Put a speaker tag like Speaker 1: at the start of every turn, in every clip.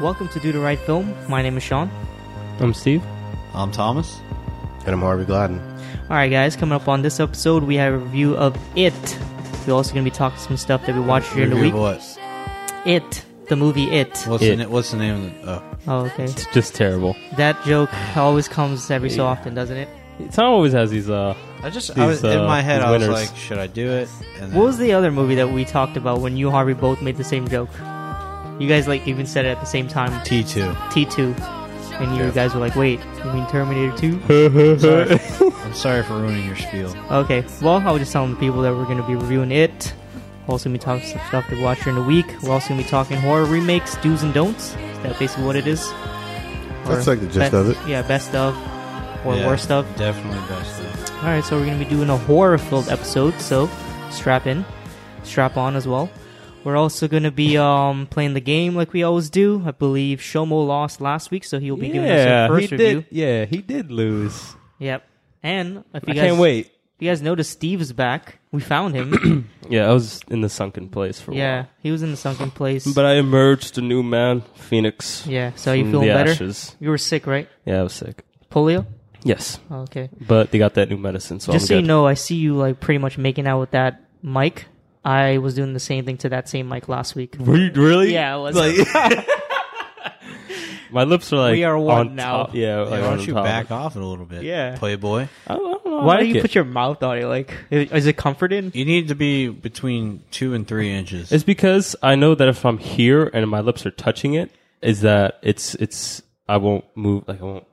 Speaker 1: Welcome to Do the Right Film. My name is Sean.
Speaker 2: I'm Steve.
Speaker 3: I'm Thomas.
Speaker 4: And I'm Harvey Gladden.
Speaker 1: All right, guys, coming up on this episode, we have a review of It. We're also going to be talking some stuff that we watched during the
Speaker 3: Review
Speaker 1: week.
Speaker 3: of What?
Speaker 1: It, the movie It.
Speaker 3: What's,
Speaker 2: It.
Speaker 3: The, na- what's the name of the. Oh,
Speaker 1: Oh, okay.
Speaker 2: It's just terrible.
Speaker 1: That joke always comes every so often, doesn't it?
Speaker 2: Tom always has these. uh
Speaker 3: I just. I
Speaker 2: These,
Speaker 3: was,
Speaker 2: uh,
Speaker 3: in my head,
Speaker 2: these
Speaker 3: I was
Speaker 2: winners.
Speaker 3: like, should I do it? And
Speaker 1: What was the other movie that we talked about when you Harvey both made the same joke? You guys like even said it at the same time.
Speaker 3: T2.
Speaker 1: T2, and you guys were like, "Wait, you mean Terminator 2?"
Speaker 3: I'm sorry for ruining your spiel.
Speaker 1: Okay, well, I was just telling the people that we're going to be reviewing it. We're also going to be talking some stuff to watch during the week. We're also going to be talking horror remakes, do's and don'ts. Is that basically what it is?
Speaker 4: That's like the gist
Speaker 1: be-
Speaker 4: of it.
Speaker 1: Yeah, best of or
Speaker 3: Yeah,
Speaker 1: worst of.
Speaker 3: Definitely best of.
Speaker 1: All right, so we're going to be doing a horror-filled episode, so strap in, strap on as well. We're also going to be um, playing the game like we always do. I believe Shomo lost last week, so he'll be giving us
Speaker 2: yeah,
Speaker 1: a first
Speaker 2: he
Speaker 1: review.
Speaker 2: did. Yeah, he did lose.
Speaker 1: Yep. And if you
Speaker 2: I
Speaker 1: guys
Speaker 2: can't wait.
Speaker 1: if you guys notice Steve's back. We found him.
Speaker 2: Yeah, I was in the sunken place for. A
Speaker 1: yeah,
Speaker 2: while.
Speaker 1: he was in the sunken place.
Speaker 2: But I emerged a new man, Phoenix.
Speaker 1: yeah, so you
Speaker 2: from
Speaker 1: feeling
Speaker 2: the
Speaker 1: better?
Speaker 2: Ashes.
Speaker 1: You were sick, right?
Speaker 2: Yeah, I was sick.
Speaker 1: Polio? Oh,
Speaker 2: Yes,
Speaker 1: Okay.
Speaker 2: but they got that new medicine, so
Speaker 1: Just
Speaker 2: I'm
Speaker 1: so
Speaker 2: good.
Speaker 1: you know, I see you like pretty much making out with that mic. I was doing the same thing to that same mic last week.
Speaker 2: Were you- really?
Speaker 1: Yeah, I was.
Speaker 2: My lips are like
Speaker 1: We are one
Speaker 2: on
Speaker 1: now.
Speaker 2: Top. Yeah, like
Speaker 3: Why
Speaker 2: on
Speaker 3: don't you
Speaker 2: top.
Speaker 3: back off it a little bit?
Speaker 2: Yeah.
Speaker 3: Playboy.
Speaker 2: I don't, I don't know. I
Speaker 1: Why
Speaker 2: like
Speaker 1: do you
Speaker 2: it.
Speaker 1: put your mouth on it? Like, is is it comforting?
Speaker 3: You need to be between two and three inches.
Speaker 2: It's because I know that if I'm here and my lips are touching it, is that it's it's I won't move like I won't.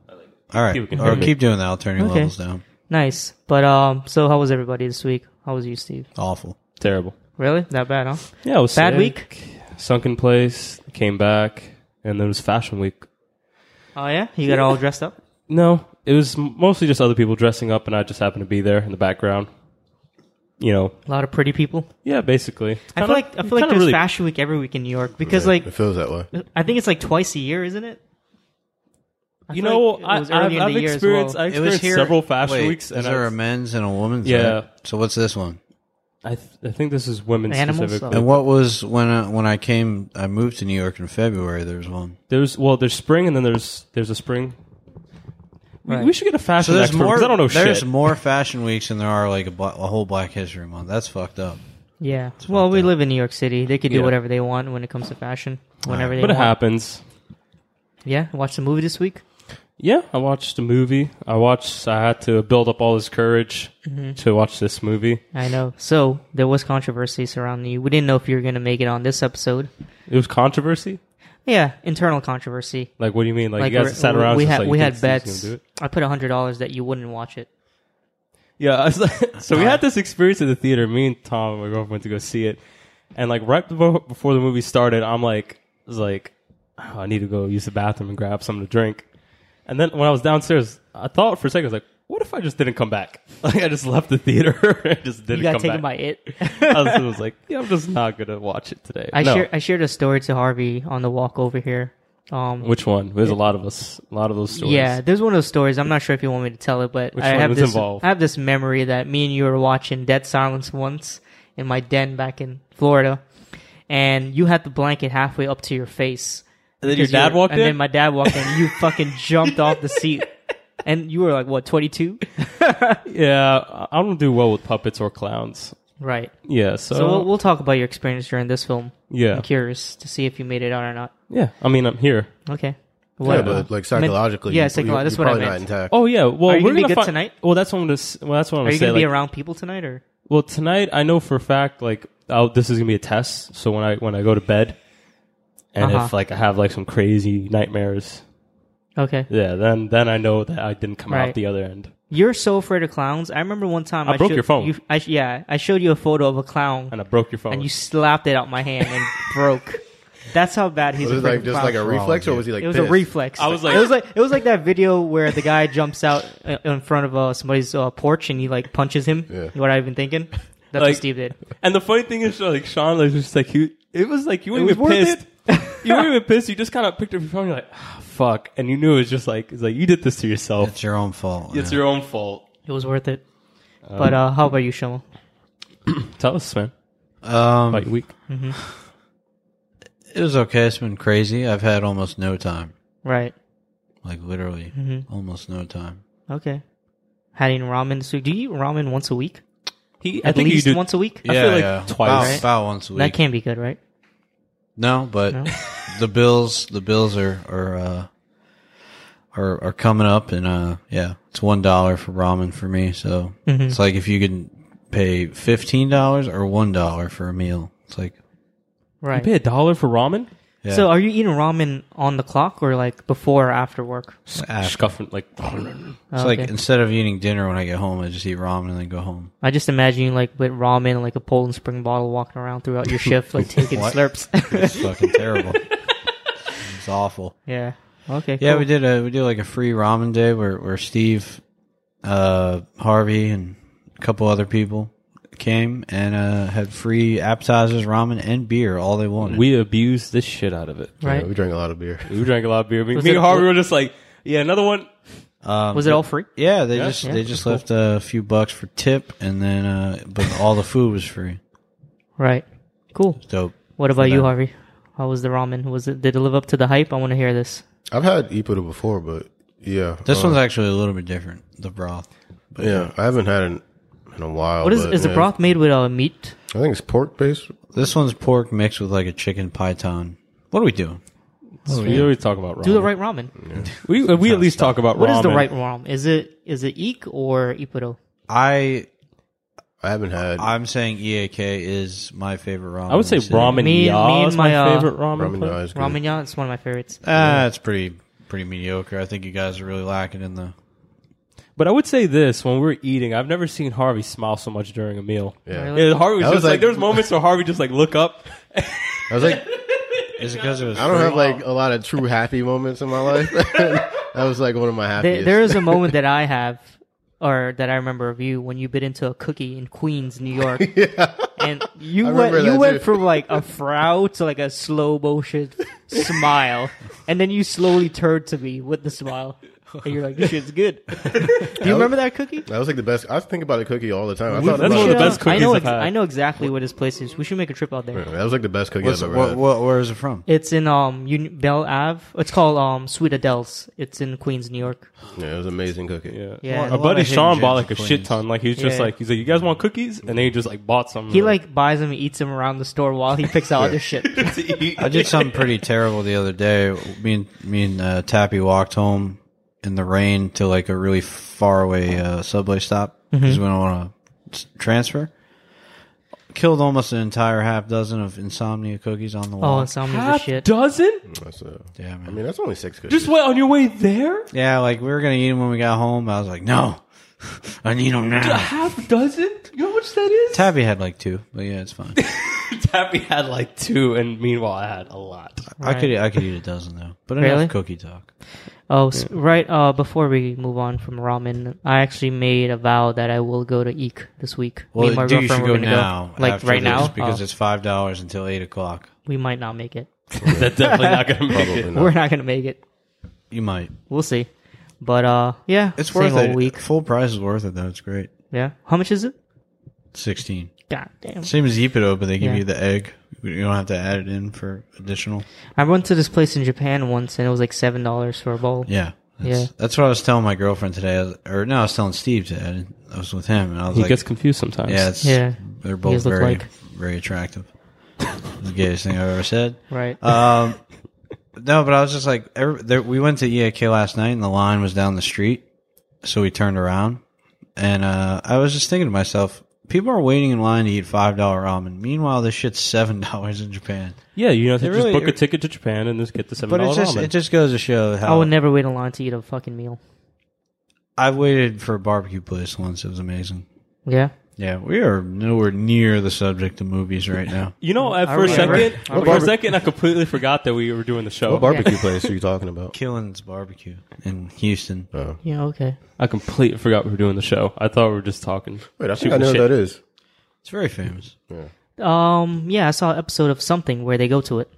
Speaker 3: All right.
Speaker 2: people can hear
Speaker 3: Or
Speaker 2: me.
Speaker 3: keep doing that. I'll turn your
Speaker 1: Okay.
Speaker 3: levels down.
Speaker 1: Nice. But um, so how was everybody this week? How was you, Steve?
Speaker 3: Awful.
Speaker 2: Terrible.
Speaker 1: Really? That bad, huh?
Speaker 2: Yeah, it was
Speaker 1: Bad
Speaker 2: sick.
Speaker 1: week?
Speaker 2: Sunken place. Came back, and then it was fashion week.
Speaker 1: Oh yeah, you got all dressed up.
Speaker 2: No, it was m- mostly just other people dressing up, and I just happened to be there in the background. You know,
Speaker 1: A lot of pretty people.
Speaker 2: yeah, basically. It's
Speaker 1: I
Speaker 2: kinda-
Speaker 1: feel like I
Speaker 2: it's
Speaker 1: feel like
Speaker 2: kinda
Speaker 1: there's
Speaker 2: really-
Speaker 1: Fashion Week every week in New York because
Speaker 4: Yeah,
Speaker 1: like
Speaker 4: it feels that way.
Speaker 1: I think it's like twice a year, isn't it? I
Speaker 2: You
Speaker 1: feel
Speaker 2: know,
Speaker 1: like
Speaker 2: I,
Speaker 1: it was
Speaker 2: I've,
Speaker 1: earlier in
Speaker 2: I've
Speaker 1: the year as
Speaker 2: experienced
Speaker 1: well.
Speaker 2: I
Speaker 3: It was
Speaker 2: experienced
Speaker 3: here.
Speaker 2: several fashion
Speaker 3: wait,
Speaker 2: weeks,
Speaker 3: Is
Speaker 2: and
Speaker 3: there
Speaker 2: I,
Speaker 3: a men's and a woman's?
Speaker 2: Yeah.
Speaker 3: right? So what's this one?
Speaker 2: I, th- I think this is women's
Speaker 1: Animals,
Speaker 2: specifically.
Speaker 1: though.
Speaker 3: And what was when I, when I came? I moved to New York in February. There was one.
Speaker 2: There's well, there's spring, and then there's there's a spring. We-
Speaker 1: Right.
Speaker 2: We, should get a fashion
Speaker 3: there's
Speaker 2: expert because I don't know
Speaker 3: there's
Speaker 2: shit.
Speaker 3: more fashion weeks than there are like a, bla- a whole Black History Month. That's fucked up.
Speaker 1: Yeah. Well, we live in New York City. They could do
Speaker 2: Yeah.
Speaker 1: whatever they want when it comes to fashion. Whenever they
Speaker 2: but it
Speaker 1: want.
Speaker 2: happens.
Speaker 1: Yeah. Watch the movie this week.
Speaker 2: Yeah, I watched a movie. I watched. I had to build up all this courage to watch this movie.
Speaker 1: I know. So there was controversy surrounding you. We didn't know if you were going to make it on this episode.
Speaker 2: It was controversy.
Speaker 1: Yeah, internal controversy.
Speaker 2: Like, what do you mean? Like, you
Speaker 1: we're-
Speaker 2: guys sat around.
Speaker 1: we
Speaker 2: just
Speaker 1: had
Speaker 2: like, you
Speaker 1: we
Speaker 2: think
Speaker 1: had
Speaker 2: Steve's
Speaker 1: bets.
Speaker 2: gonna do it?
Speaker 1: I put hundred dollars that you wouldn't watch it.
Speaker 2: Yeah, I was like, so we had this experience at the theater. Me and Tom, and my girlfriend, went to go see it, and like right before, before the movie started, I'm like, I was like, "Oh, I need to go use the bathroom and grab something to drink. And then when I was downstairs, I thought for a second, I was like, what if I just didn't come back? Like I just left the theater and just didn't
Speaker 1: You got
Speaker 2: come
Speaker 1: taken by
Speaker 2: back.
Speaker 1: it.
Speaker 2: I was, I was like, yeah, I'm just not gonna watch it today.
Speaker 1: I
Speaker 2: no.
Speaker 1: share, I shared a story to Harvey on the walk over here. Um,
Speaker 2: Which one? There's a lot of us, a lot of those stories.
Speaker 1: Yeah, there's one of those stories. I'm not sure if you want me to tell it, but I
Speaker 2: one
Speaker 1: have
Speaker 2: was
Speaker 1: this.
Speaker 2: involved?
Speaker 1: I have this memory that me and you were watching Dead Silence once in my den back in Florida, and you had the blanket halfway up to your face.
Speaker 2: And then your
Speaker 1: Because you
Speaker 2: dad
Speaker 1: were-
Speaker 2: walked
Speaker 1: and
Speaker 2: in.
Speaker 1: then my dad walked in. and You fucking jumped off the seat, and you were like, what, 22?
Speaker 2: yeah, I- I don't do well with puppets or clowns.
Speaker 1: Right.
Speaker 2: Yeah, so,
Speaker 1: So we'll, we'll talk about your experience during this film.
Speaker 2: Uh, yeah,
Speaker 1: I'm curious to see if you made it out or not.
Speaker 2: yeah. I mean, I'm here.
Speaker 1: Okay.
Speaker 4: Yeah,
Speaker 1: What- uh,
Speaker 4: but like psychologically,
Speaker 1: yeah,
Speaker 4: you-
Speaker 1: psycholo-
Speaker 4: you're-
Speaker 1: that's
Speaker 4: you're
Speaker 1: what I
Speaker 4: probably
Speaker 1: meant.
Speaker 4: Not intact.
Speaker 2: Oh yeah. Well,
Speaker 1: Are you
Speaker 2: we're
Speaker 1: gonna be
Speaker 2: gonna
Speaker 1: good
Speaker 2: fi-
Speaker 1: tonight?
Speaker 2: Well, that's what I'm gonna. s- Well, that's what I'm
Speaker 1: are
Speaker 2: gonna
Speaker 1: you
Speaker 2: say.
Speaker 1: going to be
Speaker 2: like,
Speaker 1: around people tonight, or
Speaker 2: well, tonight I know for a fact like I'll, this is gonna be a test. So when I when I go to bed, and
Speaker 1: Uh-huh.
Speaker 2: if like I have like some crazy nightmares,
Speaker 1: okay?
Speaker 2: yeah, then then I know that I didn't come
Speaker 1: Right.
Speaker 2: out the other end.
Speaker 1: You're so afraid of clowns. I remember one time
Speaker 2: I broke
Speaker 1: showed-
Speaker 2: your phone.
Speaker 1: You, I, yeah, I showed you a photo of a clown,
Speaker 2: And I broke your phone.
Speaker 1: and you slapped it out my hand and broke. That's how bad he's
Speaker 4: was it
Speaker 1: afraid
Speaker 4: like
Speaker 1: of
Speaker 4: just
Speaker 1: clowns.
Speaker 4: like a reflex, or
Speaker 3: dude.
Speaker 4: was he like?
Speaker 1: it was
Speaker 4: pissed?
Speaker 1: a reflex.
Speaker 2: I was like-
Speaker 1: it was like it was like that video where the guy jumps out uh, in front of uh, somebody's uh, porch and he like punches him.
Speaker 4: Yeah.
Speaker 1: What I've been thinking. That's
Speaker 2: Like-
Speaker 1: what Steve did.
Speaker 2: and the funny thing is, like Sean like, was just like you. It was like you weren't
Speaker 1: was
Speaker 2: even
Speaker 1: worth
Speaker 2: pissed. you weren't even pissed. You just kind of picked up your phone. And you're like, ah, fuck, and you knew it was just like it's like you did this to yourself.
Speaker 3: It's your own fault.
Speaker 2: Oh. It's
Speaker 3: man.
Speaker 2: your own fault.
Speaker 1: It was worth it. but uh, how about you, Shoma?
Speaker 2: Tell us, man,
Speaker 3: Um,
Speaker 2: about your week.
Speaker 3: it was okay. It's been crazy. I've had almost no time.
Speaker 1: Right.
Speaker 3: Like literally,
Speaker 2: Mm-hmm.
Speaker 1: Mhm.
Speaker 3: almost no time.
Speaker 1: Okay. Having ramen this week. Do you eat ramen once a week?
Speaker 2: He,
Speaker 1: At least once a week?
Speaker 2: I feel like twice.
Speaker 3: About,
Speaker 1: Right?
Speaker 3: about once a week.
Speaker 1: That can't be good, right?
Speaker 3: No, but
Speaker 1: No?
Speaker 3: the bills, the bills are are uh, are are coming up, and uh, yeah, it's one dollar for ramen for me. So
Speaker 1: Mm-hmm.
Speaker 3: it's like if you can pay fifteen dollars or one dollar for a meal, it's like
Speaker 2: You
Speaker 1: Right.
Speaker 2: pay a dollar for ramen?
Speaker 3: yeah,
Speaker 1: So are you eating ramen on the clock or like before or after work?
Speaker 3: it's, ass.
Speaker 2: Scuffing like
Speaker 3: It's
Speaker 1: Oh,
Speaker 3: like
Speaker 1: okay.
Speaker 3: instead of eating dinner when I get home, I just eat ramen and then go home.
Speaker 1: I just imagine you like with ramen and like a Poland Spring bottle walking around throughout your shift, like taking
Speaker 3: What?
Speaker 1: slurps.
Speaker 3: It's fucking terrible. It's awful.
Speaker 1: yeah. Okay.
Speaker 3: Yeah,
Speaker 1: cool.
Speaker 3: we did a we did like a free ramen day where where Steve, uh, Harvey, and a couple other people came and uh, had free appetizers, ramen, and beer all they wanted.
Speaker 2: we abused the shit out of it.
Speaker 1: Right.
Speaker 4: Yeah, we drank a lot of beer.
Speaker 2: We drank a lot of beer. Me,
Speaker 1: Was
Speaker 2: me
Speaker 1: it-
Speaker 2: and Harvey were just like, yeah, another one.
Speaker 3: um,
Speaker 1: Was it all free?
Speaker 3: Yeah, they
Speaker 2: Yeah,
Speaker 3: just
Speaker 1: yeah,
Speaker 3: they just left a few bucks for tip, and then uh, but all the food was free.
Speaker 1: Right. Cool.
Speaker 3: Dope.
Speaker 1: What about you,
Speaker 3: them.
Speaker 1: Harvey? How was the ramen? Was it did it live up to the hype? I want to hear this.
Speaker 4: I've had Ipudo before, but yeah.
Speaker 3: This
Speaker 4: uh,
Speaker 3: one's actually a little bit different. The broth.
Speaker 4: Yeah, I haven't had it in a while.
Speaker 1: What is
Speaker 4: but,
Speaker 1: is the
Speaker 4: yeah.
Speaker 1: broth made with uh, meat?
Speaker 4: I think it's pork based.
Speaker 3: This one's pork mixed with like a chicken python. What are we doing?
Speaker 2: we always talk about ramen.
Speaker 1: Oh, Do the right ramen.
Speaker 2: We, we at least talk about
Speaker 1: What
Speaker 2: Oh. ramen.
Speaker 1: is the right ramen? Is it is it eek or ipudo?
Speaker 3: I
Speaker 4: I haven't had
Speaker 3: I'm saying EAK is my favorite ramen.
Speaker 2: I would say
Speaker 3: in the city.
Speaker 2: ramen
Speaker 1: Me-
Speaker 2: ya
Speaker 1: me and
Speaker 2: is my,
Speaker 1: my, uh,
Speaker 2: favorite ramen.
Speaker 4: ramen.
Speaker 2: place.
Speaker 4: Eyes good.
Speaker 1: Ramen ya, it's one of my favorites.
Speaker 3: Ah, it's pretty pretty mediocre. I think you guys are really lacking in the.
Speaker 2: But I would say this when we're eating, I've never seen Harvey smile so much during a meal.
Speaker 4: Yeah.
Speaker 1: Really?
Speaker 2: Yeah, Harvey was
Speaker 4: That
Speaker 2: just
Speaker 4: was
Speaker 2: like,
Speaker 4: like-
Speaker 2: there's moments where Harvey just like look up.
Speaker 4: I was like,
Speaker 3: Is it because it was?
Speaker 4: I don't have like a lot of true happy moments in my life. that was like one of my
Speaker 1: There,
Speaker 4: happiest.
Speaker 1: there is a moment that I have, or that I remember of you when you bit into a cookie in Queens, New York, and you
Speaker 4: I
Speaker 1: went
Speaker 4: remember
Speaker 1: you
Speaker 4: that
Speaker 1: went
Speaker 4: too.
Speaker 1: from like a frown to like a slow motion smile, and then you slowly turned to me with the smile, and you're like, "This shit's good." Do you remember that cookie?
Speaker 4: that was like the best. I think about a cookie all the time. I
Speaker 2: We-
Speaker 4: thought
Speaker 2: that's
Speaker 4: about
Speaker 2: one of the
Speaker 4: it.
Speaker 1: Yeah.
Speaker 2: best
Speaker 1: I
Speaker 2: cookies
Speaker 1: know,
Speaker 2: I've had.
Speaker 1: I know exactly what his place is. We should make a trip out there.
Speaker 4: That was like the best cookie
Speaker 3: What's-
Speaker 4: I've ever
Speaker 3: what,
Speaker 4: had.
Speaker 3: what, where is it from?
Speaker 1: It's in um Un- Belle Ave. It's called um Sweet Adele's. It's in Queens, New York.
Speaker 2: Oh,
Speaker 4: Yeah, it was an amazing cookie.
Speaker 2: Yeah.
Speaker 1: Yeah.
Speaker 2: My
Speaker 1: A lot
Speaker 2: buddy
Speaker 3: of hidden
Speaker 2: Sean
Speaker 3: gems
Speaker 2: bought
Speaker 3: in
Speaker 2: like a shit
Speaker 3: Queens.
Speaker 2: ton. Like he was just
Speaker 1: Yeah.
Speaker 2: like, he's like, you guys want cookies? And then he just like bought some.
Speaker 1: He like buys them, and eats them around the store while he picks out other shit.
Speaker 2: to eat.
Speaker 3: I did something pretty terrible the other day. Me and me and uh, Tappy walked home in the rain to like a really far away uh, subway stop
Speaker 2: Mm-hmm.
Speaker 3: because we don't want to transfer. Killed almost an entire half dozen of insomnia cookies on the
Speaker 1: Oh,
Speaker 3: wall.
Speaker 1: insomnia's the
Speaker 2: half
Speaker 1: shit.
Speaker 2: dozen?
Speaker 4: That's a,
Speaker 3: yeah, man.
Speaker 4: I mean, that's only six cookies.
Speaker 2: Just went on your way there?
Speaker 3: yeah, like we were gonna eat them when we got home. I was like, no, I need them
Speaker 2: A
Speaker 3: now.
Speaker 2: half dozen? You know how much that is?
Speaker 3: Tappy had like two, but yeah, it's fine.
Speaker 2: Tappy had like two, and meanwhile I had a lot.
Speaker 3: I could I could eat a dozen though. But enough
Speaker 1: Really?
Speaker 3: cookie talk.
Speaker 1: Oh, s right. Uh, before we move on from ramen, I actually made a vow that I will go to Eek this week. Me
Speaker 3: Well,
Speaker 1: and my
Speaker 3: dude, you should
Speaker 1: girlfriend
Speaker 3: go
Speaker 1: were gonna
Speaker 3: now.
Speaker 1: Like
Speaker 3: after
Speaker 1: right
Speaker 3: this,
Speaker 1: now,
Speaker 3: because
Speaker 1: Oh,
Speaker 3: it's five dollars until eight o'clock.
Speaker 1: we might not make it.
Speaker 2: That's definitely not gonna make
Speaker 4: Probably
Speaker 2: it.
Speaker 4: not.
Speaker 1: We're not gonna make it.
Speaker 3: You might.
Speaker 1: We'll see. But uh, yeah,
Speaker 3: It's
Speaker 1: same
Speaker 3: worth
Speaker 1: old
Speaker 3: it.
Speaker 1: week.
Speaker 3: Full price is worth it though. It's great.
Speaker 1: Yeah. How much is it?
Speaker 3: Sixteen.
Speaker 1: God damn.
Speaker 3: Same as Epido, but they give
Speaker 1: Yeah.
Speaker 3: you the egg. You don't have to add it in for additional.
Speaker 1: I went to this place in Japan once, and it was like seven dollars for a bowl.
Speaker 3: Yeah. That's,
Speaker 1: Yeah.
Speaker 3: That's what I was telling my girlfriend today, I was- or no, I was telling Steve today. I, didn't- I was with him, and I was
Speaker 2: He
Speaker 3: like,
Speaker 2: gets confused sometimes.
Speaker 3: "Yeah, it's,
Speaker 1: Yeah.
Speaker 3: they're both
Speaker 1: look
Speaker 3: very,
Speaker 1: like-
Speaker 3: very attractive." the gayest thing I've ever said.
Speaker 1: Right.
Speaker 3: Um, no, but I was just like, every, there, we went to EAK last night and the line was down the street. So we turned around and uh, I was just thinking to myself, people are waiting in line to eat $5 ramen. Meanwhile, this shit's $7 in Japan.
Speaker 2: Yeah, you know, just
Speaker 3: really-
Speaker 2: book a ticket to Japan and just get the seven
Speaker 3: But it
Speaker 2: dollar
Speaker 3: just,
Speaker 2: ramen.
Speaker 3: it just goes to show
Speaker 1: I
Speaker 3: how
Speaker 1: would never wait in line to eat a fucking meal.
Speaker 3: I've waited for a barbecue place once. It was amazing.
Speaker 1: Yeah.
Speaker 3: Yeah, we are nowhere near the subject of movies right now.
Speaker 2: you know, at
Speaker 1: I
Speaker 2: for a
Speaker 1: remember.
Speaker 2: second,
Speaker 1: I
Speaker 2: for a
Speaker 1: remember.
Speaker 2: second, I completely forgot that we were doing the show.
Speaker 4: what barbecue place are you talking about?
Speaker 3: Killin's Barbecue in Houston.
Speaker 4: Oh.
Speaker 1: Yeah. Okay.
Speaker 2: I completely forgot we were doing the show. I thought we were just talking.
Speaker 4: Wait, I
Speaker 2: Shoot
Speaker 4: think I know
Speaker 2: the
Speaker 4: what that is.
Speaker 3: It's very famous.
Speaker 1: Um. Yeah. I saw an episode of something where they go to it.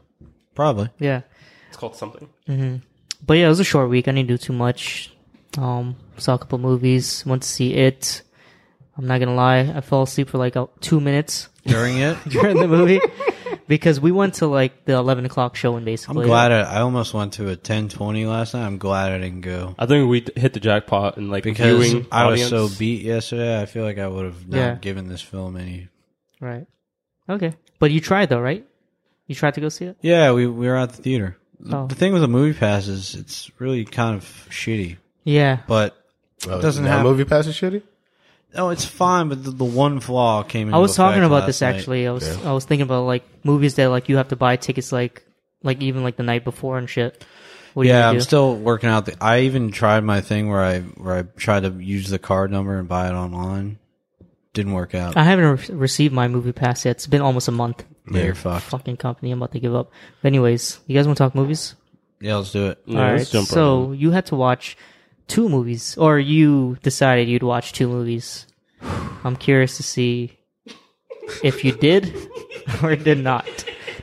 Speaker 3: Probably.
Speaker 1: Yeah.
Speaker 2: It's called something.
Speaker 1: But yeah, it was a short week. I didn't do too much. Um, saw a couple movies. Went to see it. I'm not gonna lie. I fell asleep for like uh, two minutes
Speaker 3: During it?
Speaker 1: during the movie. because we went to like the eleven o'clock show and
Speaker 3: I'm
Speaker 1: basically.
Speaker 3: glad I, I almost went to a 1020 last night. I'm glad I didn't go
Speaker 2: I think we d- hit the jackpot and like
Speaker 3: because
Speaker 2: viewing
Speaker 3: I was
Speaker 2: audience.
Speaker 3: so beat yesterday. I feel like I would have not
Speaker 1: Yeah.
Speaker 3: given this film any.
Speaker 1: right. Okay, but you tried though, right? You tried to go see it.
Speaker 3: Yeah, we we were at the theater. The-
Speaker 1: Oh.
Speaker 3: The thing with the movie pass is it's really kind of shitty,
Speaker 1: Yeah.
Speaker 3: but
Speaker 4: Oh,
Speaker 3: it doesn't
Speaker 4: now
Speaker 3: have.
Speaker 4: movie pass is shitty.
Speaker 3: No, it's fine, but the, the one flaw came. Into
Speaker 1: I was talking
Speaker 3: effect
Speaker 1: about
Speaker 3: last
Speaker 1: this
Speaker 3: night.
Speaker 1: actually. I was I was thinking about like movies that like you have to buy tickets like like even like the night before and shit. What do you
Speaker 3: Yeah,
Speaker 1: gonna
Speaker 3: I'm
Speaker 1: do?
Speaker 3: still working out. The, I even tried my thing where I where I tried to use the card number and buy it online. Didn't work out.
Speaker 1: I haven't re- received my movie pass yet. It's been almost a month.
Speaker 3: yeah, you're fucked.
Speaker 1: Fucking company, I'm about to give up. But anyways, you guys want to talk movies?
Speaker 3: Yeah, let's do it.
Speaker 2: Yeah,
Speaker 1: All right.
Speaker 2: let's jump
Speaker 1: so
Speaker 2: right
Speaker 1: you had to watch two movies, or you decided you'd watch two movies. I'm curious to see if you did or did not.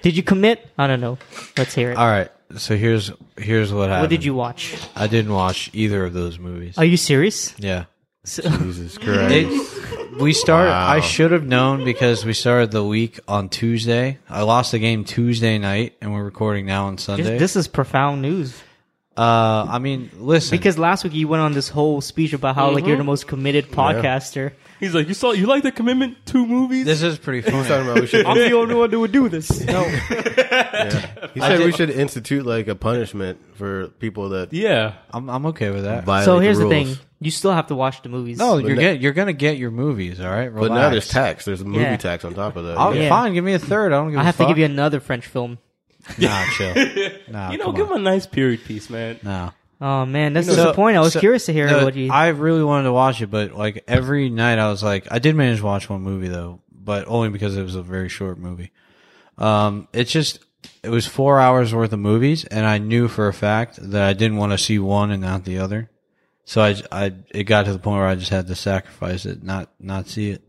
Speaker 1: Did you commit? I don't know. Let's hear it.
Speaker 3: All right. So here's here's what happened.
Speaker 1: What did you watch?
Speaker 3: I didn't watch either of those movies.
Speaker 1: Are you serious?
Speaker 3: yeah.
Speaker 4: Jesus Christ!
Speaker 3: It, we start. I should have known because we started the week on Tuesday. I lost the game Tuesday night, and we're recording now on Sunday.
Speaker 1: This, this is profound news.
Speaker 3: uh, I mean, listen.
Speaker 1: Because last week you went on this whole speech about how like you're the most committed podcaster.
Speaker 2: He's like, you saw, you like the commitment to movies.
Speaker 3: this is pretty funny.
Speaker 4: talking about we should,
Speaker 1: I'm the only one who would do this.
Speaker 4: he said we should institute like a punishment for people that
Speaker 2: yeah,
Speaker 3: I'm, I'm okay with that.
Speaker 4: violate.
Speaker 1: so here's the,
Speaker 4: rules.
Speaker 1: thing: you still have to watch the movies.
Speaker 3: No, you're
Speaker 4: na-
Speaker 3: get, you're gonna get your movies, all right.
Speaker 4: But now there's
Speaker 3: Relax.
Speaker 4: tax. There's a movie
Speaker 1: Yeah.
Speaker 4: tax on top of that.
Speaker 3: Oh,
Speaker 1: Yeah.
Speaker 3: Fine, give me a third. I don't give.
Speaker 1: I
Speaker 3: a
Speaker 1: have to
Speaker 3: fuck.
Speaker 1: give you another French film.
Speaker 3: Nah, chill. Nah,
Speaker 2: you know,
Speaker 3: come
Speaker 2: give
Speaker 3: on.
Speaker 2: him a nice period piece, man.
Speaker 3: Nah.
Speaker 1: Oh man, that's
Speaker 3: So-
Speaker 1: disappointing. I was
Speaker 3: so-
Speaker 1: curious to hear
Speaker 3: no,
Speaker 1: what you.
Speaker 3: I really wanted to watch it, but like every night I was like, I did manage to watch one movie though, but only because it was a very short movie. Um, it's just it was four hours worth of movies, and I knew for a fact that I didn't want to see one and not the other. So I, I, it got to the point where I just had to sacrifice it, not, not see it.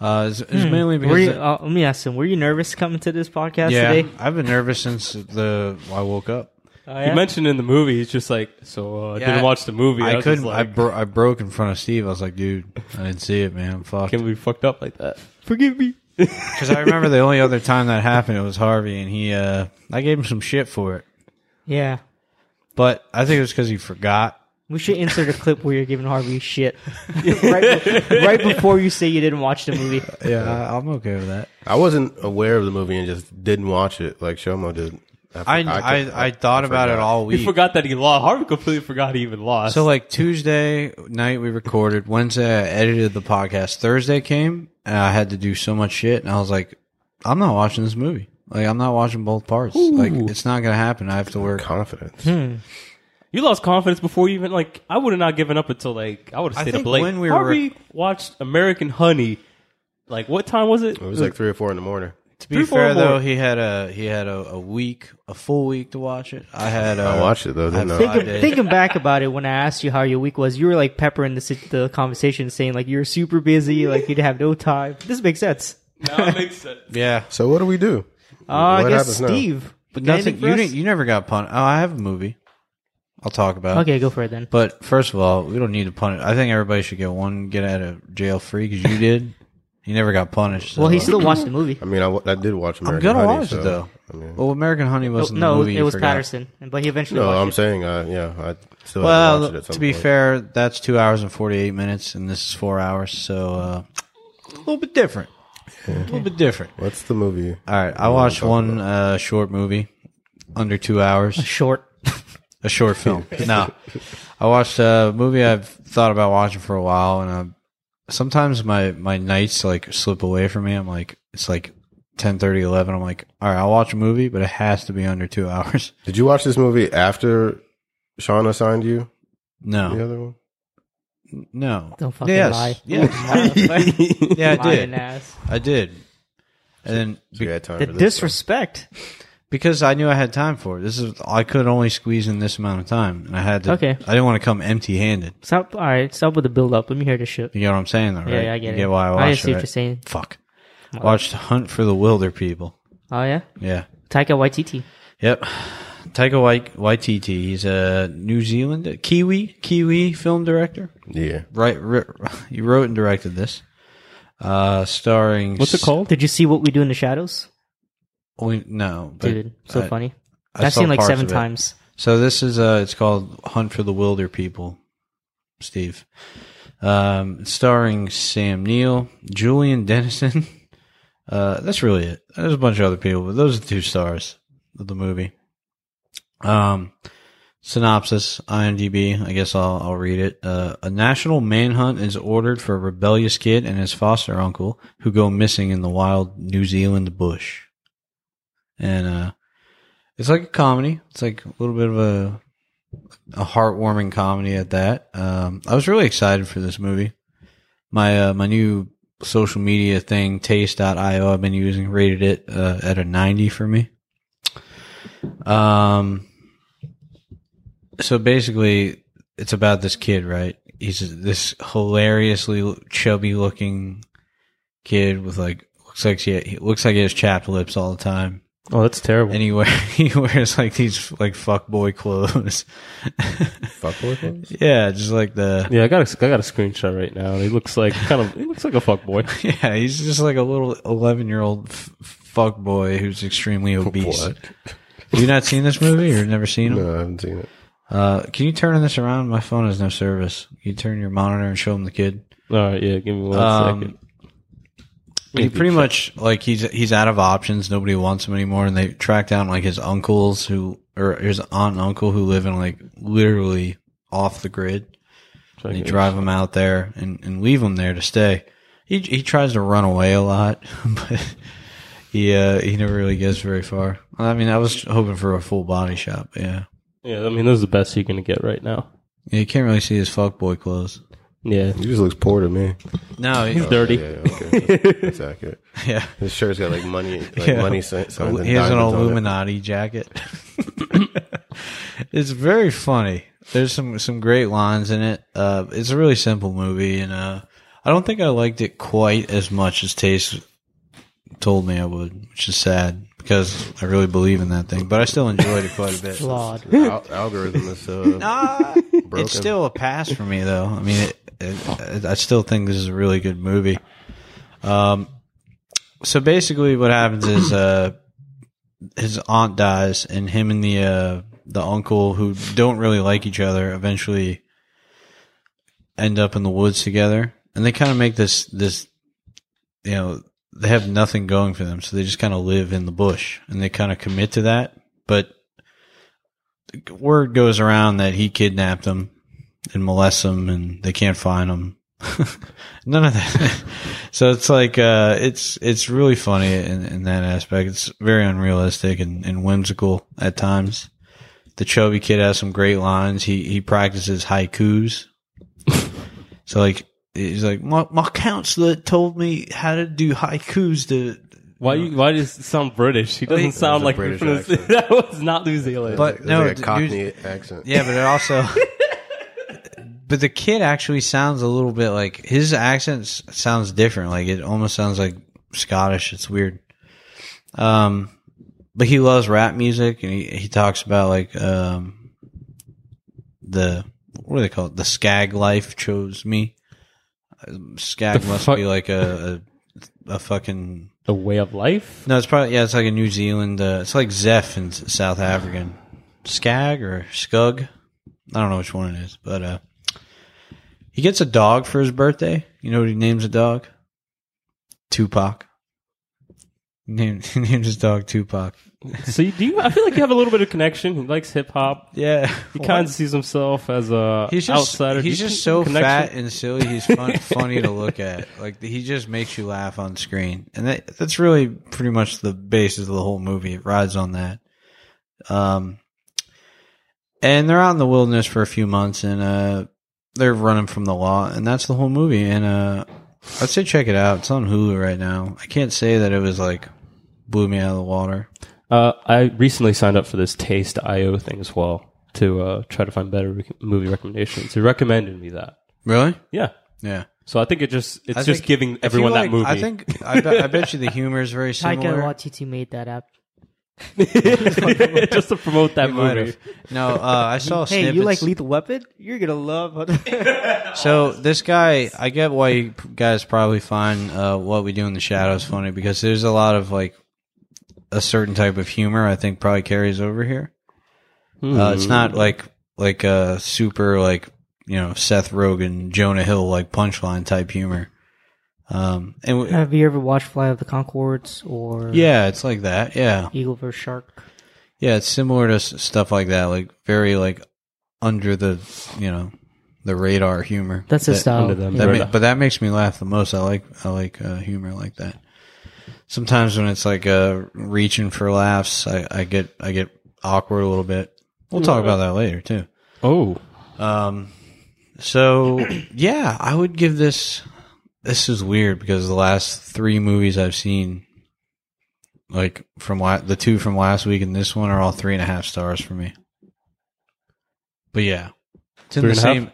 Speaker 3: Uh, it's, it's mainly because
Speaker 1: were you,
Speaker 3: it-
Speaker 1: uh, let me ask him. Were you nervous coming to this podcast
Speaker 3: yeah,
Speaker 1: today?
Speaker 3: I've been nervous since the I woke up.
Speaker 2: You mentioned in the movie, he's just like, so uh, I didn't watch the movie.
Speaker 3: I,
Speaker 2: was just
Speaker 3: couldn't. I,
Speaker 2: Like,
Speaker 3: bro- I broke in front of Steve. I was like, dude, I didn't see it, man. I'm fucked.
Speaker 2: can we fucked up like that? Forgive me.
Speaker 3: Because I remember the only other time that happened, it was Harvey, and he. uh I gave him some shit for it,
Speaker 1: yeah.
Speaker 3: but I think it was because he forgot.
Speaker 1: We should insert a clip where you're giving Harvey shit right, be- right before you say you didn't watch the movie.
Speaker 3: Yeah, I, Uh, I'm okay with that.
Speaker 4: I wasn't aware of the movie and just didn't watch it like Shomo did.
Speaker 3: I I, I, thought about it
Speaker 4: forgot.
Speaker 3: all
Speaker 2: He
Speaker 3: week.
Speaker 2: forgot that he lost. Harvey completely forgot he even lost.
Speaker 3: So like Tuesday night we recorded. Wednesday I edited the podcast. Thursday came and I had to do so much shit, and I was like, I'm not watching this movie. Like I'm not watching both parts. Like it's not gonna happen. I have to work.
Speaker 4: confidence.
Speaker 3: Hmm.
Speaker 2: you lost confidence before you even like. I would have not given up until like I would
Speaker 3: I
Speaker 2: have stayed up
Speaker 3: think
Speaker 2: late.
Speaker 3: when we were-
Speaker 2: Harvey watched American Honey. Like what time was it?
Speaker 4: It was like three or four in the morning.
Speaker 3: To be
Speaker 2: Three, four
Speaker 3: fair
Speaker 2: more.
Speaker 3: though, he had a he had a, a week, a full week to watch it. I had uh,
Speaker 4: I watched it though. Didn't I?
Speaker 1: Think
Speaker 3: I
Speaker 1: of,
Speaker 3: did.
Speaker 1: thinking back about it, when I asked you how your week was, you were like peppering the, sit- the conversation, saying like you're super busy, like you'd have no time. This makes sense.
Speaker 2: Now it makes sense.
Speaker 3: Yeah,
Speaker 4: So what do we do?
Speaker 1: Uh, I
Speaker 4: What
Speaker 1: guess
Speaker 4: happens now?
Speaker 1: Steve.
Speaker 3: but
Speaker 1: you got
Speaker 3: nothing.
Speaker 1: anything for
Speaker 3: You
Speaker 1: us?
Speaker 3: didn't. You never got pun. Oh, I have a movie. I'll talk about. it.
Speaker 1: Okay, go for it then.
Speaker 3: But first of all, we don't need to punish. I think everybody should get one get out of jail free because you did. He never got punished. so-
Speaker 1: Well, he still watched the movie.
Speaker 4: I mean, I, wa- I did watch
Speaker 3: I'm
Speaker 4: American
Speaker 3: gonna
Speaker 4: Honey,
Speaker 3: watch
Speaker 4: so,
Speaker 3: it though.
Speaker 4: I mean,
Speaker 3: well, American Honey wasn't
Speaker 1: no,
Speaker 3: the movie.
Speaker 1: it
Speaker 3: you
Speaker 1: was
Speaker 3: forgot.
Speaker 1: Patterson, but he eventually
Speaker 4: no,
Speaker 1: watched
Speaker 4: I'm
Speaker 1: it.
Speaker 4: saying, uh, yeah, I still have to watch it
Speaker 3: Well,
Speaker 4: at some
Speaker 3: to be
Speaker 4: point.
Speaker 3: fair, that's two hours and forty eight minutes, and this is four hours, so uh, a little bit different. A little bit different.
Speaker 4: What's the movie?
Speaker 3: All right, I watched one uh, short movie, under two hours.
Speaker 1: Short.
Speaker 3: a short film. no, I watched uh, a movie I've thought about watching for a while, and um sometimes my my nights like slip away from me. I'm like, it's like 10, 11. I'm like, all right, I'll watch a movie, but it has to be under two hours.
Speaker 4: Did you watch this movie after Shauna signed you?
Speaker 3: No,
Speaker 4: The other one.
Speaker 3: no,
Speaker 1: Don't fucking
Speaker 3: yes.
Speaker 1: lie.
Speaker 3: Yes. yeah, I
Speaker 1: Lying
Speaker 3: did.
Speaker 1: ass.
Speaker 3: I did. And then
Speaker 4: So you had time
Speaker 1: The
Speaker 4: for this.
Speaker 1: disrespect.
Speaker 3: because I knew I had time for it, this is I could only squeeze in this amount of time, and I had to.
Speaker 1: Okay.
Speaker 3: I didn't want to come empty-handed.
Speaker 1: Stop. All right, stop with the build up. Let me hear this shit.
Speaker 3: You get what I'm saying, though, right?
Speaker 1: Yeah, yeah, I get
Speaker 3: you
Speaker 1: it.
Speaker 3: Get why I watched
Speaker 1: I just
Speaker 3: it,
Speaker 1: see what
Speaker 3: right?
Speaker 1: you're saying.
Speaker 3: Fuck. Watched Hunt for the Wilder People.
Speaker 1: Oh yeah,
Speaker 3: Yeah.
Speaker 1: Taika Waititi.
Speaker 3: Yep. Taika Wai- Waititi. He's a New Zealand Kiwi Kiwi film director.
Speaker 4: Yeah.
Speaker 3: Right. ri- he wrote and directed this. uh, starring.
Speaker 2: What's it called?
Speaker 1: Did you see what we do in the shadows,
Speaker 3: We, no, but
Speaker 1: dude? So
Speaker 3: I-
Speaker 1: funny.
Speaker 3: I
Speaker 1: I've
Speaker 3: saw
Speaker 1: seen like
Speaker 3: parts
Speaker 1: seven
Speaker 3: of it.
Speaker 1: times.
Speaker 3: So this is uh it's called Hunt for the Wilder People, Steve. Um it's starring Sam Neill, Julian Dennison. Uh that's really it. There's a bunch of other people, but those are the two stars of the movie. Um synopsis IMDb, I guess I'll I'll read it. Uh, a national manhunt is ordered for a rebellious kid and his foster uncle who go missing in the wild New Zealand bush. And uh it's like a comedy. It's like a little bit of a a heartwarming comedy at that. Um, I was really excited for this movie. My uh, my new social media thing, taste.io, I've been using, rated it uh, at a 90 for me. Um, so basically, it's about this kid, right? He's this hilariously chubby looking kid with like looks like he, he looks like he has chapped lips all the time
Speaker 2: Oh, that's terrible.
Speaker 3: and he, wear, he wears like these like fuck boy clothes.
Speaker 4: Fuckboy clothes?
Speaker 3: yeah, just like the
Speaker 2: yeah, I got a, I got a screenshot right now. He looks like kind of he looks like a fuckboy.
Speaker 3: yeah, he's just like a little eleven year old f- fuck boy who's extremely obese.
Speaker 4: What?
Speaker 3: You not seen this movie or never seen him?
Speaker 4: No, I haven't seen it.
Speaker 3: Uh, can you turn this around? My phone has no service. Can you turn your monitor and show him the kid?
Speaker 2: All right, yeah, give me one
Speaker 3: Um,
Speaker 2: second.
Speaker 3: He pretty much like he's he's out of options. Nobody wants him anymore, and they track down like his uncles who or his aunt and uncle who live in like literally off the grid.
Speaker 2: Second.
Speaker 3: They drive him out there and, and leave him there to stay. He he tries to run away a lot, but he uh, he never really gets very far. I mean, I was hoping for a full body shot, but yeah.
Speaker 2: Yeah, I mean, this is the best you're gonna get right now.
Speaker 3: yeah. You can't really see his fuckboy clothes.
Speaker 2: Yeah,
Speaker 4: He just looks poor to me.
Speaker 3: No, he,
Speaker 2: dirty.
Speaker 4: Yeah, okay. That's, that's accurate.
Speaker 3: yeah.
Speaker 4: His shirt's got like money, like
Speaker 3: Yeah.
Speaker 4: money signs. and
Speaker 3: He has an
Speaker 4: diamonds on it.
Speaker 3: Illuminati jacket. it's very funny. There's some some great lines in it. Uh, it's a really simple movie, and uh, I don't think I liked it quite as much as Taste told me I would, which is sad because I really believe in that thing. But I still enjoyed it quite a bit.
Speaker 1: Flawed.
Speaker 4: Al- algorithm is uh,
Speaker 3: Ah,
Speaker 4: broken.
Speaker 3: it's still a pass for me, though. I mean, it, it, it, I still think this is a really good movie. Um, so basically, what happens is uh, his aunt dies, and him and the uh, the uncle who don't really like each other eventually end up in the woods together, and they kind of make this this you know they have nothing going for them, so they just kind of live in the bush, and they kind of commit to that, but word goes around that he kidnapped them and molested them and they can't find them. None of that. so it's like uh it's it's really funny in, in that aspect. It's very unrealistic and, and whimsical at times. The chubby kid has some great lines. He he practices haikus. so like he's like my my counselor told me how to do haikus to
Speaker 2: Why you? Why does it sound British? He doesn't
Speaker 3: Wait.
Speaker 2: sound
Speaker 4: That was a
Speaker 2: like
Speaker 4: British
Speaker 2: from the-
Speaker 4: accent.
Speaker 2: that was not New Zealand.
Speaker 3: But-
Speaker 4: It's
Speaker 3: no,
Speaker 4: like
Speaker 3: dude,
Speaker 4: a Cockney accent.
Speaker 3: Yeah, but it also. but the kid actually sounds a little bit like his accent s- sounds different. Like it almost sounds like Scottish. It's weird. Um, but he loves rap music, and he he talks about like um the what do they call it? The skag life chose me. Um, Skag
Speaker 2: The
Speaker 3: must
Speaker 2: fuck-
Speaker 3: be like a, a a fucking
Speaker 2: the way of life.
Speaker 3: no, it's probably yeah. It's like a New Zealand. Uh, it's like Zeph in S- South African. Skag or Skug. I don't know which one it is, but uh, he gets a dog for his birthday. You know what he names a dog? Tupac. He named, he named his dog Tupac.
Speaker 2: so you, do you? I feel like you have a little bit of connection. He likes hip hop.
Speaker 3: Yeah,
Speaker 2: He kind of sees himself as a
Speaker 3: he's just
Speaker 2: outsider. Do
Speaker 3: he's
Speaker 2: you
Speaker 3: just so
Speaker 2: think
Speaker 3: fat
Speaker 2: connection-
Speaker 3: and silly. He's fun, funny to look at. Like he just makes you laugh on screen, and that that's really pretty much the basis of the whole movie. It rides on that. Um, and they're out in the wilderness for a few months, and uh, they're running from the law, and that's the whole movie. And uh, I'd say check it out. It's on Hulu right now. I can't say that it was like blew me out of the water.
Speaker 2: Uh, I recently signed up for this Taste IO thing as well to uh, try to find better rec- movie recommendations. He recommended me that.
Speaker 3: Really?
Speaker 2: Yeah.
Speaker 3: Yeah.
Speaker 2: So I think it just it's
Speaker 3: I
Speaker 2: just
Speaker 3: think
Speaker 2: giving
Speaker 3: if you
Speaker 2: everyone
Speaker 3: like-
Speaker 2: that movie.
Speaker 3: I think I, bet I bet you the humor is very
Speaker 1: Taika
Speaker 3: similar.
Speaker 1: Waititi made that app.
Speaker 2: just to promote that
Speaker 3: We might
Speaker 2: movie.
Speaker 3: have. No, uh, I saw.
Speaker 1: Hey, you like
Speaker 3: snippets.
Speaker 1: Lethal Weapon? You're gonna love.
Speaker 3: So this guy, I get why you p- guys probably find uh, what we do in the shadows funny because there's a lot of like a certain type of humor I think probably carries over here. Uh,
Speaker 1: Hmm.
Speaker 3: it's not like like a super like you know Seth Rogen, Jonah Hill like punchline type humor. Um, and w-
Speaker 1: Have you ever watched Fly of the Concords or
Speaker 3: yeah, it's like that. Yeah,
Speaker 1: Eagle vs Shark?
Speaker 3: yeah, it's similar to s- stuff like that. Like very like under the you know the radar humor.
Speaker 1: That's uh, his
Speaker 3: that-
Speaker 1: style.
Speaker 2: under them.
Speaker 1: Yeah.
Speaker 3: That
Speaker 2: Right.
Speaker 3: ma- but that makes me laugh the most. I like I like uh, humor like that. Sometimes when it's like uh, reaching for laughs, I, I get I get awkward a little bit. We'll talk about that later too.
Speaker 2: Oh,
Speaker 3: Um, so yeah, I would give this. This is weird because the last three movies I've seen, like from la- the two from last week and this one, are all three and a half stars for me. But yeah, it's in
Speaker 2: Three and
Speaker 3: the
Speaker 2: a half?
Speaker 3: same.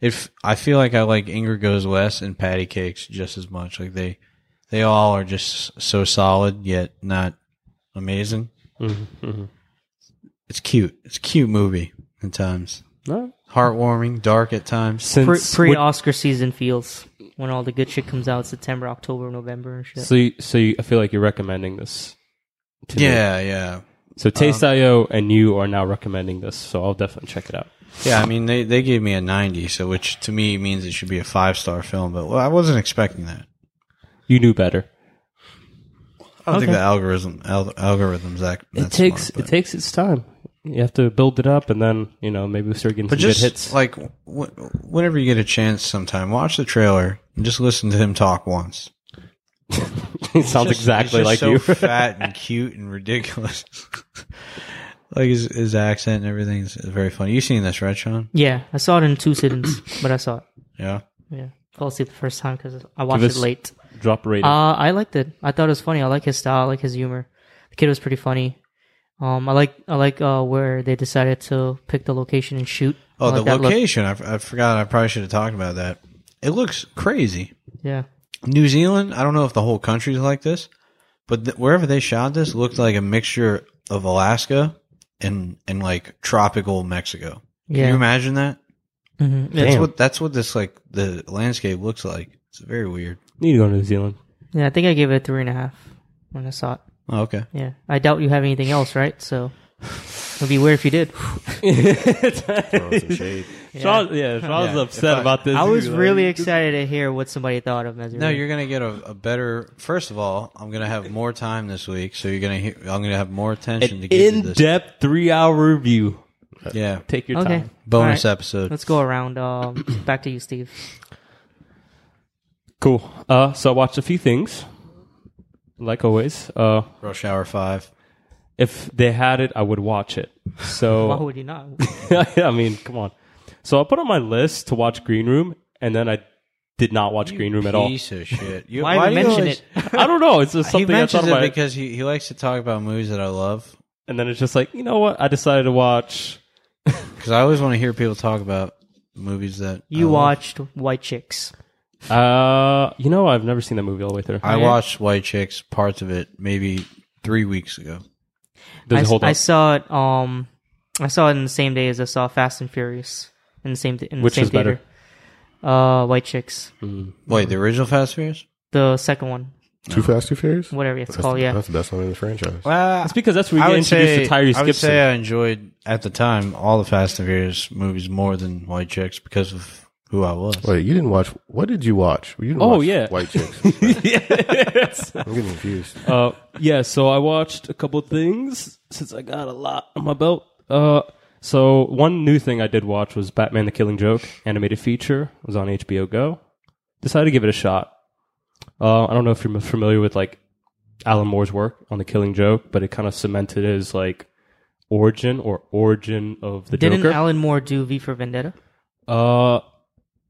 Speaker 3: If I feel like I like Ingrid Goes West and Patty Cakes just as much, like they, they all are just so solid yet not amazing. Mm-hmm. It's cute. It's a cute movie at times
Speaker 2: no.
Speaker 3: heartwarming, dark at times.
Speaker 1: Pre
Speaker 2: Since
Speaker 1: pre
Speaker 2: what-
Speaker 3: uh,
Speaker 1: Oscar season feels when all the good shit comes out September, October, November and shit.
Speaker 2: so, you, so you, I feel like you're recommending this. To me.
Speaker 3: Yeah, um, yeah,
Speaker 2: So Taste.io and you are now recommending this, so I'll definitely check it out.
Speaker 3: yeah. I mean, they they gave me a ninety, so which to me means it should be a five star film. But well, I wasn't expecting that.
Speaker 2: You knew better.
Speaker 3: I don't think
Speaker 1: Okay.
Speaker 3: the algorithm al- algorithms that
Speaker 2: It takes it takes its time. You have to build it up, and then you know maybe we start getting
Speaker 3: But
Speaker 2: some
Speaker 3: just
Speaker 2: good hits.
Speaker 3: like w- whenever you get a chance, sometime watch the trailer and just listen to him talk once.
Speaker 2: it sounds
Speaker 3: Just-
Speaker 2: exactly
Speaker 3: he's
Speaker 2: like
Speaker 3: just
Speaker 2: you.
Speaker 3: so fat and cute and ridiculous. like his his accent and everything is, is very funny. You seen this, right, Sean?
Speaker 1: yeah, I saw it in two sittings, but I saw it.
Speaker 3: Yeah.
Speaker 1: Yeah, fell asleep the first time because I watched
Speaker 2: Give us-
Speaker 1: it late.
Speaker 2: Drop rating.
Speaker 1: Uh, I liked it. I thought it was funny. I like his style. I like his humor. The kid was pretty funny. Um, I like I like uh, where they decided to pick the location and shoot.
Speaker 3: Oh,
Speaker 1: I like
Speaker 3: the
Speaker 1: that look.
Speaker 3: location. I f I I forgot. I probably should have talked about that. It looks crazy.
Speaker 1: Yeah,
Speaker 3: New Zealand, I don't know if the whole country's like this, but th- wherever they shot this looked like a mixture of Alaska and and like tropical Mexico. Can
Speaker 1: Yeah.
Speaker 3: you imagine that?
Speaker 1: Mhm.
Speaker 3: That's
Speaker 2: Damn.
Speaker 3: what that's what this like the landscape looks like. It's very weird.
Speaker 2: Need to go to New Zealand.
Speaker 1: yeah. I think I gave it a three and a half when I saw it.
Speaker 3: Oh, okay.
Speaker 1: Yeah, I doubt you have anything else, right? So it'd be weird if you did.
Speaker 2: Charles, yeah, Charles is
Speaker 3: Yeah,
Speaker 2: upset
Speaker 3: if I-
Speaker 2: about this.
Speaker 1: I was
Speaker 2: He's like,
Speaker 1: really excited to hear what somebody thought of Mesmer.
Speaker 3: No, you're gonna get a, a better. First of all, I'm gonna have more time this week, so you're gonna. Hear, I'm gonna have more attention to get to this.
Speaker 2: in-depth three-hour review.
Speaker 3: Yeah,
Speaker 2: Take your
Speaker 1: okay.
Speaker 2: time.
Speaker 3: bonus
Speaker 1: All right.
Speaker 3: episode.
Speaker 1: Let's go around. Um, back to you, Steve.
Speaker 2: Cool. Uh, so I watched a few things. Like always, uh,
Speaker 3: Rush hour five.
Speaker 2: if they had it, I would watch it. So
Speaker 1: Why would you not?
Speaker 2: I mean, come on. So I put on my list to watch Green Room, and then I did not watch Green Room at all.
Speaker 3: Piece of shit. You,
Speaker 1: Why, even
Speaker 3: do you
Speaker 1: mention
Speaker 3: always-
Speaker 1: it?
Speaker 2: I don't know. It's just
Speaker 3: He
Speaker 2: something I thought
Speaker 3: mentions it
Speaker 2: about.
Speaker 3: because he, he likes to talk about movies that I love.
Speaker 2: and then it's just like, you know what? I decided to watch.
Speaker 3: Because I always want to hear people talk about movies that
Speaker 1: You
Speaker 3: I love.
Speaker 1: watched White Chicks.
Speaker 2: Uh, you know, I've never seen that movie all the way through.
Speaker 3: I watched White Chicks parts of it maybe three weeks ago.
Speaker 2: Does
Speaker 1: I,
Speaker 2: it hold
Speaker 1: I
Speaker 2: up?
Speaker 1: saw it. Um, I saw it in the same day as I saw Fast and Furious in the same th- in the
Speaker 2: Which
Speaker 1: same
Speaker 2: was better?
Speaker 1: theater. Uh, White Chicks,
Speaker 3: Wait, the original Fast and Furious?
Speaker 1: the second one,
Speaker 4: Too Fast, Too Furious.
Speaker 1: whatever it's
Speaker 4: That's,
Speaker 1: called.
Speaker 4: the,
Speaker 1: Oh, Yeah,
Speaker 4: that's the best one in the franchise.
Speaker 3: Well,
Speaker 2: It's because that's where you get introduced to Tyrese
Speaker 3: Uh, I
Speaker 2: Gibson.
Speaker 3: would say I enjoyed at the time all the Fast and Furious movies more than White Chicks because of who I was.
Speaker 4: Wait, you didn't watch? What did you watch? You didn't
Speaker 2: Oh,
Speaker 4: watch
Speaker 2: yeah.
Speaker 4: White Chicks. I'm getting confused.
Speaker 2: uh, yeah, so I watched a couple things since I got a lot on my belt. Uh, so one new thing I did watch was Batman: The Killing Joke animated feature It was on HBO Go. Decided to give it a shot. Uh, I don't know if you're familiar with like Alan Moore's work on The Killing Joke, but it kind of cemented his like origin or origin of the
Speaker 1: didn't
Speaker 2: Joker.
Speaker 1: Alan Moore do V for Vendetta?
Speaker 2: Uh,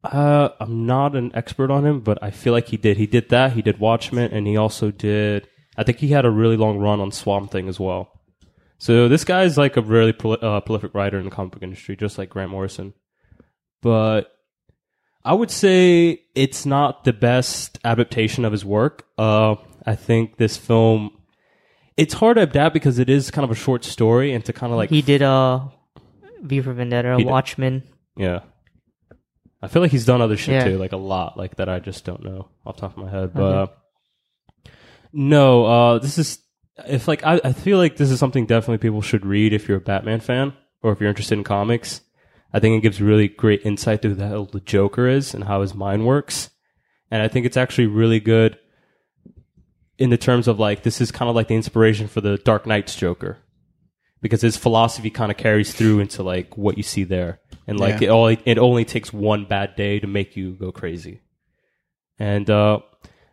Speaker 2: uh, I'm not an expert on him, but I feel like he did. He did that. He did Watchmen, and he also did. I think he had a really long run on Swamp Thing as well. So this guy's like a really prol- uh, prolific writer in the comic book industry, just like Grant Morrison. But I would say it's not the best adaptation of his work. Uh, I think this film it's hard to adapt because it is kind of a short story and to kind of like
Speaker 1: he did uh, V for Vendetta,
Speaker 2: He did.
Speaker 1: Watchmen.
Speaker 2: yeah. I feel like he's done other shit
Speaker 1: Yeah.
Speaker 2: too, like a lot, like that I just don't know off the top of my head. But uh, no, uh, this is if like I, I feel like this is something definitely people should read if you're a Batman fan or if you're interested in comics. I think it gives really great insight to who the hell the Joker is and how his mind works. And I think it's actually really good in the terms of like this is kind of like the inspiration for the Dark Knight's Joker. Because his philosophy kind of carries through into like what you see there. And like
Speaker 3: Yeah.
Speaker 2: it all it only takes one bad day to make you go crazy. And uh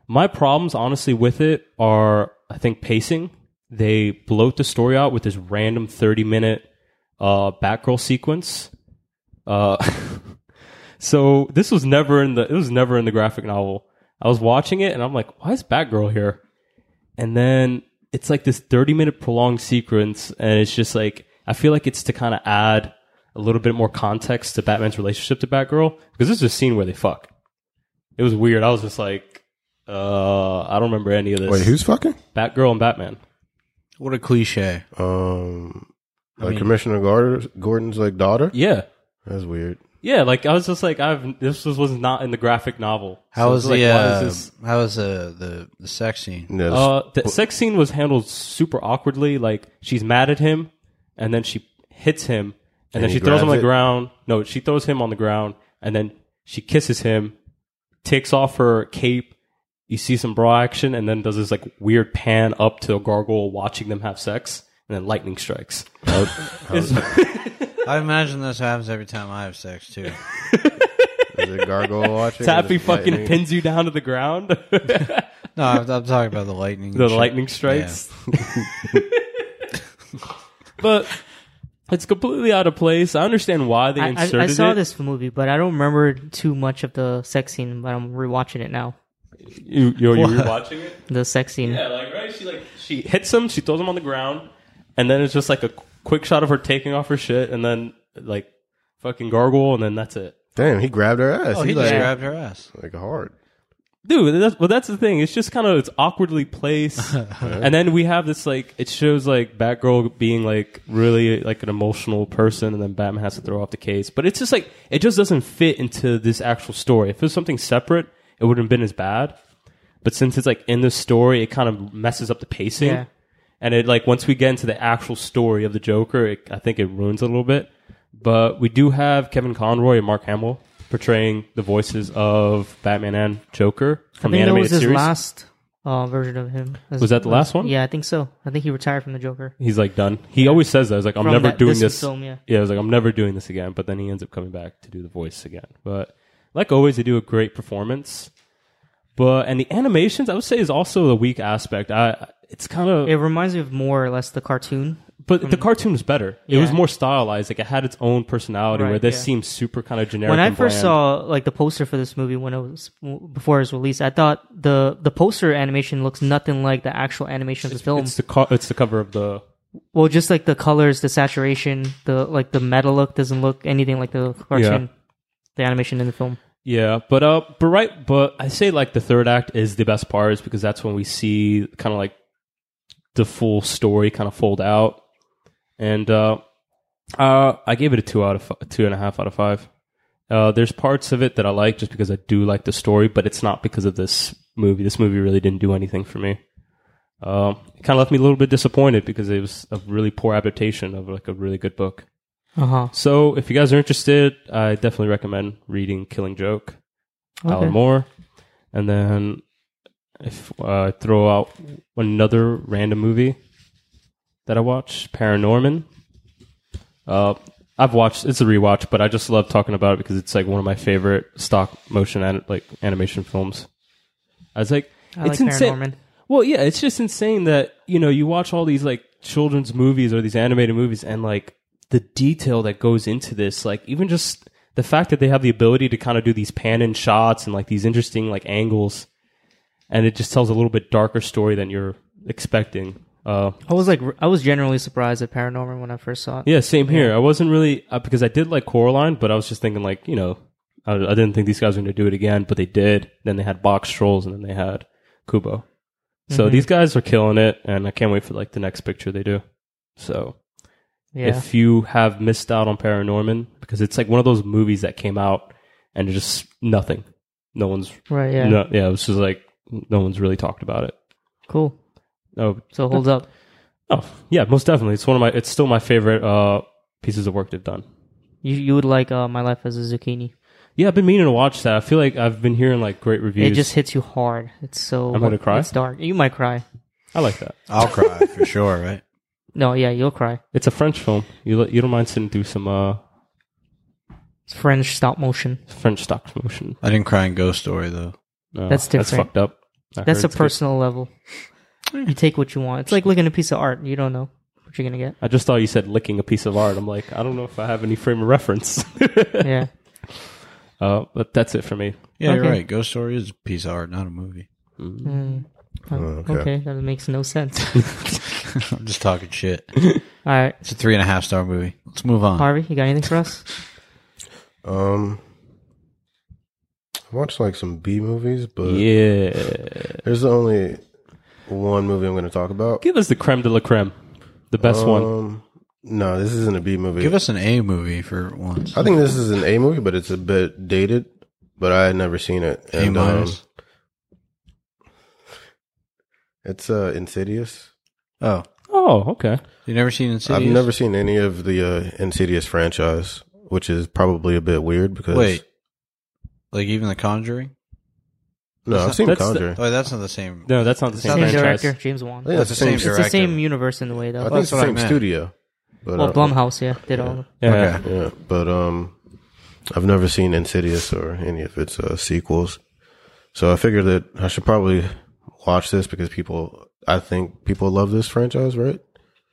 Speaker 2: my problems honestly with it are I think pacing. They bloat the story out with this random 30 minute uh Batgirl sequence. Uh so this was never in the it was never in the graphic novel. I was watching it and I'm like, why is Batgirl here? And then it's like this 30 minute prolonged sequence and it's just like I feel like it's to kind of add a little bit more context to Batman's relationship to Batgirl because this is a scene where they fuck. It was weird. I was just like uh I don't remember any of this.
Speaker 4: Wait, who's fucking?
Speaker 2: Batgirl and Batman?
Speaker 3: What a cliche.
Speaker 4: Um,
Speaker 3: I
Speaker 4: like
Speaker 3: mean-
Speaker 4: Commissioner Gordon's, Gordon's like daughter.
Speaker 2: Yeah.
Speaker 4: That's weird.
Speaker 2: Yeah, like I was just like I've this was, was not in the graphic novel.
Speaker 3: How
Speaker 2: So
Speaker 3: was
Speaker 2: it's like,
Speaker 3: the
Speaker 2: why is
Speaker 3: uh,
Speaker 2: this-
Speaker 3: how was the, the the sex scene?
Speaker 4: Yeah, that's-
Speaker 2: Uh, the sex scene was handled super awkwardly. Like she's mad at him, and then she hits him, and, then
Speaker 4: he
Speaker 2: she throws him on
Speaker 4: grabs
Speaker 2: the
Speaker 4: it.
Speaker 2: ground. No, she throws him on the ground, and then she kisses him, takes off her cape. You see some bra action, and then does this like weird pan up to a gargoyle watching them have sex, and then lightning strikes. It's-
Speaker 3: I imagine this happens every time I have sex too.
Speaker 4: is it gargoyle watching?
Speaker 2: Taffy
Speaker 4: Is it
Speaker 2: fucking
Speaker 4: lightning?
Speaker 2: pins you down to the ground. the
Speaker 3: No, I'm, I'm talking about the lightning. and shit.
Speaker 2: lightning strikes. but it's completely out of place. I understand why they
Speaker 1: I,
Speaker 2: inserted
Speaker 1: I, I saw
Speaker 2: it.
Speaker 1: this movie, but I don't remember too much of the sex scene. But I'm rewatching it now.
Speaker 2: You, you, you were watching it?
Speaker 1: The sex scene.
Speaker 2: Yeah, like right. She like she hits him. She throws him on the ground, and then it's just like a qu- quick shot of her taking off her shit, and then like fucking gargoyle, and then that's it.
Speaker 4: Damn, he grabbed her ass.
Speaker 3: Oh,
Speaker 4: he
Speaker 3: he just
Speaker 4: like,
Speaker 3: grabbed her ass.
Speaker 4: like hard.
Speaker 2: Dude, that's, well, that's the thing. It's just kind of it's awkwardly placed, and then we have this like it shows like Batgirl being like really like an emotional person, and then Batman has to throw off the case. But it's just like it just doesn't fit into this actual story. If it was something separate, it wouldn't have been as bad. But since it's like in the story, it kind of messes up the pacing.
Speaker 1: Yeah.
Speaker 2: And it like once we get into the actual story of the Joker, it, I think it ruins a little bit. But we do have Kevin Conroy and Mark Hamill portraying the voices of Batman and Joker
Speaker 1: I
Speaker 2: from the
Speaker 1: think that
Speaker 2: animated
Speaker 1: was his
Speaker 2: series.
Speaker 1: last uh, version of him.
Speaker 2: Was that the last one?
Speaker 1: Yeah, I think so. I think he retired from the Joker.
Speaker 2: He's like done. He always says that. He's like, I'm
Speaker 1: From
Speaker 2: never
Speaker 1: that-
Speaker 2: doing
Speaker 1: this
Speaker 2: this.
Speaker 1: film, yeah.
Speaker 2: I was like, I'm never doing this again. But then he ends up coming back to do the voice again. But like always, they do a great performance. But and the animations, I would say, is also a weak aspect. I it's kind of
Speaker 1: It reminds me of more or less the cartoon.
Speaker 2: But the cartoon was better. It was
Speaker 1: Yeah.
Speaker 2: more stylized. Like it had its own personality.
Speaker 1: Right,
Speaker 2: where this
Speaker 1: yeah.
Speaker 2: seems super kind of generic.
Speaker 1: When I
Speaker 2: and
Speaker 1: first
Speaker 2: bland.
Speaker 1: saw like the poster for this movie when it was before it was released, I thought the the poster animation looks nothing like the actual animation of the film.
Speaker 2: it's the co- it's the cover of the
Speaker 1: Well, just like the colors, the saturation, the like the metal look doesn't look anything like the cartoon,
Speaker 2: Yeah.
Speaker 1: the animation in the film.
Speaker 2: yeah. But uh, but right. But I say like the third act is the best part is because that's when we see kind of like the full story kind of fold out. And uh, uh, I gave it a two out of fi- two and a half out of five. Uh, there's parts of it that I like just because I do like the story, but it's not because of this movie. This movie really didn't do anything for me. Um, it kind of left me a little bit disappointed because it was a really poor adaptation of like a really good book.
Speaker 1: Uh huh.
Speaker 2: So if you guys are interested, I definitely recommend reading Killing Joke, Alan Moore, and then if uh, I throw out another random movie that I watch, Paranorman. Uh, I've watched it's a rewatch, but I just love talking about it because it's like one of my favorite stock motion an- like animation films. I was like,
Speaker 1: I
Speaker 2: it's
Speaker 1: like
Speaker 2: insane.
Speaker 1: Paranorman.
Speaker 2: Well, yeah, it's just insane that you know you watch all these like children's movies or these animated movies, and like the detail that goes into this, like even just the fact that they have the ability to kind of do these pan in shots and like these interesting like angles, and it just tells a little bit darker story than you're expecting. Uh,
Speaker 1: I was like, I was generally surprised at Paranorman when I first saw it.
Speaker 2: yeah, same here. I wasn't really uh, because I did like Coraline, but I was just thinking like you know I, I didn't think these guys were going to do it again, but they did. Then they had Box Trolls, and then they had Kubo. So
Speaker 1: Mhm.
Speaker 2: these guys are killing it, and I can't wait for like the next picture they do. So
Speaker 1: Yeah.
Speaker 2: if you have missed out on Paranorman, because it's like one of those movies that came out and it's just nothing, no one's
Speaker 1: right. Yeah.
Speaker 2: no, yeah, it was just like no one's really talked about it.
Speaker 1: Cool.
Speaker 2: Oh,
Speaker 1: So it holds up.
Speaker 2: oh, yeah, most definitely. It's one of my. It's still my favorite uh, pieces of work they've done.
Speaker 1: You you would like uh, my life as a zucchini.
Speaker 2: Yeah, I've been meaning to watch that. I feel like I've been hearing like great reviews.
Speaker 1: It just hits you hard. It's so.
Speaker 2: I'm gonna cry?
Speaker 1: It's dark. You might cry.
Speaker 2: I like that.
Speaker 3: I'll cry for sure, right?
Speaker 1: No, yeah, you'll cry.
Speaker 2: It's a French film. You li- you don't mind sitting through some uh,
Speaker 1: It's French stop motion.
Speaker 2: French stock motion.
Speaker 3: I didn't cry in Ghost Story though.
Speaker 2: No,
Speaker 1: That's
Speaker 2: That's
Speaker 1: different.
Speaker 2: fucked up. I
Speaker 1: That's
Speaker 2: heard
Speaker 1: a
Speaker 2: it's good.
Speaker 1: personal level. You take what you want. It's like looking at a piece of art. You don't know what you're gonna get.
Speaker 2: I just thought you said licking a piece of art. I'm like, I don't know if I have any frame of reference.
Speaker 1: Yeah.
Speaker 2: uh, but that's it for me.
Speaker 3: Yeah, you're
Speaker 1: Okay.
Speaker 3: right. Ghost Story is a piece of art, not a movie.
Speaker 1: Mm. Uh,
Speaker 4: Oh, okay.
Speaker 1: okay. that makes no sense.
Speaker 3: I'm just talking shit.
Speaker 1: All right,
Speaker 3: It's a three and a half star movie. Let's move on.
Speaker 1: Harvey, you got anything for us?
Speaker 4: Um, I watched like some B movies, but
Speaker 2: Yeah,
Speaker 4: there's only one movie I'm going to talk about.
Speaker 2: give us the creme de la creme, the best one.
Speaker 4: Um, no, this isn't a B movie.
Speaker 3: Give us an A movie for once.
Speaker 4: I think this is an A movie, but it's a bit dated. But I had never seen it.
Speaker 3: A
Speaker 4: And, um,
Speaker 3: minus.
Speaker 4: it's uh, Insidious.
Speaker 3: Oh,
Speaker 2: Oh, okay.
Speaker 3: you never seen Insidious?
Speaker 4: I've never seen any of the uh, Insidious franchise, which is probably a bit weird because
Speaker 3: Wait, like even The Conjuring?
Speaker 4: no, I've seen
Speaker 2: that's the-
Speaker 4: Conjuring.
Speaker 3: Oh, that's not the same.
Speaker 2: No, that's not the
Speaker 3: It's
Speaker 2: same,
Speaker 3: not
Speaker 1: Same
Speaker 3: the
Speaker 2: franchise.
Speaker 1: director, James Wan.
Speaker 4: Yeah,
Speaker 3: that's the same
Speaker 1: it's
Speaker 3: director.
Speaker 1: the same universe in a way,
Speaker 4: I
Speaker 1: though.
Speaker 4: think
Speaker 3: that's
Speaker 4: it's the
Speaker 3: what I
Speaker 4: same
Speaker 3: meant.
Speaker 4: studio. But,
Speaker 1: Well,
Speaker 4: uh,
Speaker 1: Blumhouse, yeah, did all. of them.
Speaker 2: Yeah.
Speaker 3: Okay.
Speaker 4: Yeah, but um, I've never seen Insidious or any of its uh, sequels, so I figured that I should probably watch this because people, I think people love this franchise, right?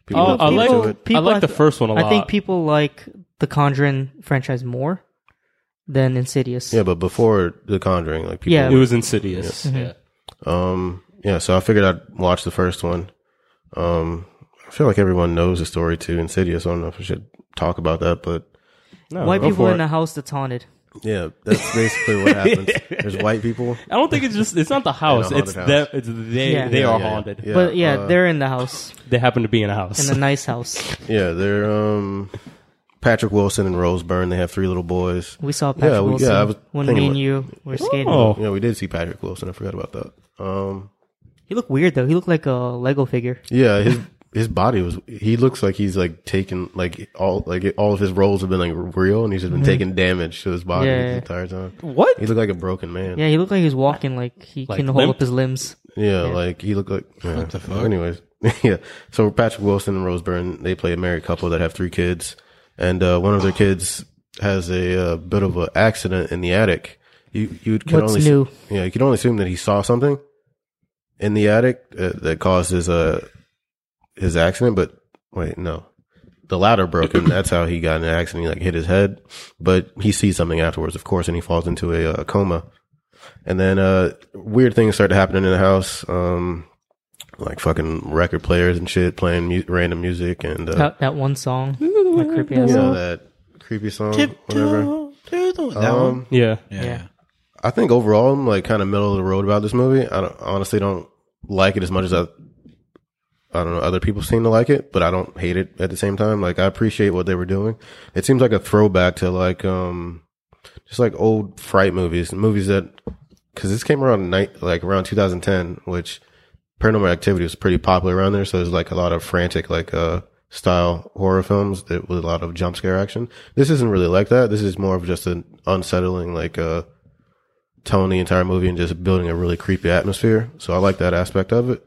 Speaker 4: People
Speaker 2: Oh,
Speaker 4: look
Speaker 2: I
Speaker 4: forward
Speaker 2: like
Speaker 4: to it.
Speaker 2: I like the first one a lot.
Speaker 1: I think people like the Conjuring franchise more than Insidious.
Speaker 4: Yeah, but before The Conjuring, like people,
Speaker 2: it
Speaker 1: Yeah.
Speaker 2: was Insidious.
Speaker 1: Mm-hmm.
Speaker 2: Yeah.
Speaker 4: um, yeah. So I figured I'd watch the first one. Um, I feel like everyone knows the story to Insidious. I don't know if I should talk about that, but
Speaker 2: No,
Speaker 1: White
Speaker 2: go
Speaker 1: people
Speaker 2: for
Speaker 1: in
Speaker 2: it.
Speaker 1: a house that's haunted.
Speaker 4: yeah, that's basically what happens. There's white people.
Speaker 2: I don't think it's just it's not the house.
Speaker 4: haunted
Speaker 2: It's
Speaker 4: house.
Speaker 2: them. It's they.
Speaker 1: Yeah.
Speaker 2: They
Speaker 1: Yeah,
Speaker 2: are
Speaker 4: yeah,
Speaker 2: haunted.
Speaker 4: Yeah,
Speaker 1: but yeah,
Speaker 4: uh,
Speaker 1: they're in the house,
Speaker 2: They happen to be in a house.
Speaker 1: in the nice house.
Speaker 4: Yeah, they're um, Patrick Wilson and Rose Byrne. They have three little boys.
Speaker 1: We saw Patrick
Speaker 4: Yeah, we- yeah,
Speaker 1: Wilson
Speaker 4: I was
Speaker 1: when
Speaker 4: thinking
Speaker 1: me and
Speaker 4: about-
Speaker 1: you were skating.
Speaker 2: oh,
Speaker 4: Yeah, we did see Patrick Wilson. I forgot about that. Um,
Speaker 1: He looked weird though. He looked like a Lego figure.
Speaker 4: yeah, his his body was. He looks like he's like taken like all like all of his roles have been like real, and he's just been taking damage to his body
Speaker 1: Mm-hmm. Yeah, yeah.
Speaker 4: the entire time.
Speaker 2: what?
Speaker 4: He looked like a broken man. Yeah,
Speaker 1: Yeah, he looked like he was walking like he
Speaker 2: Like
Speaker 1: couldn't hold
Speaker 2: limp?
Speaker 1: up his limbs.
Speaker 4: like he looked like. Yeah. What the fuck? Anyways, yeah. So Patrick Wilson and Rose Byrne, they play a married couple that have three kids, and uh, one of their kids has a uh, bit of an accident in the attic. You you can
Speaker 1: What's
Speaker 4: only
Speaker 1: new?
Speaker 4: Yeah, you can only assume that he saw something in the attic uh, that caused his uh his accident. But wait, no, the ladder broke, and that's how he got in an accident. He like hit his head, but he sees something afterwards, of course, and he falls into a, uh coma. And then uh weird things start happening in the house, um, like fucking record players and shit playing mu- random music and uh,
Speaker 1: That, that one song, that creepy ass
Speaker 4: you know
Speaker 1: song.
Speaker 4: that creepy song, whatever.
Speaker 3: That one?
Speaker 4: Um,
Speaker 2: Yeah.
Speaker 3: Yeah.
Speaker 1: Yeah.
Speaker 4: I think overall I'm like kind of middle of the road about this movie. I don't, honestly don't like it as much as I. I don't know. Other people seem to like it, but I don't hate it at the same time. Like I appreciate what they were doing. It seems like a throwback to like um, just like old fright movies, movies that because this came around night like around 2010, which Paranormal Activity was pretty popular around there. So there's like a lot of frantic like uh style horror films that with a lot of jump scare action. This isn't really like that. This is more of just an unsettling like uh tone the entire movie and just building a really creepy atmosphere. So I like that aspect of it.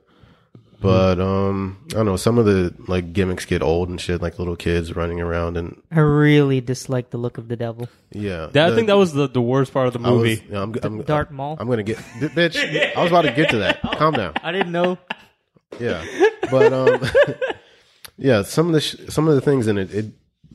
Speaker 4: But um I don't know, some of the like gimmicks get old and shit, like little kids running around and
Speaker 1: I really dislike the look of the devil.
Speaker 4: yeah.
Speaker 2: That, I think that was the, the worst part of the
Speaker 4: I was-
Speaker 2: movie.
Speaker 4: yeah, I'm, I'm,
Speaker 1: Dark Mall.
Speaker 4: I'm gonna get bitch. I was about to get to that. Calm down.
Speaker 1: I didn't know.
Speaker 4: Yeah, but um, yeah, some of the sh- some of the things in it it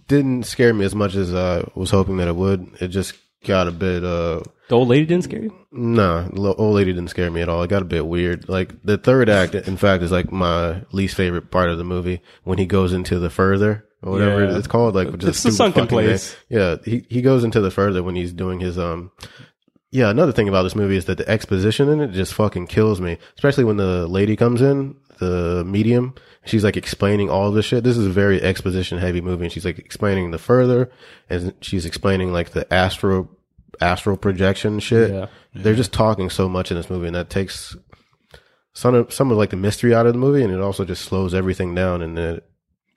Speaker 4: didn't scare me as much as I was hoping that it would. It just got a bit uh
Speaker 2: the old lady didn't scare you?
Speaker 4: Nah, the old lady didn't scare me at all. It got a bit weird. Like the third act, in fact, is like my least favorite part of the movie when he goes into the further or whatever
Speaker 2: Yeah.
Speaker 4: it's called. Like just
Speaker 2: It's the
Speaker 4: stupid
Speaker 2: sunken
Speaker 4: fucking
Speaker 2: place.
Speaker 4: name. Yeah, he he goes into the further when he's doing his um yeah, another thing about this movie is that the exposition in it just fucking kills me. Especially when the lady comes in, the medium, she's like explaining all this shit. This is a very exposition heavy movie and she's like explaining the further and she's explaining like the astro astral projection shit.
Speaker 2: Yeah.
Speaker 4: They're just talking so much in this movie and that takes some of some of like the mystery out of the movie and it also just slows everything down and it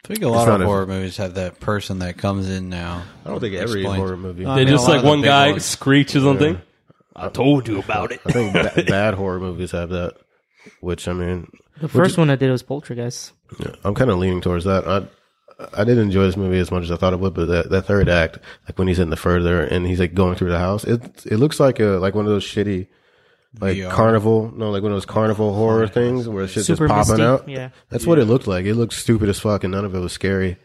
Speaker 3: I think a lot of
Speaker 4: not a-
Speaker 3: horror movies have that person that comes in now.
Speaker 4: I don't think
Speaker 3: every
Speaker 4: every
Speaker 3: Explains. horror
Speaker 4: horror movie.
Speaker 3: No, I
Speaker 2: They
Speaker 3: mean, a
Speaker 2: just
Speaker 3: lot
Speaker 2: like
Speaker 3: of the
Speaker 2: one
Speaker 3: big
Speaker 2: guy
Speaker 3: ones.
Speaker 2: screeches something. I told you about it.
Speaker 4: I think ba- bad horror movies have that, which I mean,
Speaker 1: The first one I did was Poltergeist.
Speaker 4: I'm kind of leaning towards that. I I did enjoy this movie as much as I thought it would, but that, that third act, like when he's in the further and he's like going through the house, it it looks like a like one of those shitty like
Speaker 3: VR.
Speaker 4: carnival, no, like one of those carnival horror things where shit's just
Speaker 1: Super
Speaker 4: popping
Speaker 1: misty,
Speaker 4: out.
Speaker 1: yeah.
Speaker 4: that's what it looked like. It looked stupid as fuck, and none of it was scary.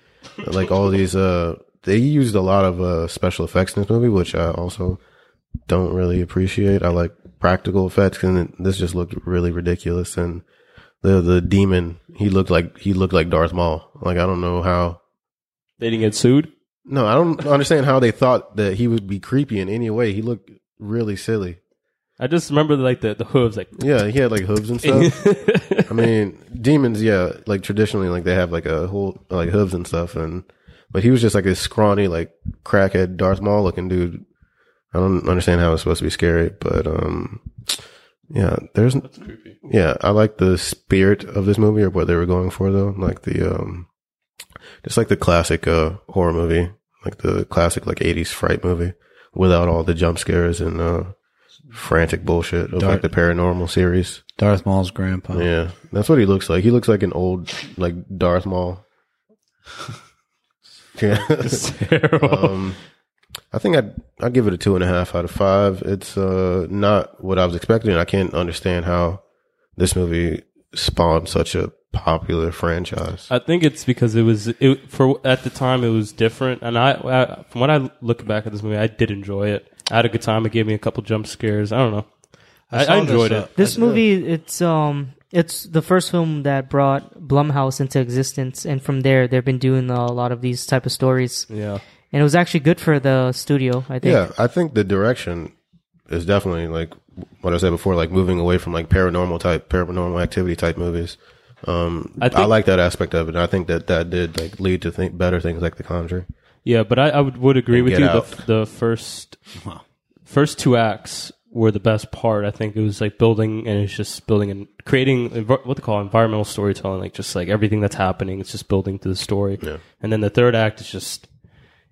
Speaker 4: like all these, uh, they used a lot of uh special effects in this movie, which I also don't really appreciate. I like practical effects, and it- this just looked really ridiculous. And the the demon, he looked like he looked like Darth Maul. Like I don't know how.
Speaker 2: They didn't get sued.
Speaker 4: No, I don't understand how they thought that he would be creepy in any way. He looked really silly.
Speaker 2: I just remember like the, the hooves, like
Speaker 4: Yeah, he had like hooves and stuff. I mean, demons, yeah, like traditionally, like they have like a whole like hooves and stuff, and but he was just like this scrawny, like crackhead Darth Maul looking dude. I don't understand how it's supposed to be scary, but um, yeah, there's
Speaker 2: creepy.
Speaker 4: yeah, I like the spirit of this movie or what they were going for though, like the um, just like the classic uh horror movie, like the classic like '80s fright movie without all the jump scares and uh frantic bullshit of
Speaker 3: Dark-
Speaker 4: like the paranormal series.
Speaker 3: Darth Maul's grandpa.
Speaker 4: Yeah, that's what he looks like. He looks like an old, like Darth Maul. yeah.
Speaker 2: It's terrible.
Speaker 4: um, I think I'd I'd give it a two and a half out of five. It's uh not what I was expecting. I can't understand how this movie spawned such a popular franchise.
Speaker 2: I think it's because it was it for at the time it was different, and I, I from when I look back at this movie, I did enjoy it. I had a good time. It gave me a couple jump scares. I don't know. I,
Speaker 3: saw
Speaker 2: I, enjoyed
Speaker 3: this,
Speaker 2: it.
Speaker 3: uh,
Speaker 1: This movie, it's um, it's the first film that brought Blumhouse into existence, and from there, they've been doing a lot of these type of stories,
Speaker 2: Yeah,
Speaker 1: and it was actually good for the studio. I think.
Speaker 4: Yeah, I think the direction is definitely like what I said before, like moving away from like paranormal type, paranormal activity type movies. Um,
Speaker 2: I
Speaker 4: I,
Speaker 2: think-
Speaker 4: like that aspect of it. And I think that that did like lead to think better things like The Conjuring.
Speaker 2: yeah, but I, I would, would agree with
Speaker 4: Get
Speaker 2: you.
Speaker 4: Out.
Speaker 2: The, the first first two acts were the best part. I think it was like building and it's just building and creating env- what they call environmental storytelling, like just like everything that's happening. It's just building to the story.
Speaker 4: Yeah.
Speaker 2: And then the third act is just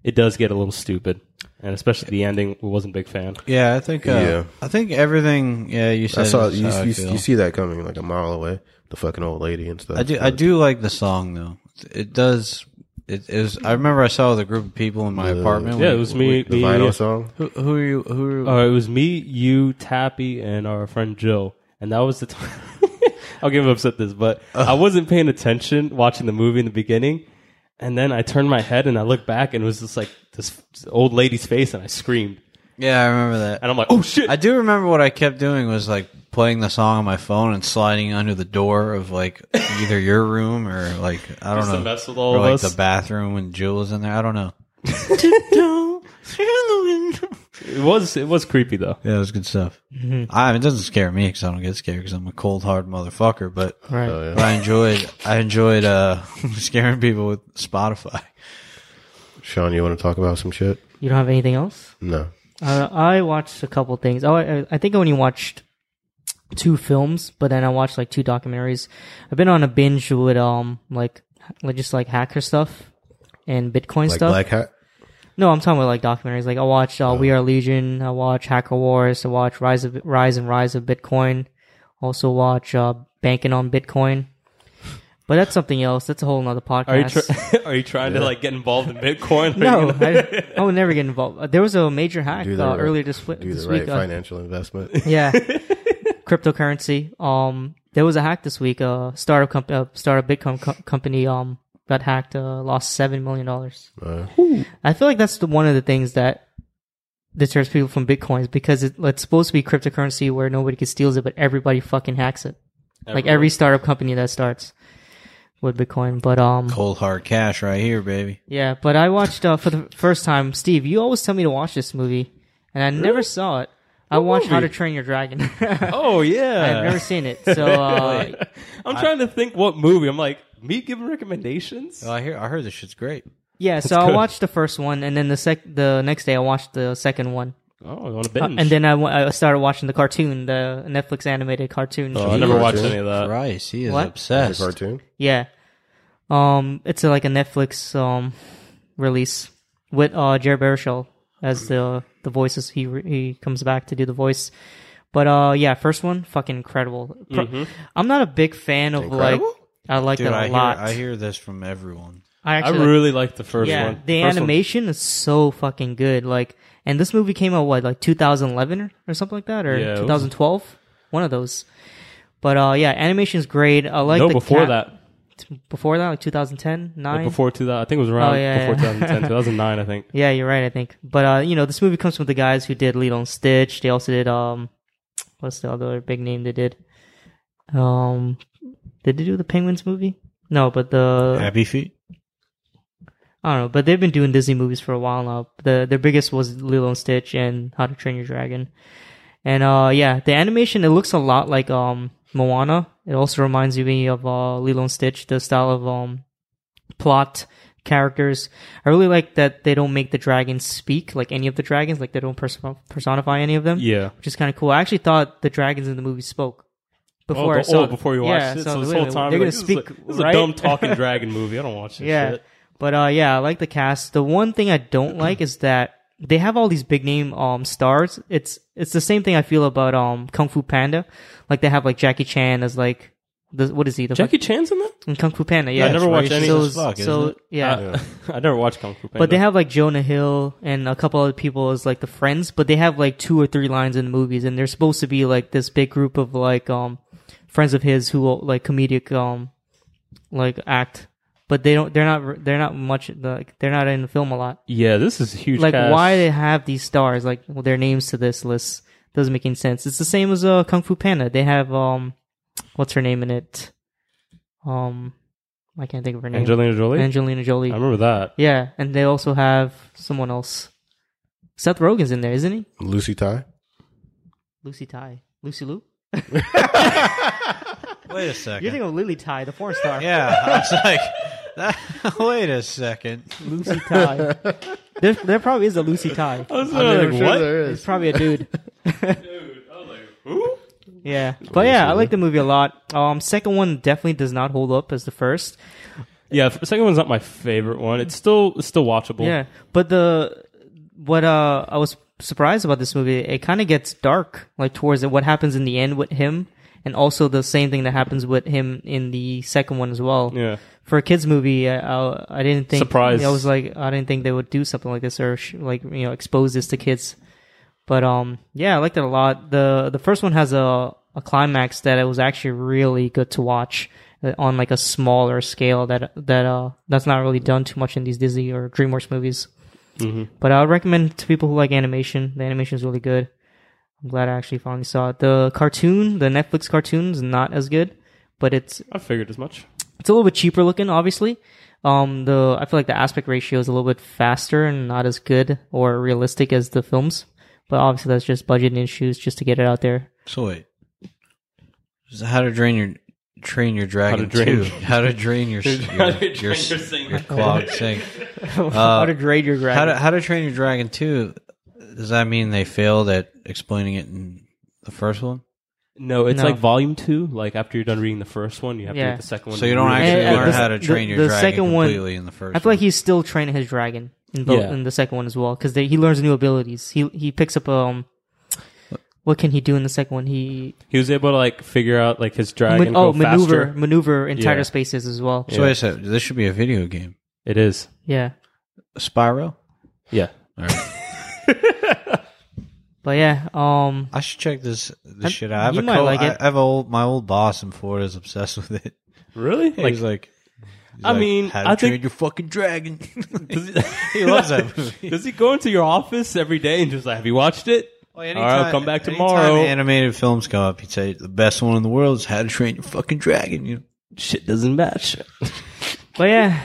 Speaker 2: it does get a little stupid, and especially the ending. I wasn't a big fan.
Speaker 3: Yeah, I think. Uh,
Speaker 4: Yeah.
Speaker 3: I think everything. Yeah, you said.
Speaker 4: I saw
Speaker 3: is
Speaker 4: you,
Speaker 3: how I
Speaker 4: you,
Speaker 3: feel.
Speaker 4: you see that coming like a mile away. The fucking old lady and stuff.
Speaker 3: I do. I
Speaker 4: but
Speaker 3: do like the song though. It does. It is. I remember I saw it with a group of people in my apartment.
Speaker 2: Yeah,
Speaker 3: We-
Speaker 2: it was me.
Speaker 4: The
Speaker 2: me
Speaker 4: vinyl song.
Speaker 3: Who, who are you? Who are you?
Speaker 2: Uh, it was me, you, Tappy, and our friend Jill, and that was the time. I'll give him upset this, but I wasn't paying attention watching the movie in the beginning, and then I turned my head and I looked back and it was just like this old lady's face, and I screamed,
Speaker 3: yeah, I remember that.
Speaker 2: and I'm like, oh shit!
Speaker 3: I do remember what I kept doing was like playing the song on my phone and sliding under the door of like either your room or like I don't
Speaker 2: Just
Speaker 3: know,
Speaker 2: to mess with all
Speaker 3: or
Speaker 2: of
Speaker 3: like
Speaker 2: us.
Speaker 3: the bathroom when Jill was in there. I don't know.
Speaker 2: it was it was creepy though.
Speaker 3: Yeah, it was good stuff.
Speaker 2: Mm-hmm.
Speaker 3: I it doesn't scare me because I don't get scared because I'm a cold hard motherfucker. But
Speaker 1: Right.
Speaker 4: Oh, yeah.
Speaker 3: but I enjoyed I enjoyed uh scaring people with Spotify.
Speaker 4: Sean, you want to talk about some shit?
Speaker 1: You don't have anything else?
Speaker 4: No.
Speaker 1: Uh, I watched a couple things. Oh, I, I think I only watched two films, but then I watched like two documentaries. I've been on a binge with um like like just like hacker stuff and Bitcoin
Speaker 4: Like
Speaker 1: stuff.
Speaker 4: Black Oh. Hat.
Speaker 1: No, I'm talking about like documentaries. Like I watched uh, We Are Legion. I watch Hacker Wars. I watch Rise of Rise and Rise of Bitcoin. Also watch uh, Banking on Bitcoin. But that's something else. That's a whole nother podcast.
Speaker 2: Are you Oh. try- are you trying to like get involved in Bitcoin?
Speaker 1: no, I, I would never get involved. Uh, There was a major hack
Speaker 4: Do the
Speaker 1: uh,
Speaker 4: right-
Speaker 1: earlier this, wi-
Speaker 4: Do
Speaker 1: this
Speaker 4: the
Speaker 1: week.
Speaker 4: right
Speaker 1: uh,
Speaker 4: financial investment.
Speaker 1: yeah cryptocurrency um there was a hack this week a startup comp- uh, startup bitcoin co- company um got hacked uh, lost 7 million dollars
Speaker 4: Uh,
Speaker 1: i feel like that's the, one of the things that deters people from bitcoins because it, it's supposed to be cryptocurrency where nobody can steal it but everybody fucking hacks it like every startup company that starts with bitcoin but um
Speaker 3: Cold hard cash right here, baby.
Speaker 1: yeah, but I watched uh, for the first time. Steve, you always tell me to watch this movie, and I never saw it. I I watched How to
Speaker 2: movie?
Speaker 1: Train Your Dragon.
Speaker 2: Oh yeah,
Speaker 1: I've never seen it,
Speaker 3: Oh,
Speaker 1: so uh,
Speaker 2: I'm trying to think what movie. I'm like me giving recommendations.
Speaker 3: Oh, I hear. I heard this shit's great.
Speaker 1: yeah. So I watched the first one, and then the sec the next day I watched the second one,
Speaker 2: oh, you want to
Speaker 1: Uh,
Speaker 3: Hmm.
Speaker 2: binge?
Speaker 1: and then I wa- I started watching the cartoon, the Netflix animated cartoon.
Speaker 2: oh, I never watched any of that.
Speaker 3: Christ, Uh, he is
Speaker 1: What?
Speaker 4: The
Speaker 3: obsessed.
Speaker 4: cartoon.
Speaker 1: Yeah. Um, it's a, like a Netflix um release with uh Jared Baruchel as the the voices. He re- he comes back to do the voice. But uh, yeah, first one fucking incredible. Pro- I'm not a big fan of like. I like
Speaker 3: Mm-hmm. Dude,
Speaker 1: that a
Speaker 3: I hear,
Speaker 1: lot.
Speaker 3: I hear this from everyone.
Speaker 1: I
Speaker 2: I
Speaker 1: actually like-
Speaker 2: really liked the first
Speaker 1: yeah,
Speaker 2: one.
Speaker 1: the
Speaker 2: First one-
Speaker 1: animation is so fucking good. Like, and this movie came out what, like 2011 or, or something like that, or
Speaker 2: Yeah, it was-
Speaker 1: 2012, one of those. But uh, yeah, animation is great. I like
Speaker 2: no,
Speaker 1: the
Speaker 2: before
Speaker 1: cat-
Speaker 2: that,
Speaker 1: before that, like 2010, nine.
Speaker 2: before 2000, I think it was around
Speaker 1: Oh, yeah,
Speaker 2: before
Speaker 1: yeah.
Speaker 2: 2010, 2009, I think.
Speaker 1: Yeah, you're right. I think, but uh, you know, this movie comes from the guys who did Lilo and Stitch. They also did um, what's the other big name they did? Um, did they do the Penguins movie? No, but the
Speaker 3: Happy feet.
Speaker 1: I don't know, but they've been doing Disney movies for a while now. The their biggest was Lilo and Stitch and How to Train Your Dragon. And uh yeah, the animation it looks a lot like um Moana. It also reminds me of uh Lilo and Stitch, the style of um plot characters. I really like that they don't make the dragons speak like any of the dragons, like they don't pers- personify any of them.
Speaker 2: Yeah.
Speaker 1: Which is kind of cool. I actually thought the dragons in the movie spoke. Before
Speaker 2: oh,
Speaker 1: I
Speaker 2: the-
Speaker 1: saw
Speaker 2: oh, before you watched
Speaker 1: yeah,
Speaker 2: it.
Speaker 1: so I
Speaker 2: So,
Speaker 1: was
Speaker 2: this
Speaker 1: like,
Speaker 2: whole
Speaker 1: wait,
Speaker 2: time,
Speaker 1: they're
Speaker 2: you're
Speaker 1: gonna
Speaker 2: like,
Speaker 1: speak.
Speaker 2: This is, a, this is
Speaker 1: right?
Speaker 2: a dumb talking dragon movie. I don't watch this
Speaker 1: Yeah.
Speaker 2: shit.
Speaker 1: But uh, yeah, I like the cast. The one thing I don't like is that they have all these big name um stars. It's it's the same thing I feel about um Kung Fu Panda. Like they have like Jackie Chan as like the what is he the
Speaker 2: Jackie Chan's in that?
Speaker 1: fucking- Kung Fu Panda? Yeah,
Speaker 2: I never
Speaker 3: it's
Speaker 2: watched
Speaker 3: racist
Speaker 2: any.
Speaker 3: as
Speaker 1: so,
Speaker 3: fuck, isn't
Speaker 1: so
Speaker 3: it?
Speaker 1: yeah.
Speaker 2: Uh, I never watched Kung Fu Panda.
Speaker 1: but they have like Jonah Hill and a couple other people as like the friends, but they have like two or three lines in the movies, and they're supposed to be like this big group of like um friends of his who will, like comedic um like act, but they don't. They're not. They're not much. Like they're not in the film a lot.
Speaker 2: yeah, this is a huge.
Speaker 1: Like
Speaker 2: cast.
Speaker 1: why they have these stars? Like well, their names to this list doesn't make any sense. It's the same as uh, Kung Fu Panda. They have um what's her name in it? Um, I can't think of her name.
Speaker 2: Angelina Jolie?
Speaker 1: Angelina Jolie.
Speaker 2: I remember that.
Speaker 1: Yeah, and they also have someone else. Seth Rogen's in there, isn't he?
Speaker 4: Lucy Ty.
Speaker 1: Lucy Ty. Lucy Lou?
Speaker 3: Wait a second.
Speaker 1: You're thinking of Lily Ty, the porn star.
Speaker 3: yeah, I was like, that- wait a second.
Speaker 1: Lucy Ty. there, there probably is a Lucy Ty.
Speaker 2: I was like, what?
Speaker 1: It's probably a dude.
Speaker 2: I was like, who?
Speaker 1: Yeah. But yeah, I like the movie a lot. Um, second one definitely does not hold up as the first.
Speaker 2: Yeah, the second one's not my favorite one. It's still it's still watchable.
Speaker 1: Yeah. But the what uh I was surprised about this movie, it kinda gets dark, like towards it, what happens in the end with him and also the same thing that happens with him in the second one as well.
Speaker 2: Yeah.
Speaker 1: for a kids movie, I, I, I didn't think
Speaker 2: Surprise.
Speaker 1: I was like, I didn't think they would do something like this or sh- like you know expose this to kids. But um, yeah, I liked it a lot. the The first one has a a climax that it was actually really good to watch uh, on like a smaller scale that that uh that's not really done too much in these Disney or DreamWorks movies. But I would recommend to people who like animation. The animation is really good. I'm glad I actually finally saw it. The cartoon, the Netflix cartoon, is not as good, but it's
Speaker 2: I figured as much.
Speaker 1: it's a little bit cheaper looking, obviously. Um, the I feel like the aspect ratio is a little bit faster and not as good or realistic as the films, but obviously that's just budget issues just to get it out there.
Speaker 3: So wait, Is how to drain your train your dragon
Speaker 2: drain
Speaker 3: too?
Speaker 2: your-
Speaker 3: How to drain your your
Speaker 2: drain your
Speaker 3: your,
Speaker 2: sink.
Speaker 3: your clogged sink?
Speaker 2: Uh,
Speaker 1: How to grade your
Speaker 3: How to
Speaker 1: dragon?
Speaker 3: how to train your dragon too? Does that mean they failed at explaining it in the first one?
Speaker 2: No, it's
Speaker 1: No.
Speaker 2: like volume two. Like after you're done reading the first one, you have to
Speaker 1: Yeah.
Speaker 2: read the second one.
Speaker 3: So you don't
Speaker 2: to read
Speaker 3: actually
Speaker 1: Yeah, yeah,
Speaker 3: learn
Speaker 1: the-
Speaker 3: how to
Speaker 1: the-
Speaker 3: train your
Speaker 1: the
Speaker 3: dragon
Speaker 1: second one-
Speaker 3: completely in the first.
Speaker 1: I feel like
Speaker 3: one.
Speaker 1: he's still training his dragon in both
Speaker 2: Yeah.
Speaker 1: in the second one as well because he learns new abilities. He he picks up um, what can he do in the second one? He
Speaker 2: He was able to like figure out like his dragon.
Speaker 1: man- oh
Speaker 2: go
Speaker 1: maneuver
Speaker 2: faster.
Speaker 1: maneuver in tighter
Speaker 2: Yeah.
Speaker 1: spaces as well.
Speaker 3: So wait a second. This should be a video game.
Speaker 2: It is.
Speaker 1: Yeah,
Speaker 3: Spyro.
Speaker 2: Yeah.
Speaker 3: All right.
Speaker 1: but yeah, um,
Speaker 3: I should check this this
Speaker 1: I-
Speaker 3: shit out. I have
Speaker 1: you
Speaker 3: a
Speaker 1: might
Speaker 3: co-
Speaker 1: like
Speaker 3: I,
Speaker 1: it.
Speaker 3: I have a old my old boss in Florida is obsessed with it.
Speaker 2: Really?
Speaker 3: He
Speaker 2: Like
Speaker 3: was like, he's
Speaker 2: I
Speaker 3: like,
Speaker 2: mean,
Speaker 3: how to
Speaker 2: I
Speaker 3: train
Speaker 2: think-
Speaker 3: your fucking dragon.
Speaker 2: he
Speaker 3: loves that movie.
Speaker 2: Does he go into your office every day and just like, have you watched it? All right, I'll come back tomorrow.
Speaker 3: Animated films come up. He'd say the best one in the world is How to Train Your Fucking Dragon. You know?
Speaker 2: Shit doesn't match.
Speaker 1: But yeah,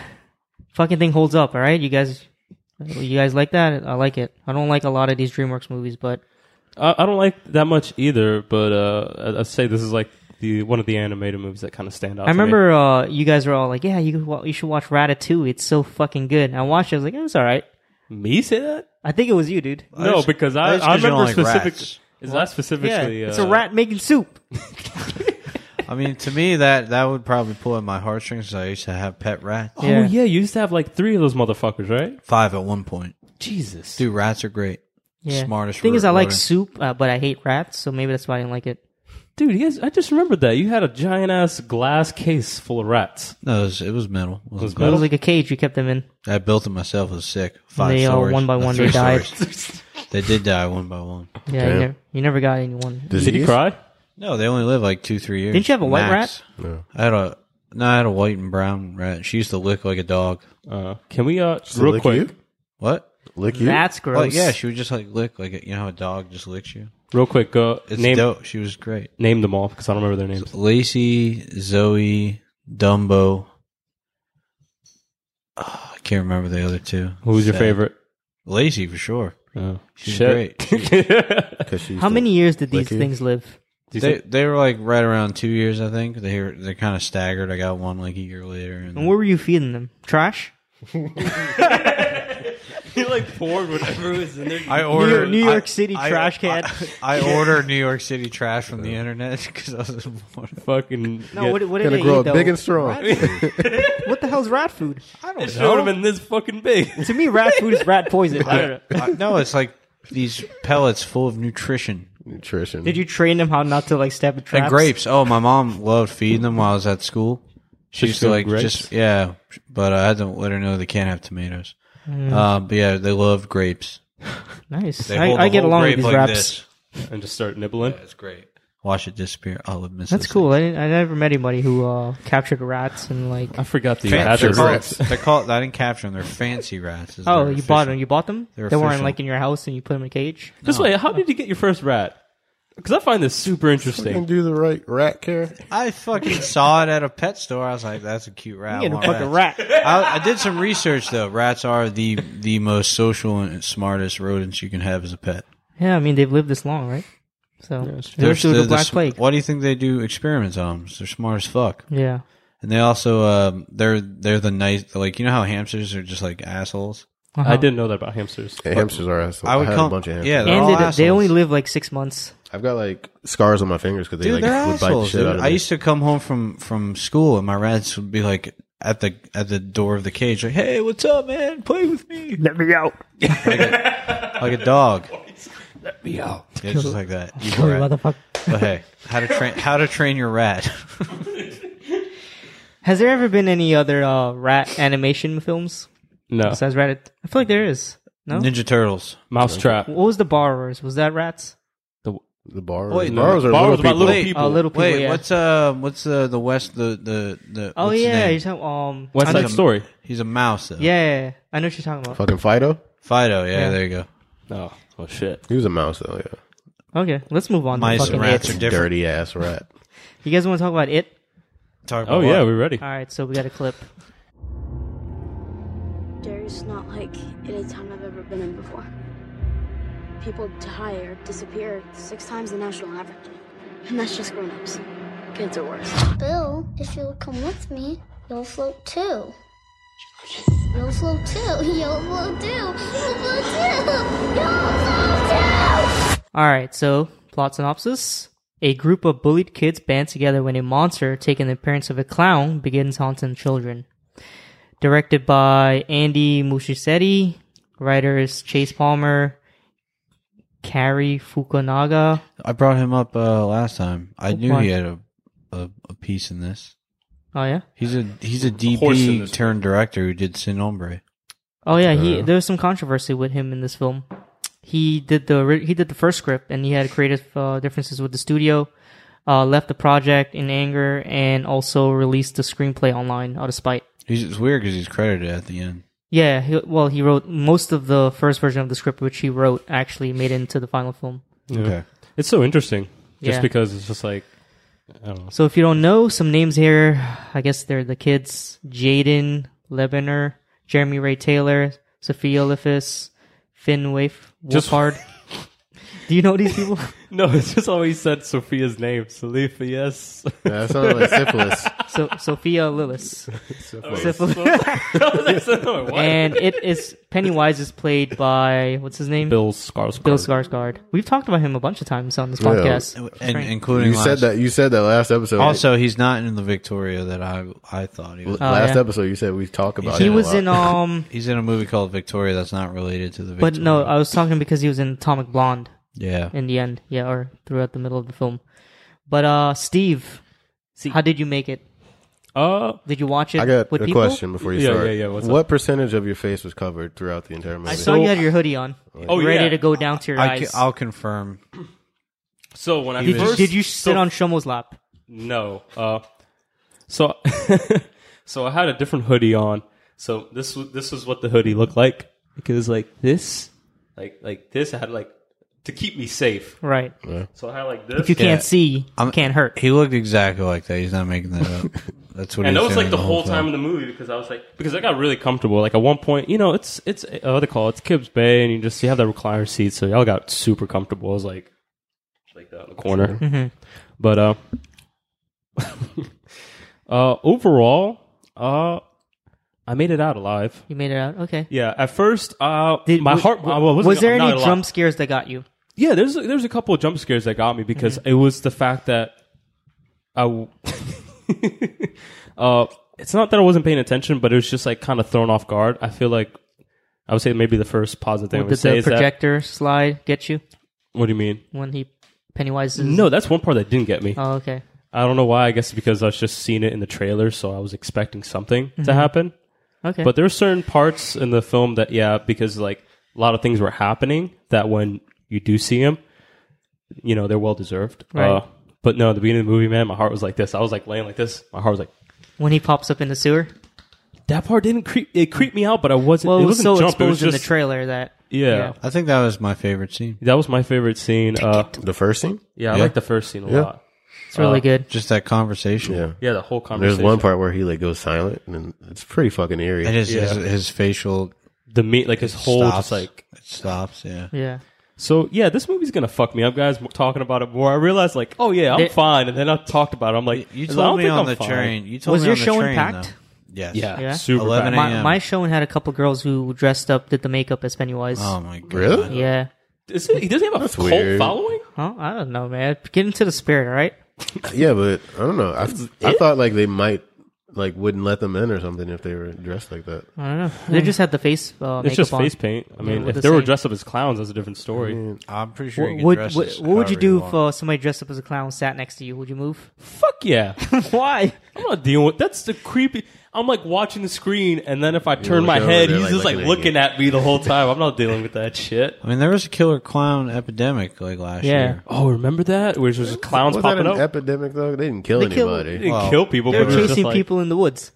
Speaker 1: fucking thing holds up. All right, you guys, you guys like that? I like it. I don't like a lot of these DreamWorks movies, but
Speaker 2: I, I don't like that much either, but uh, I- I'd say this is like the one of the animated movies that kind of stand out.
Speaker 1: I
Speaker 2: to me.
Speaker 1: remember uh, you guys were all like, "Yeah, you wa- you should watch Ratatouille. It's so fucking good." I watched it. I was like, "It was all right."
Speaker 2: me say that.
Speaker 1: I think it was you, dude.
Speaker 2: No,
Speaker 3: just-
Speaker 2: because
Speaker 3: I
Speaker 2: I,
Speaker 3: just
Speaker 2: I
Speaker 3: 'cause you don't
Speaker 2: remember
Speaker 3: like
Speaker 2: specific.
Speaker 3: rats.
Speaker 2: Is that specifically?
Speaker 1: it's
Speaker 2: uh,
Speaker 1: a rat making soup.
Speaker 3: I mean, to me, that that would probably pull at my heartstrings. 'cause I used to have pet rats,
Speaker 2: Oh
Speaker 1: Yeah.
Speaker 2: yeah. you used to have like three of those motherfuckers, right?
Speaker 3: five at one point.
Speaker 2: Jesus,
Speaker 3: Dude, rats are great.
Speaker 1: Yeah.
Speaker 3: Smartest
Speaker 1: thing is, I
Speaker 3: rodent.
Speaker 1: like soup, uh, but I hate rats, so maybe that's why I didn't like it.
Speaker 2: dude, you guys, I just remembered that you had a giant ass glass case full of rats.
Speaker 3: No, it was, it was metal. It
Speaker 2: was
Speaker 3: was
Speaker 1: It
Speaker 2: metal?
Speaker 3: metal.
Speaker 1: was like a cage. You kept them in.
Speaker 3: I built it myself. It was sick. Five
Speaker 1: They all,
Speaker 3: stories.
Speaker 1: one by
Speaker 3: No,
Speaker 1: one,
Speaker 3: three
Speaker 1: they died.
Speaker 3: stories. they did die one by one.
Speaker 1: Yeah, you
Speaker 4: Damn.
Speaker 1: never, you never got anyone.
Speaker 2: Did you cry?
Speaker 3: No, they only lived like two, three years.
Speaker 1: Didn't you have a white
Speaker 3: max.
Speaker 4: rat? No.
Speaker 3: I had a no. I had a white and brown rat. She used to lick like a dog.
Speaker 2: Uh, can we uh
Speaker 4: Just
Speaker 2: real
Speaker 4: lick
Speaker 2: quick,
Speaker 4: you?
Speaker 3: What?
Speaker 4: Lick you?
Speaker 1: That's gross.
Speaker 3: Like yeah, she would just like lick like a, you know how a dog just licks you.
Speaker 2: real quick, uh,
Speaker 3: It's
Speaker 2: name
Speaker 3: dope. She was great.
Speaker 2: name them all because I don't remember their names.
Speaker 3: Lacey, Zoe, Dumbo. Ah, I can't remember the other two.
Speaker 2: Who was your
Speaker 3: Sad.
Speaker 2: favorite?
Speaker 3: Lacey for sure.
Speaker 2: Uh,
Speaker 3: She's
Speaker 2: shit. great.
Speaker 4: 'Cause she's
Speaker 1: How
Speaker 4: the-
Speaker 1: many years did these
Speaker 4: Lick you?
Speaker 1: things live?
Speaker 3: They they were like right around two years, I think. They were, they're kind of staggered. I got one like a year later, and
Speaker 1: And where were you feeding them? Trash?
Speaker 2: he like poured whatever was in there.
Speaker 3: I
Speaker 1: ordered- New York City trash can.
Speaker 3: I, I order New York City trash from the internet because I was bored.
Speaker 2: Fucking
Speaker 1: No, what, what did
Speaker 4: Gonna
Speaker 1: they
Speaker 4: grow
Speaker 1: eat,
Speaker 4: up
Speaker 1: though?
Speaker 4: big and strong.
Speaker 1: what the hell's rat food?
Speaker 3: I don't
Speaker 2: should have been this fucking big.
Speaker 1: To me, rat food is rat poison. I don't know.
Speaker 3: I- no, it's like these pellets full of nutrition
Speaker 4: Nutrition.
Speaker 1: Did you train them how not to like step in traps?
Speaker 3: and grapes. Oh, my mom loved feeding them while I was at school. She used to
Speaker 2: feel
Speaker 3: like
Speaker 2: grapes?
Speaker 3: just yeah, but I had to let her know they can't have tomatoes. Um, but yeah, they love grapes.
Speaker 1: Nice.
Speaker 3: They
Speaker 1: Mm. I,
Speaker 3: hold
Speaker 1: I
Speaker 3: the
Speaker 1: get
Speaker 3: whole
Speaker 1: along with
Speaker 3: grape
Speaker 1: these
Speaker 3: like
Speaker 1: raps.
Speaker 3: this.
Speaker 2: and just start nibbling.
Speaker 3: That's great. Watch it disappear. I'll miss.
Speaker 1: That's
Speaker 3: this
Speaker 1: cool. I, didn't, I never met anybody who uh, captured rats and like.
Speaker 2: I forgot that you
Speaker 3: Fan-
Speaker 2: had
Speaker 3: they're
Speaker 2: this.
Speaker 4: Capture
Speaker 3: called,
Speaker 4: rats.
Speaker 3: they're called. I didn't capture them. They're fancy rats. is
Speaker 1: Oh,
Speaker 3: their
Speaker 1: you bought
Speaker 3: official-
Speaker 1: them. You bought them. They
Speaker 3: They're
Speaker 1: weren't
Speaker 3: official.
Speaker 1: like in your house, and you put them in a cage.
Speaker 2: This way, how did you get your first rat? Because I find this super
Speaker 4: Fucking
Speaker 2: interesting.
Speaker 4: do the right rat care?
Speaker 3: I fucking saw it at a pet store. I was like, "That's a cute rat."
Speaker 1: You
Speaker 3: I
Speaker 1: get a
Speaker 3: want
Speaker 1: fucking
Speaker 3: rats.
Speaker 1: rat.
Speaker 3: I, I did some research though. Rats are the the most social and smartest rodents you can have as a pet.
Speaker 1: Yeah, I mean they've lived this long, right? So they're
Speaker 3: There's
Speaker 1: through the
Speaker 3: they're
Speaker 1: black
Speaker 3: sm-
Speaker 1: plague.
Speaker 3: Why do you think they do experiments on them? They're smart as fuck,
Speaker 1: Yeah.
Speaker 3: and they also um, they're they're the nice like you know how hamsters are just like assholes.
Speaker 2: I didn't know that about hamsters.
Speaker 4: Yeah, hamsters are assholes. I,
Speaker 3: I would
Speaker 4: had
Speaker 3: call-
Speaker 4: a bunch of hamsters.
Speaker 3: yeah, they're
Speaker 1: And
Speaker 3: all
Speaker 1: they, they
Speaker 3: assholes.
Speaker 1: only live like six months.
Speaker 4: I've got like scars on my fingers because they
Speaker 3: Dude,
Speaker 4: like would
Speaker 3: they're
Speaker 4: bite the
Speaker 3: assholes.
Speaker 4: shit
Speaker 3: Dude.
Speaker 4: out of me.
Speaker 3: I used to come home from from school and my rats would be like at the at the door of the cage, like, "Hey, what's up, man? Play with me."
Speaker 1: Let me out,
Speaker 3: like a dog. Yeah, just like that. You
Speaker 1: you
Speaker 3: rat.
Speaker 1: motherfucker.
Speaker 3: But hey, how to train how to train your rat?
Speaker 1: Has there ever been any other uh, rat animation films
Speaker 2: No,
Speaker 1: besides Rat? I feel like there is. No.
Speaker 3: Ninja Turtles.
Speaker 2: mousetrap.
Speaker 1: What was the borrowers? Was that rats?
Speaker 2: The-
Speaker 4: the borrowers.
Speaker 3: Wait, no.
Speaker 4: borrowers are
Speaker 2: Borrowers
Speaker 4: little
Speaker 2: about
Speaker 4: people.
Speaker 2: little
Speaker 3: Wait,
Speaker 2: people.
Speaker 1: Oh, little people.
Speaker 3: Wait,
Speaker 1: yeah.
Speaker 3: what's uh what's uh the West the the the
Speaker 1: Oh
Speaker 3: what's his
Speaker 1: yeah,
Speaker 3: name?
Speaker 1: you're talking um.
Speaker 2: West
Speaker 1: I know-
Speaker 2: Side Story.
Speaker 3: he's a mouse though.
Speaker 1: Yeah, yeah, yeah. I know what you're talking about.
Speaker 4: Fucking Fido.
Speaker 3: Fido, yeah,
Speaker 1: Yeah.
Speaker 3: there you go.
Speaker 2: Oh, oh shit.
Speaker 4: He was a mouse though. Yeah.
Speaker 1: Okay, let's move on. to
Speaker 3: Mice
Speaker 1: fucking
Speaker 3: and rats
Speaker 1: it.
Speaker 3: are different.
Speaker 4: Dirty ass rat.
Speaker 1: You guys want to talk about it?
Speaker 3: Talk about
Speaker 2: Oh yeah,
Speaker 3: what?
Speaker 2: we're ready.
Speaker 1: All right, so we got a clip.
Speaker 5: Derry's not like any town I've ever been in before. People die or disappear six times the national average. And that's just grown ups. Kids are worse.
Speaker 6: Bill, if you'll come with me, you'll float too. You'll float too. You'll float too. You'll float too. You'll float too.
Speaker 1: All right, so plot synopsis. A group of bullied kids band together when a monster, taking the appearance of a clown, begins haunting children. Directed by Andy Muschietti, writers Chase Palmer, Carrie Fukunaga.
Speaker 3: I brought him up uh last time. I knew
Speaker 1: one?
Speaker 3: he had a, a a piece in this.
Speaker 1: Oh yeah,
Speaker 3: He's a he's a
Speaker 2: horse in this
Speaker 3: DP turned director who did Sin Hombre.
Speaker 1: oh yeah. He there was some controversy with him in this film. He did the ri- he did the first script, and he had creative uh, differences with the studio. Uh, left the project in anger, and also released the screenplay online out of spite.
Speaker 3: He's it's weird because he's credited at the end.
Speaker 1: Yeah, he, well, he wrote most of the first version of the script, which he wrote, actually made it into the final film.
Speaker 3: Okay.
Speaker 2: It's so interesting, just
Speaker 1: Yeah.
Speaker 2: because it's just like I don't know.
Speaker 1: So if you don't know, some names here, I guess they're the kids: Jaden Lebaner, Jeremy Ray Taylor, Sophia Liffis, Finn Waif,
Speaker 2: Just-
Speaker 1: Wolfhard, Do you know these people?
Speaker 2: No, it's just always said Sophia's name. Salifa, yes.
Speaker 4: Yeah, that sounded like syphilis.
Speaker 1: so Sophia Lillis,
Speaker 4: Syphilis.
Speaker 1: Syphilis. and it is Pennywise is played by what's his name?
Speaker 2: Bill Skarsgård.
Speaker 1: Bill Skarsgård. We've talked about him a bunch of times on this podcast.
Speaker 3: and
Speaker 1: Frank.
Speaker 3: including
Speaker 4: You said
Speaker 3: last-
Speaker 4: that. You said that last episode.
Speaker 3: Also, he's not in the Victoria that I I thought he was.
Speaker 1: Oh,
Speaker 4: last
Speaker 1: yeah.
Speaker 4: episode, you said we talk about.
Speaker 1: he
Speaker 4: him a
Speaker 1: was
Speaker 4: lot.
Speaker 1: in um,
Speaker 3: He's in a movie called Victoria that's not related to the Victoria.
Speaker 1: but no, I was talking because he was in Atomic Blonde
Speaker 3: yeah.
Speaker 1: in the end, yeah, or throughout the middle of the film. But uh, Steve, how did you make it?
Speaker 2: Uh,
Speaker 1: Did you watch it?
Speaker 4: I got
Speaker 1: with
Speaker 4: a
Speaker 1: people?
Speaker 4: question before you
Speaker 2: Yeah,
Speaker 4: start.
Speaker 2: yeah, yeah, what's
Speaker 4: what percentage of your face was covered throughout the entire movie?
Speaker 1: I saw you had your hoodie on,
Speaker 2: Oh,
Speaker 1: ready
Speaker 2: yeah.
Speaker 1: to go down to your
Speaker 3: I
Speaker 1: eyes.
Speaker 3: will confirm.
Speaker 2: so when I
Speaker 1: did, you,
Speaker 2: first
Speaker 1: did you sit
Speaker 2: so-
Speaker 1: on Shomo's lap?
Speaker 2: No. Uh, so so I had a different hoodie on. So this was this was what the hoodie looked like. It was like this, like like this. I had like to keep me safe.
Speaker 1: Right.
Speaker 2: So I had like this,
Speaker 1: If you can't see,
Speaker 3: I'm-
Speaker 1: can't hurt.
Speaker 3: He looked exactly like that. He's not making that up. That's what.
Speaker 2: and
Speaker 3: he's
Speaker 2: that was
Speaker 3: doing
Speaker 2: like the whole time in
Speaker 3: film.
Speaker 2: the movie because I was like because I got really comfortable. Like at one point, you know, it's it's uh, what they call it, it's Kibbs Bay, and you just you have that recliner seat, so y'all got super comfortable. I was like like that in the corner, but uh, uh, overall, uh, I made it out alive.
Speaker 1: You made it out. Okay.
Speaker 2: Yeah, at first, uh,
Speaker 1: Did-
Speaker 2: my
Speaker 1: wa-
Speaker 2: heart.
Speaker 1: wa-
Speaker 2: I wasn't-
Speaker 1: was, there
Speaker 2: I'm not
Speaker 1: any
Speaker 2: alive.
Speaker 1: jump scares that got you?
Speaker 2: Yeah, there's there's a couple of jump scares that got me because
Speaker 1: Mm-hmm.
Speaker 2: it was the fact that I. w- uh, it's not that I wasn't paying attention, but it was just like kind of thrown off guard. I feel like I would say maybe the first positive thing I
Speaker 1: Did
Speaker 2: would say
Speaker 1: the
Speaker 2: is that.
Speaker 1: projector slide get you
Speaker 2: What do you mean?
Speaker 1: when he Pennywise? Is,
Speaker 2: No, that's one part that didn't get me.
Speaker 1: Oh, okay.
Speaker 2: I don't know why. I guess because I was just seeing it in the trailer, so I was expecting something
Speaker 1: Mm-hmm.
Speaker 2: to happen.
Speaker 1: Okay.
Speaker 2: But there were certain parts in the film that, yeah, because like a lot of things were happening that when you do see him, you know, they're well deserved.
Speaker 1: Right.
Speaker 2: Uh, but no, at the beginning of the movie, man, my heart was like this. I was like laying like this. My heart was like,
Speaker 1: when he pops up in the sewer,
Speaker 2: that part didn't creep. It creeped me out, but I wasn't.
Speaker 1: well, it, was
Speaker 2: wasn't
Speaker 1: so
Speaker 2: jump,
Speaker 1: exposed
Speaker 2: it was
Speaker 1: in
Speaker 2: just,
Speaker 1: the trailer that
Speaker 2: Yeah.
Speaker 3: I think that was my favorite scene.
Speaker 2: That was my favorite scene. Uh,
Speaker 4: the first scene.
Speaker 2: yeah, I
Speaker 3: Yeah.
Speaker 2: like the first scene a
Speaker 4: Yeah.
Speaker 2: lot.
Speaker 1: it's really
Speaker 2: Uh,
Speaker 1: good.
Speaker 3: Just that conversation.
Speaker 4: Yeah.
Speaker 2: Yeah, the whole
Speaker 4: There's
Speaker 2: conversation.
Speaker 4: one part where he like goes silent, and it's pretty fucking eerie.
Speaker 3: And his,
Speaker 2: Yeah.
Speaker 3: his his facial
Speaker 2: The meat, like his whole,
Speaker 3: stops.
Speaker 2: just like
Speaker 3: it stops. Yeah.
Speaker 1: Yeah.
Speaker 2: So yeah, this movie's gonna fuck me up, guys. m- Talking about it more, I realized like, oh yeah, I'm
Speaker 1: There-
Speaker 2: fine, and then I talked about it. I'm like,
Speaker 3: You
Speaker 2: I don't
Speaker 3: told me
Speaker 2: think
Speaker 3: on
Speaker 2: I'm
Speaker 3: the
Speaker 2: fine.
Speaker 3: train. You told
Speaker 1: Was
Speaker 3: me
Speaker 1: your
Speaker 3: on the
Speaker 1: show
Speaker 3: train,
Speaker 1: intact?
Speaker 3: though. Yes.
Speaker 2: Yeah,
Speaker 1: Yeah.
Speaker 2: super.
Speaker 3: 11
Speaker 2: bad.
Speaker 3: a.m.
Speaker 1: My, my show had a couple girls who dressed up, did the makeup as Pennywise.
Speaker 3: Oh my god.
Speaker 4: Really?
Speaker 1: Yeah.
Speaker 2: Is it- he doesn't have a cult
Speaker 4: weird.
Speaker 2: following.
Speaker 1: Huh? I don't know, man. Get into the spirit, all right?
Speaker 4: Yeah, but I don't know. I, I thought like they might like wouldn't let them in or something if they were dressed like that.
Speaker 1: I don't know. They just had the face uh,
Speaker 2: Hmm. It's
Speaker 1: makeup
Speaker 2: just
Speaker 1: on.
Speaker 2: face paint. I mean,
Speaker 1: with
Speaker 2: if
Speaker 1: the
Speaker 2: they were
Speaker 1: same-
Speaker 2: dressed up as clowns, that's a different story.
Speaker 3: I'm pretty sure.
Speaker 1: What
Speaker 3: you
Speaker 1: would,
Speaker 3: can dress
Speaker 1: what,
Speaker 3: as
Speaker 1: what would you
Speaker 3: however
Speaker 1: do
Speaker 3: want.
Speaker 1: if uh, somebody dressed up as a clown sat next to you? Would you move?
Speaker 2: Fuck yeah!
Speaker 1: Why?
Speaker 2: I'm not dealing with that's the creepy. I'm like watching the screen, and then if I turn
Speaker 4: look
Speaker 2: my
Speaker 4: over,
Speaker 2: head,
Speaker 4: they're,
Speaker 2: he's
Speaker 4: like,
Speaker 2: just like
Speaker 4: looking at
Speaker 2: looking at me the whole time. I'm not dealing with that shit.
Speaker 3: I mean, there was a killer clown epidemic like last
Speaker 1: Yeah.
Speaker 3: year.
Speaker 2: Oh, remember that? Where there's just clowns
Speaker 4: Was that
Speaker 2: popping
Speaker 4: an
Speaker 2: up.
Speaker 4: epidemic though? They didn't kill
Speaker 1: They killed-
Speaker 4: anybody.
Speaker 2: They didn't
Speaker 3: Wow.
Speaker 2: kill people.
Speaker 1: They're
Speaker 2: but it was just
Speaker 1: chasing
Speaker 2: like,
Speaker 1: people in the woods.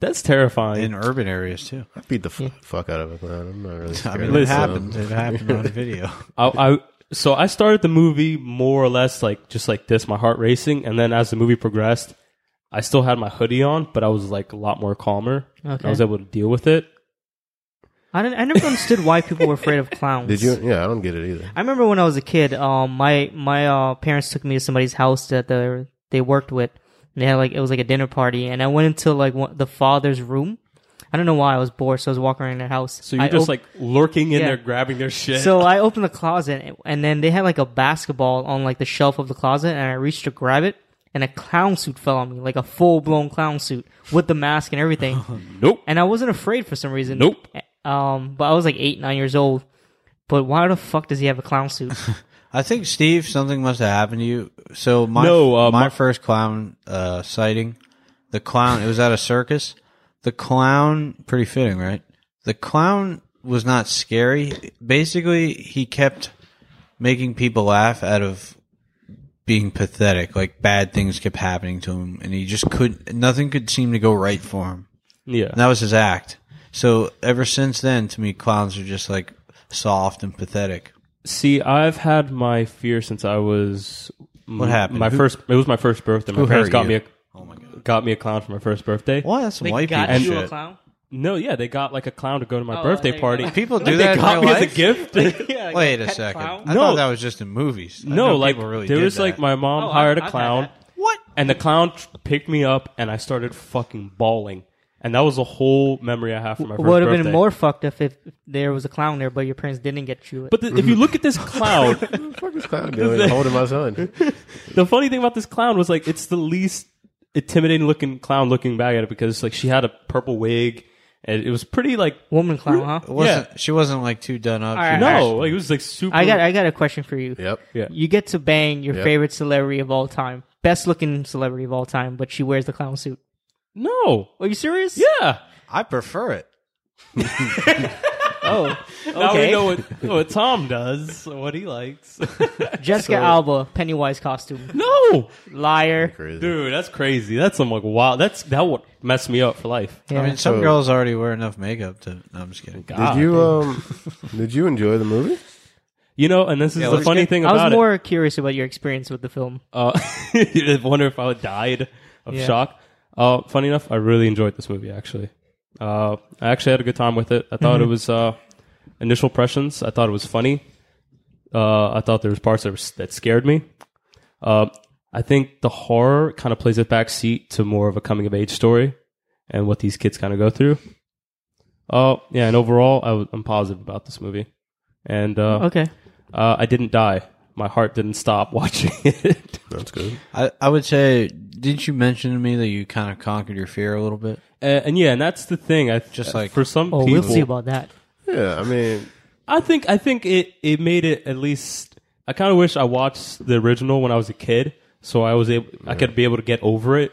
Speaker 2: That's terrifying.
Speaker 3: in urban areas too.
Speaker 4: I beat the f- fuck out of a clown. I'm not really.
Speaker 3: I
Speaker 4: Scared
Speaker 3: mean,
Speaker 4: of
Speaker 3: it
Speaker 2: Listen.
Speaker 3: happened. It happened on video.
Speaker 2: I, I so I started the movie more or less like just like this, my heart racing, and then as the movie progressed, I still had my hoodie on, but I was like a lot more calmer.
Speaker 1: Okay.
Speaker 2: I was able to deal with it.
Speaker 1: I, didn't, I never understood why people were afraid of clowns.
Speaker 4: Did you? Yeah, I don't get it either.
Speaker 1: I remember when I was a kid, um, my my uh, parents took me to somebody's house that they they worked with. And they had like it was like a dinner party, and I went into like one, the father's room. I don't know why I was bored, so I was walking around their house.
Speaker 2: So you're
Speaker 1: I
Speaker 2: just
Speaker 1: op-
Speaker 2: like lurking in
Speaker 1: Yeah.
Speaker 2: there, grabbing their shit.
Speaker 1: So I opened the closet, and then they had like a basketball on like the shelf of the closet, and I reached to grab it, and a clown suit fell on me, like a full blown clown suit with the mask and everything.
Speaker 2: nope.
Speaker 1: and I wasn't afraid for some reason.
Speaker 2: Nope.
Speaker 1: Um, but I was like eight, nine years old. But why the fuck does he have a clown suit?
Speaker 3: I think Steve, something must have happened to you. So my
Speaker 2: No, uh,
Speaker 3: my,
Speaker 2: my-
Speaker 3: first clown uh, sighting, the clown. It was at a circus. The clown, pretty fitting, right? The clown was not scary. Basically, he kept making people laugh out of being pathetic. Like bad things kept happening to him, and he just could nothing could seem to go right for him.
Speaker 2: Yeah.
Speaker 3: And that was his act. So ever since then, to me, clowns are just like soft and pathetic.
Speaker 2: See, I've had my fear since I was.
Speaker 3: What happened?
Speaker 2: My
Speaker 3: Who-
Speaker 2: first. It was my first birthday. My
Speaker 3: who
Speaker 2: parents
Speaker 3: hurt
Speaker 2: got
Speaker 3: you?
Speaker 2: me. A, oh my god. Got me a clown for my first birthday.
Speaker 3: Well, that's some
Speaker 1: They
Speaker 3: white
Speaker 1: got
Speaker 3: people
Speaker 1: you
Speaker 3: shit.
Speaker 1: a clown.
Speaker 2: No, yeah, they got like a clown to go to my
Speaker 1: Oh, there
Speaker 2: birthday
Speaker 1: you
Speaker 2: party.
Speaker 1: go.
Speaker 3: People do
Speaker 2: They
Speaker 3: that in
Speaker 2: got
Speaker 3: real
Speaker 2: me
Speaker 3: life.
Speaker 2: as a gift.
Speaker 1: yeah,
Speaker 3: Wait a
Speaker 1: pet
Speaker 3: second.
Speaker 1: clown.
Speaker 3: I
Speaker 2: No.
Speaker 3: thought that was just in movies. I
Speaker 2: no,
Speaker 3: know
Speaker 2: like
Speaker 3: people really
Speaker 2: there
Speaker 3: did
Speaker 2: was
Speaker 3: that.
Speaker 2: like my mom
Speaker 1: Oh, I-
Speaker 2: hired
Speaker 1: I've
Speaker 2: a
Speaker 1: had
Speaker 2: clown.
Speaker 1: that.
Speaker 3: what?
Speaker 2: and the clown tr- picked me up and I started fucking bawling. And that was the whole memory I have from my first
Speaker 1: Would have
Speaker 2: birthday.
Speaker 1: been more fucked up if there was a clown there, but your parents didn't get you. It.
Speaker 2: But the, if you look at this clown,
Speaker 4: What is clown doing? holding my son.
Speaker 2: the funny thing about this clown was like it's the least intimidating looking clown looking back at it because like she had a purple wig and it was pretty like
Speaker 1: woman clown, huh?
Speaker 3: It wasn't, She wasn't like too done up.
Speaker 1: Alright,
Speaker 3: She
Speaker 1: alright.
Speaker 2: no,
Speaker 3: was-
Speaker 2: like it was like super.
Speaker 1: I got I got a question for you.
Speaker 4: Yep.
Speaker 2: yeah.
Speaker 1: You get to bang your
Speaker 4: Yep.
Speaker 1: favorite celebrity of all time, best looking celebrity of all time, but she wears the clown suit.
Speaker 2: No,
Speaker 1: Are you serious?
Speaker 2: yeah.
Speaker 3: I prefer it.
Speaker 1: Oh,
Speaker 2: Now
Speaker 1: okay.
Speaker 2: we know what, what Tom does, what he likes.
Speaker 1: Jessica Alba, Pennywise costume.
Speaker 2: no,
Speaker 1: Liar.
Speaker 4: Crazy.
Speaker 2: dude, that's crazy. That's some like wow. That's that would mess me up for life.
Speaker 1: Yeah.
Speaker 3: I mean, some
Speaker 4: So-
Speaker 3: girls already wear enough makeup to. No, I'm just kidding.
Speaker 2: God.
Speaker 4: Did you um? did you enjoy the movie?
Speaker 2: You know, and this is the
Speaker 3: let's
Speaker 2: funny
Speaker 3: get-
Speaker 2: thing
Speaker 1: I
Speaker 2: about
Speaker 1: was
Speaker 2: it.
Speaker 1: more curious about your experience with the film.
Speaker 2: Uh, I wonder if I would died of
Speaker 1: Yeah.
Speaker 2: shock. Uh, funny enough, I really enjoyed this movie. Actually, uh, I actually had a good time with it. I thought
Speaker 1: Mm-hmm.
Speaker 2: it was uh, initial impressions. I thought it was funny. Uh, I thought there was parts that, were, that scared me. Uh, I think the horror kind of plays a backseat to more of a coming of age story and what these kids kind of go through. Uh, yeah, and overall, I was, I'm positive about this movie. And uh,
Speaker 1: Okay.
Speaker 2: uh, I didn't die. My heart didn't stop watching it.
Speaker 4: That's good.
Speaker 3: I, I would say, didn't you mention to me that you kind of conquered your fear a little bit?
Speaker 2: Uh, and, and yeah, and that's the thing. I
Speaker 3: Just
Speaker 2: just
Speaker 3: like-
Speaker 2: like for some
Speaker 1: Oh,
Speaker 2: people,
Speaker 1: we'll see about that.
Speaker 4: Yeah, I mean,
Speaker 2: I think I think it it made it at least. I kind of wish I watched the original when I was a kid, so I was able I could be able to get over it,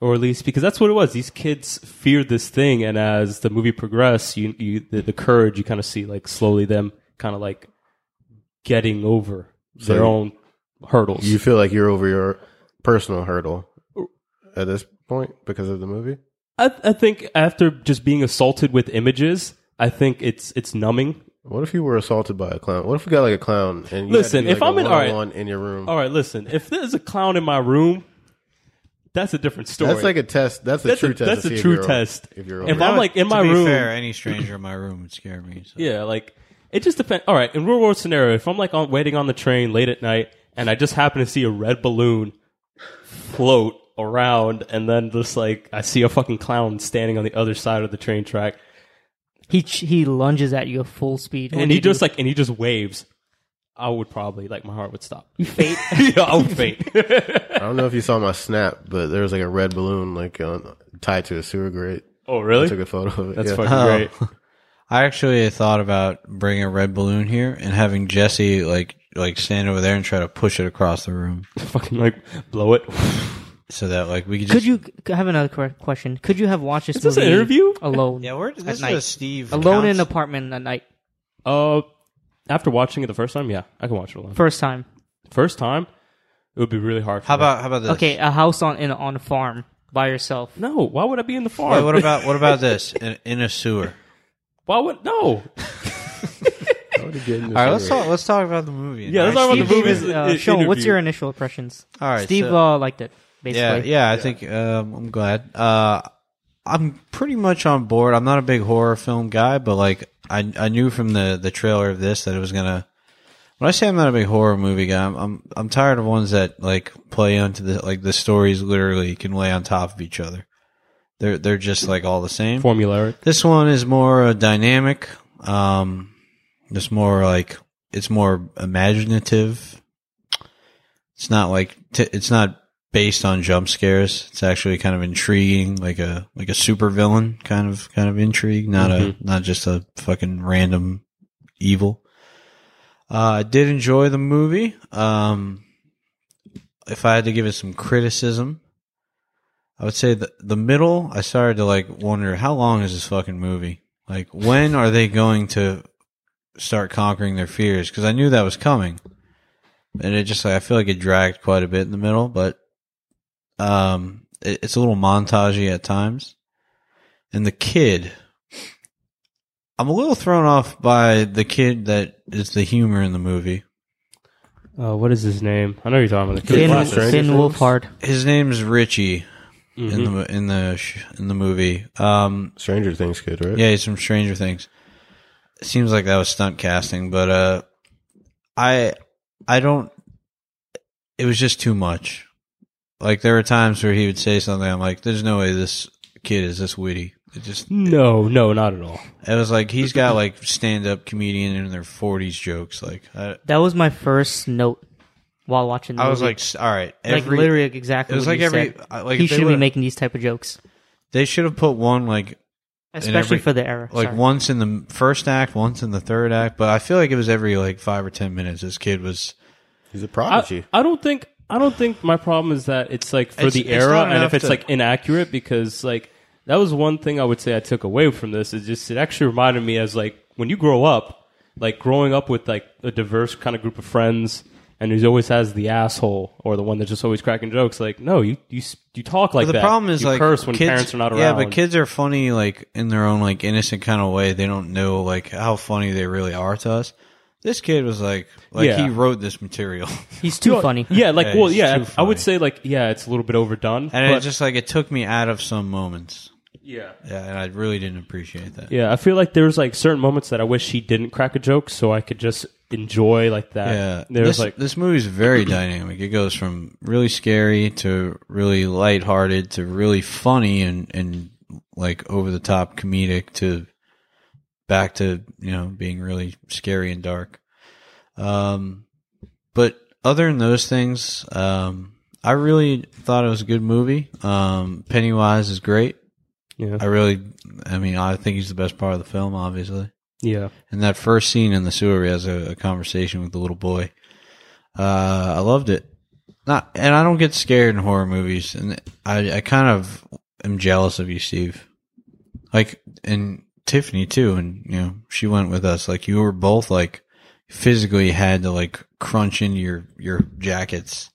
Speaker 2: or at least because that's what it was. These kids feared this thing, and as the movie progressed, you you the, the courage you kind of see like slowly them kind of like getting over
Speaker 4: So
Speaker 2: their
Speaker 4: you-
Speaker 2: own hurdles.
Speaker 4: you feel like you're over your personal hurdle at this point because of the movie.
Speaker 2: I, I think after just being assaulted with images, I think it's it's numbing
Speaker 4: What if you were assaulted by a clown? What if we got like a clown and you
Speaker 2: Listen,
Speaker 4: had to do,
Speaker 2: if
Speaker 4: like,
Speaker 2: I'm
Speaker 4: a
Speaker 2: in- all right.
Speaker 4: one-on-one in your room?
Speaker 2: All right, listen. If there's a clown in my room, that's a different story.
Speaker 4: That's like a test. That's a
Speaker 2: That's
Speaker 4: true
Speaker 2: a-
Speaker 4: test.
Speaker 2: that's
Speaker 4: to
Speaker 2: a
Speaker 4: see if
Speaker 2: true
Speaker 4: you're-
Speaker 2: test.
Speaker 4: If you're
Speaker 2: If
Speaker 4: over
Speaker 2: I'm
Speaker 4: it.
Speaker 3: That
Speaker 2: like,
Speaker 3: would-
Speaker 2: in
Speaker 3: to
Speaker 2: my
Speaker 3: be
Speaker 2: room-
Speaker 3: fair, any stranger in my room would scare me. So.
Speaker 2: yeah, like it just depends. All right, in real world scenario, if I'm like on waiting on the train late at night and I just happen to see a red balloon float around, and then just like I see a fucking clown standing on the other side of the train track,
Speaker 1: He ch- he lunges at you at full speed, What
Speaker 2: and
Speaker 1: do
Speaker 2: he
Speaker 1: you do?
Speaker 2: just like and he just waves, I would probably like my heart would stop.
Speaker 1: you faint.
Speaker 2: yeah, I would faint.
Speaker 4: I don't know if you saw my snap, but there was like a red balloon like on, tied to a sewer grate.
Speaker 2: oh,
Speaker 4: I
Speaker 2: really?
Speaker 4: took a photo of it.
Speaker 2: That's
Speaker 4: yeah. Oh.
Speaker 2: fucking great.
Speaker 3: I actually thought about bringing a red balloon here and having Jesse like like stand over there and try to push it across the room
Speaker 2: fucking like blow it.
Speaker 3: so that like we could just
Speaker 1: Could you I have another correct question? Could you have watched this
Speaker 2: Is this an
Speaker 1: movie
Speaker 2: interview?
Speaker 1: alone?
Speaker 3: Yeah, we're
Speaker 1: this
Speaker 3: this
Speaker 1: is night.
Speaker 3: is
Speaker 1: a
Speaker 3: Steve
Speaker 1: alone in an apartment at night,
Speaker 2: Uh, after watching it the first time, yeah, I can watch it alone.
Speaker 1: first time.
Speaker 2: First time, it would be really hard. For
Speaker 3: How
Speaker 2: me.
Speaker 3: about how about this?
Speaker 1: Okay, a house on in on a farm by yourself.
Speaker 2: No, why would I be in the farm?
Speaker 3: Wait, what about what about this in, in a sewer?
Speaker 2: why would no?
Speaker 4: I would've given this
Speaker 3: All right, let's
Speaker 4: away.
Speaker 3: talk. Let's talk about the movie.
Speaker 2: Yeah, let's talk about
Speaker 1: Steve,
Speaker 2: the movies.
Speaker 1: Davis, uh,
Speaker 2: in-
Speaker 1: Sean, what's
Speaker 2: interview.
Speaker 1: your initial impressions?
Speaker 3: All right,
Speaker 1: Steve
Speaker 3: so-
Speaker 1: uh, liked it.
Speaker 3: Yeah,
Speaker 1: Basically,
Speaker 3: yeah. I think um, I'm glad. Uh, I'm pretty much on board. I'm not a big horror film guy, but like I I knew from the the trailer of this that it was gonna. When I say I'm not a big horror movie guy, I'm I'm, I'm tired of ones that like play onto the like the stories literally can lay on top of each other. They're they're just like all the same.
Speaker 2: formulary?
Speaker 3: This one is more uh, dynamic. Um, it's more like it's more imaginative. It's not like t- it's not based on jump scares. It's actually kind of intriguing, like a like a supervillain kind of kind of intrigue, not a not just a fucking random evil. Uh, I did enjoy the movie. Um, if I had to give it some criticism, I would say the the middle. I started to like wonder how long is this fucking movie? Like when are they going to start conquering their fears? Because I knew that was coming, and it just like I feel like it dragged quite a bit in the middle, but um, it, it's a little montagey at times. And the kid, I'm a little thrown off by the kid that is the humor in the movie.
Speaker 2: Uh, what is his name? I know you're talking about the
Speaker 1: Finn,
Speaker 4: Watch Stranger
Speaker 1: Finn
Speaker 4: Things?
Speaker 1: Wolfhard.
Speaker 3: His name's Richie.
Speaker 2: Mm-hmm.
Speaker 3: in the in the sh- in the movie. Um,
Speaker 4: Stranger Things kid, right?
Speaker 3: yeah, he's from Stranger Things. It seems like that was stunt casting, but uh, I I don't. It was just too much. Like there were times where he would say something. I'm like, there's no way this kid is this witty. It just
Speaker 2: No, no, not at all.
Speaker 3: it was like he's got like stand up comedian in their 40s jokes. Like I,
Speaker 1: That was my first note while watching. The
Speaker 3: I was
Speaker 1: movie.
Speaker 3: like, s- all right,
Speaker 1: like
Speaker 3: every-
Speaker 1: literally exactly.
Speaker 3: it was
Speaker 1: what
Speaker 3: like
Speaker 1: you
Speaker 3: every-
Speaker 1: said.
Speaker 3: I- like,
Speaker 1: he
Speaker 3: if they
Speaker 1: shouldn't be
Speaker 3: would've-
Speaker 1: making these type of jokes,
Speaker 3: they should have put one like
Speaker 1: especially
Speaker 3: every-
Speaker 1: for the era.
Speaker 3: like
Speaker 1: Sorry.
Speaker 3: once in the first act, once in the third act, but I feel like it was every like five or ten minutes. This kid was
Speaker 4: He's a
Speaker 2: I,
Speaker 4: prodigy.
Speaker 2: I don't think I don't think my problem is that it's like for
Speaker 3: It's-
Speaker 2: the
Speaker 3: it's
Speaker 2: era
Speaker 3: not
Speaker 2: and if
Speaker 3: enough
Speaker 2: it's
Speaker 3: to-
Speaker 2: like inaccurate because like that was one thing I would say I took away from this is just it actually reminded me as like when you grow up like growing up with like a diverse kind of group of friends and who always has the asshole or the one that's just always cracking jokes like no you you s- you talk like
Speaker 3: the
Speaker 2: that
Speaker 3: problem is
Speaker 2: you
Speaker 3: like
Speaker 2: curse when
Speaker 3: kids,
Speaker 2: parents are not around
Speaker 3: Yeah, but kids are funny like in their own like innocent kind of way. They don't know like how funny they really are to us. This kid was like like
Speaker 2: Yeah.
Speaker 3: he wrote this material,
Speaker 1: he's too funny.
Speaker 2: yeah like
Speaker 3: Yeah,
Speaker 2: well
Speaker 3: it's
Speaker 2: yeah
Speaker 3: too
Speaker 2: I would say
Speaker 3: funny.
Speaker 2: like yeah it's a little bit overdone
Speaker 3: and
Speaker 2: but,
Speaker 3: it just like it took me out of some moments.
Speaker 2: yeah
Speaker 3: Yeah, and I really didn't appreciate that.
Speaker 2: Yeah, I feel like there's like certain moments that I wish he didn't crack a joke, so I could just enjoy like that.
Speaker 3: Yeah,
Speaker 2: there's
Speaker 3: this,
Speaker 2: like
Speaker 3: this movie's very dynamic. It goes from really scary to really lighthearted to really funny and and like over the top comedic to back to you know being really scary and dark. Um, but other than those things, um, I really thought it was a good movie. Um, Pennywise is great.
Speaker 2: yeah,
Speaker 3: I really, I mean, I think he's the best part of the film, obviously.
Speaker 2: yeah,
Speaker 3: And that first scene in the sewer, he has a, a conversation with the little boy. Uh, I loved it. Not, and I don't get scared in horror movies, and I, I kind of am jealous of you, Steve. Like, and Tiffany too, and you know, she went with us. Like, you were both like physically had to like crunch into your your jackets.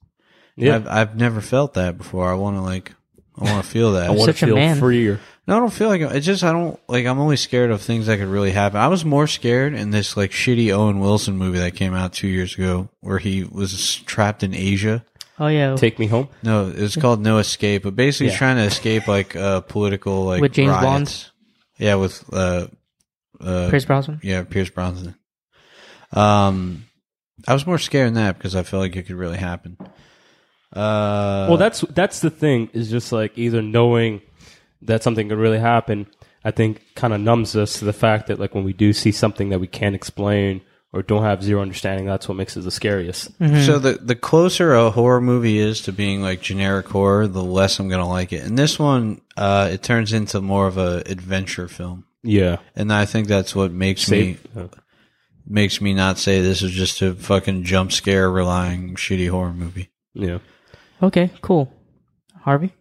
Speaker 2: yeah.
Speaker 3: I've, I've never felt that before. I want to like, I want to feel that.
Speaker 2: I want to
Speaker 1: such a
Speaker 2: feel
Speaker 1: man.
Speaker 2: freer.
Speaker 3: No, I don't feel like it's just I don't like I'm only scared of things that could really happen. I was more scared in this like shitty Owen Wilson movie that came out two years ago where he was trapped in Asia.
Speaker 1: Oh yeah,
Speaker 2: Take me home.
Speaker 3: No, it was called No Escape, but basically
Speaker 2: Yeah.
Speaker 3: trying to escape like uh political like
Speaker 1: With James
Speaker 3: riots.
Speaker 1: Bond?
Speaker 3: Yeah, with uh
Speaker 1: Pierce Brosnan.
Speaker 3: yeah, Pierce Bronson. Um I was more scared in that because I felt like it could really happen. Uh
Speaker 2: well, that's that's the thing is just like either knowing that something could really happen. I think kind of numbs us to the fact that like when we do see something that we can't explain or don't have zero understanding, that's what makes it the scariest.
Speaker 3: So the the closer a horror movie is to being like generic horror, the less I'm gonna like it. And this one, uh, it turns into more of a adventure film,
Speaker 2: Yeah,
Speaker 3: and I think that's what makes me
Speaker 2: Safe. Uh,
Speaker 3: makes me not say this is just a fucking jump scare relying shitty horror movie.
Speaker 2: yeah.
Speaker 1: Okay, cool. Harvey.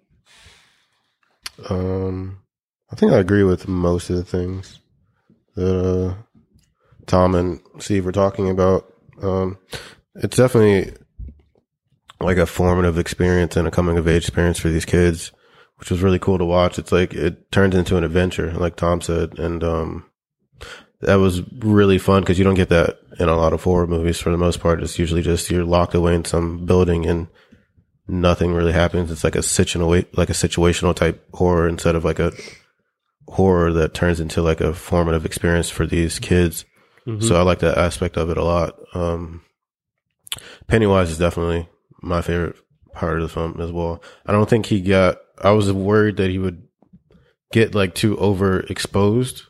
Speaker 4: Um, I think I agree with most of the things that uh, Tom and Steve were talking about. Um, it's definitely like a formative experience and a coming of age experience for these kids, which was really cool to watch. It's like it turns into an adventure, like Tom said, and um, that was really fun because you don't get that in a lot of horror movies. For the most part, it's usually just you're locked away in some building and nothing really happens. It's like a situational, like a situational type horror instead of like a horror that turns into like a formative experience for these kids.
Speaker 2: Mm-hmm.
Speaker 4: So I like that aspect of it a lot. Um, Pennywise is definitely my favorite part of the film as well. I don't think he got, I was worried that he would get like too overexposed.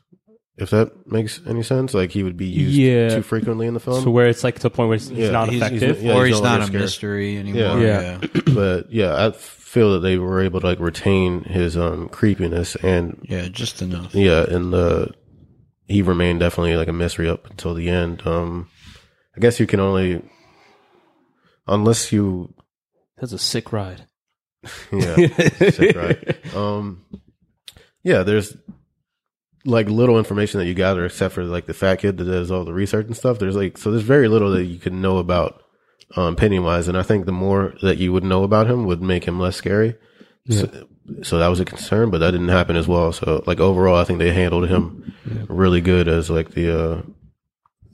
Speaker 4: If that makes any sense, like he would be used
Speaker 2: Yeah.
Speaker 4: too frequently in the film.
Speaker 2: So where it's like to the point where it's, it's
Speaker 4: Um, Yeah.
Speaker 2: not
Speaker 4: He's- he's-
Speaker 2: effective.
Speaker 4: Yeah,
Speaker 3: or
Speaker 4: he's
Speaker 3: he's
Speaker 4: no
Speaker 3: not
Speaker 4: longer
Speaker 3: a
Speaker 4: scared.
Speaker 3: mystery anymore.
Speaker 2: Yeah.
Speaker 3: Yeah.
Speaker 4: but yeah, I feel that they were able to like retain his um creepiness and
Speaker 3: Yeah, just enough.
Speaker 4: yeah, and the he remained definitely like a mystery up until the end. Um I guess you can only unless you
Speaker 2: That's a sick ride.
Speaker 4: yeah, sick, right. Um yeah, there's like little information that you gather except for like the fat kid that does all the research and stuff. There's like so there's very little that you can know about um Pennywise and I think the more that you would know about him would make him less scary. so that was a concern, but that didn't happen as well. So like overall, I think they handled him really good as like the uh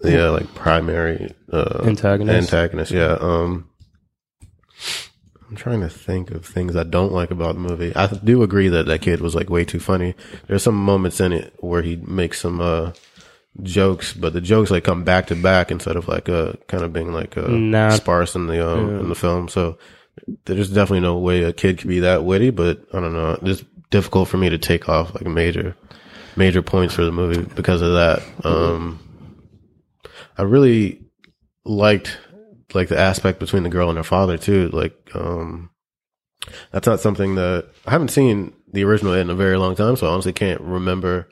Speaker 4: yeah like primary uh,
Speaker 2: Antagonist.
Speaker 4: Antagonist, yeah. Um, I'm trying to think of things I don't like about the movie. I do agree that that kid was like way too funny. There's some moments in it where he makes some uh, jokes, but the jokes like come back to back instead of like uh, kind of being like uh,
Speaker 2: Nah.
Speaker 4: sparse in the um, in the film. So there's definitely no way a kid could be that witty. But I don't know. It's difficult for me to take off like major major points for the movie because of that. Um, I really liked like the aspect between the girl and her father too. Like, um, that's not something that I haven't seen the original in a very long time, so I honestly can't remember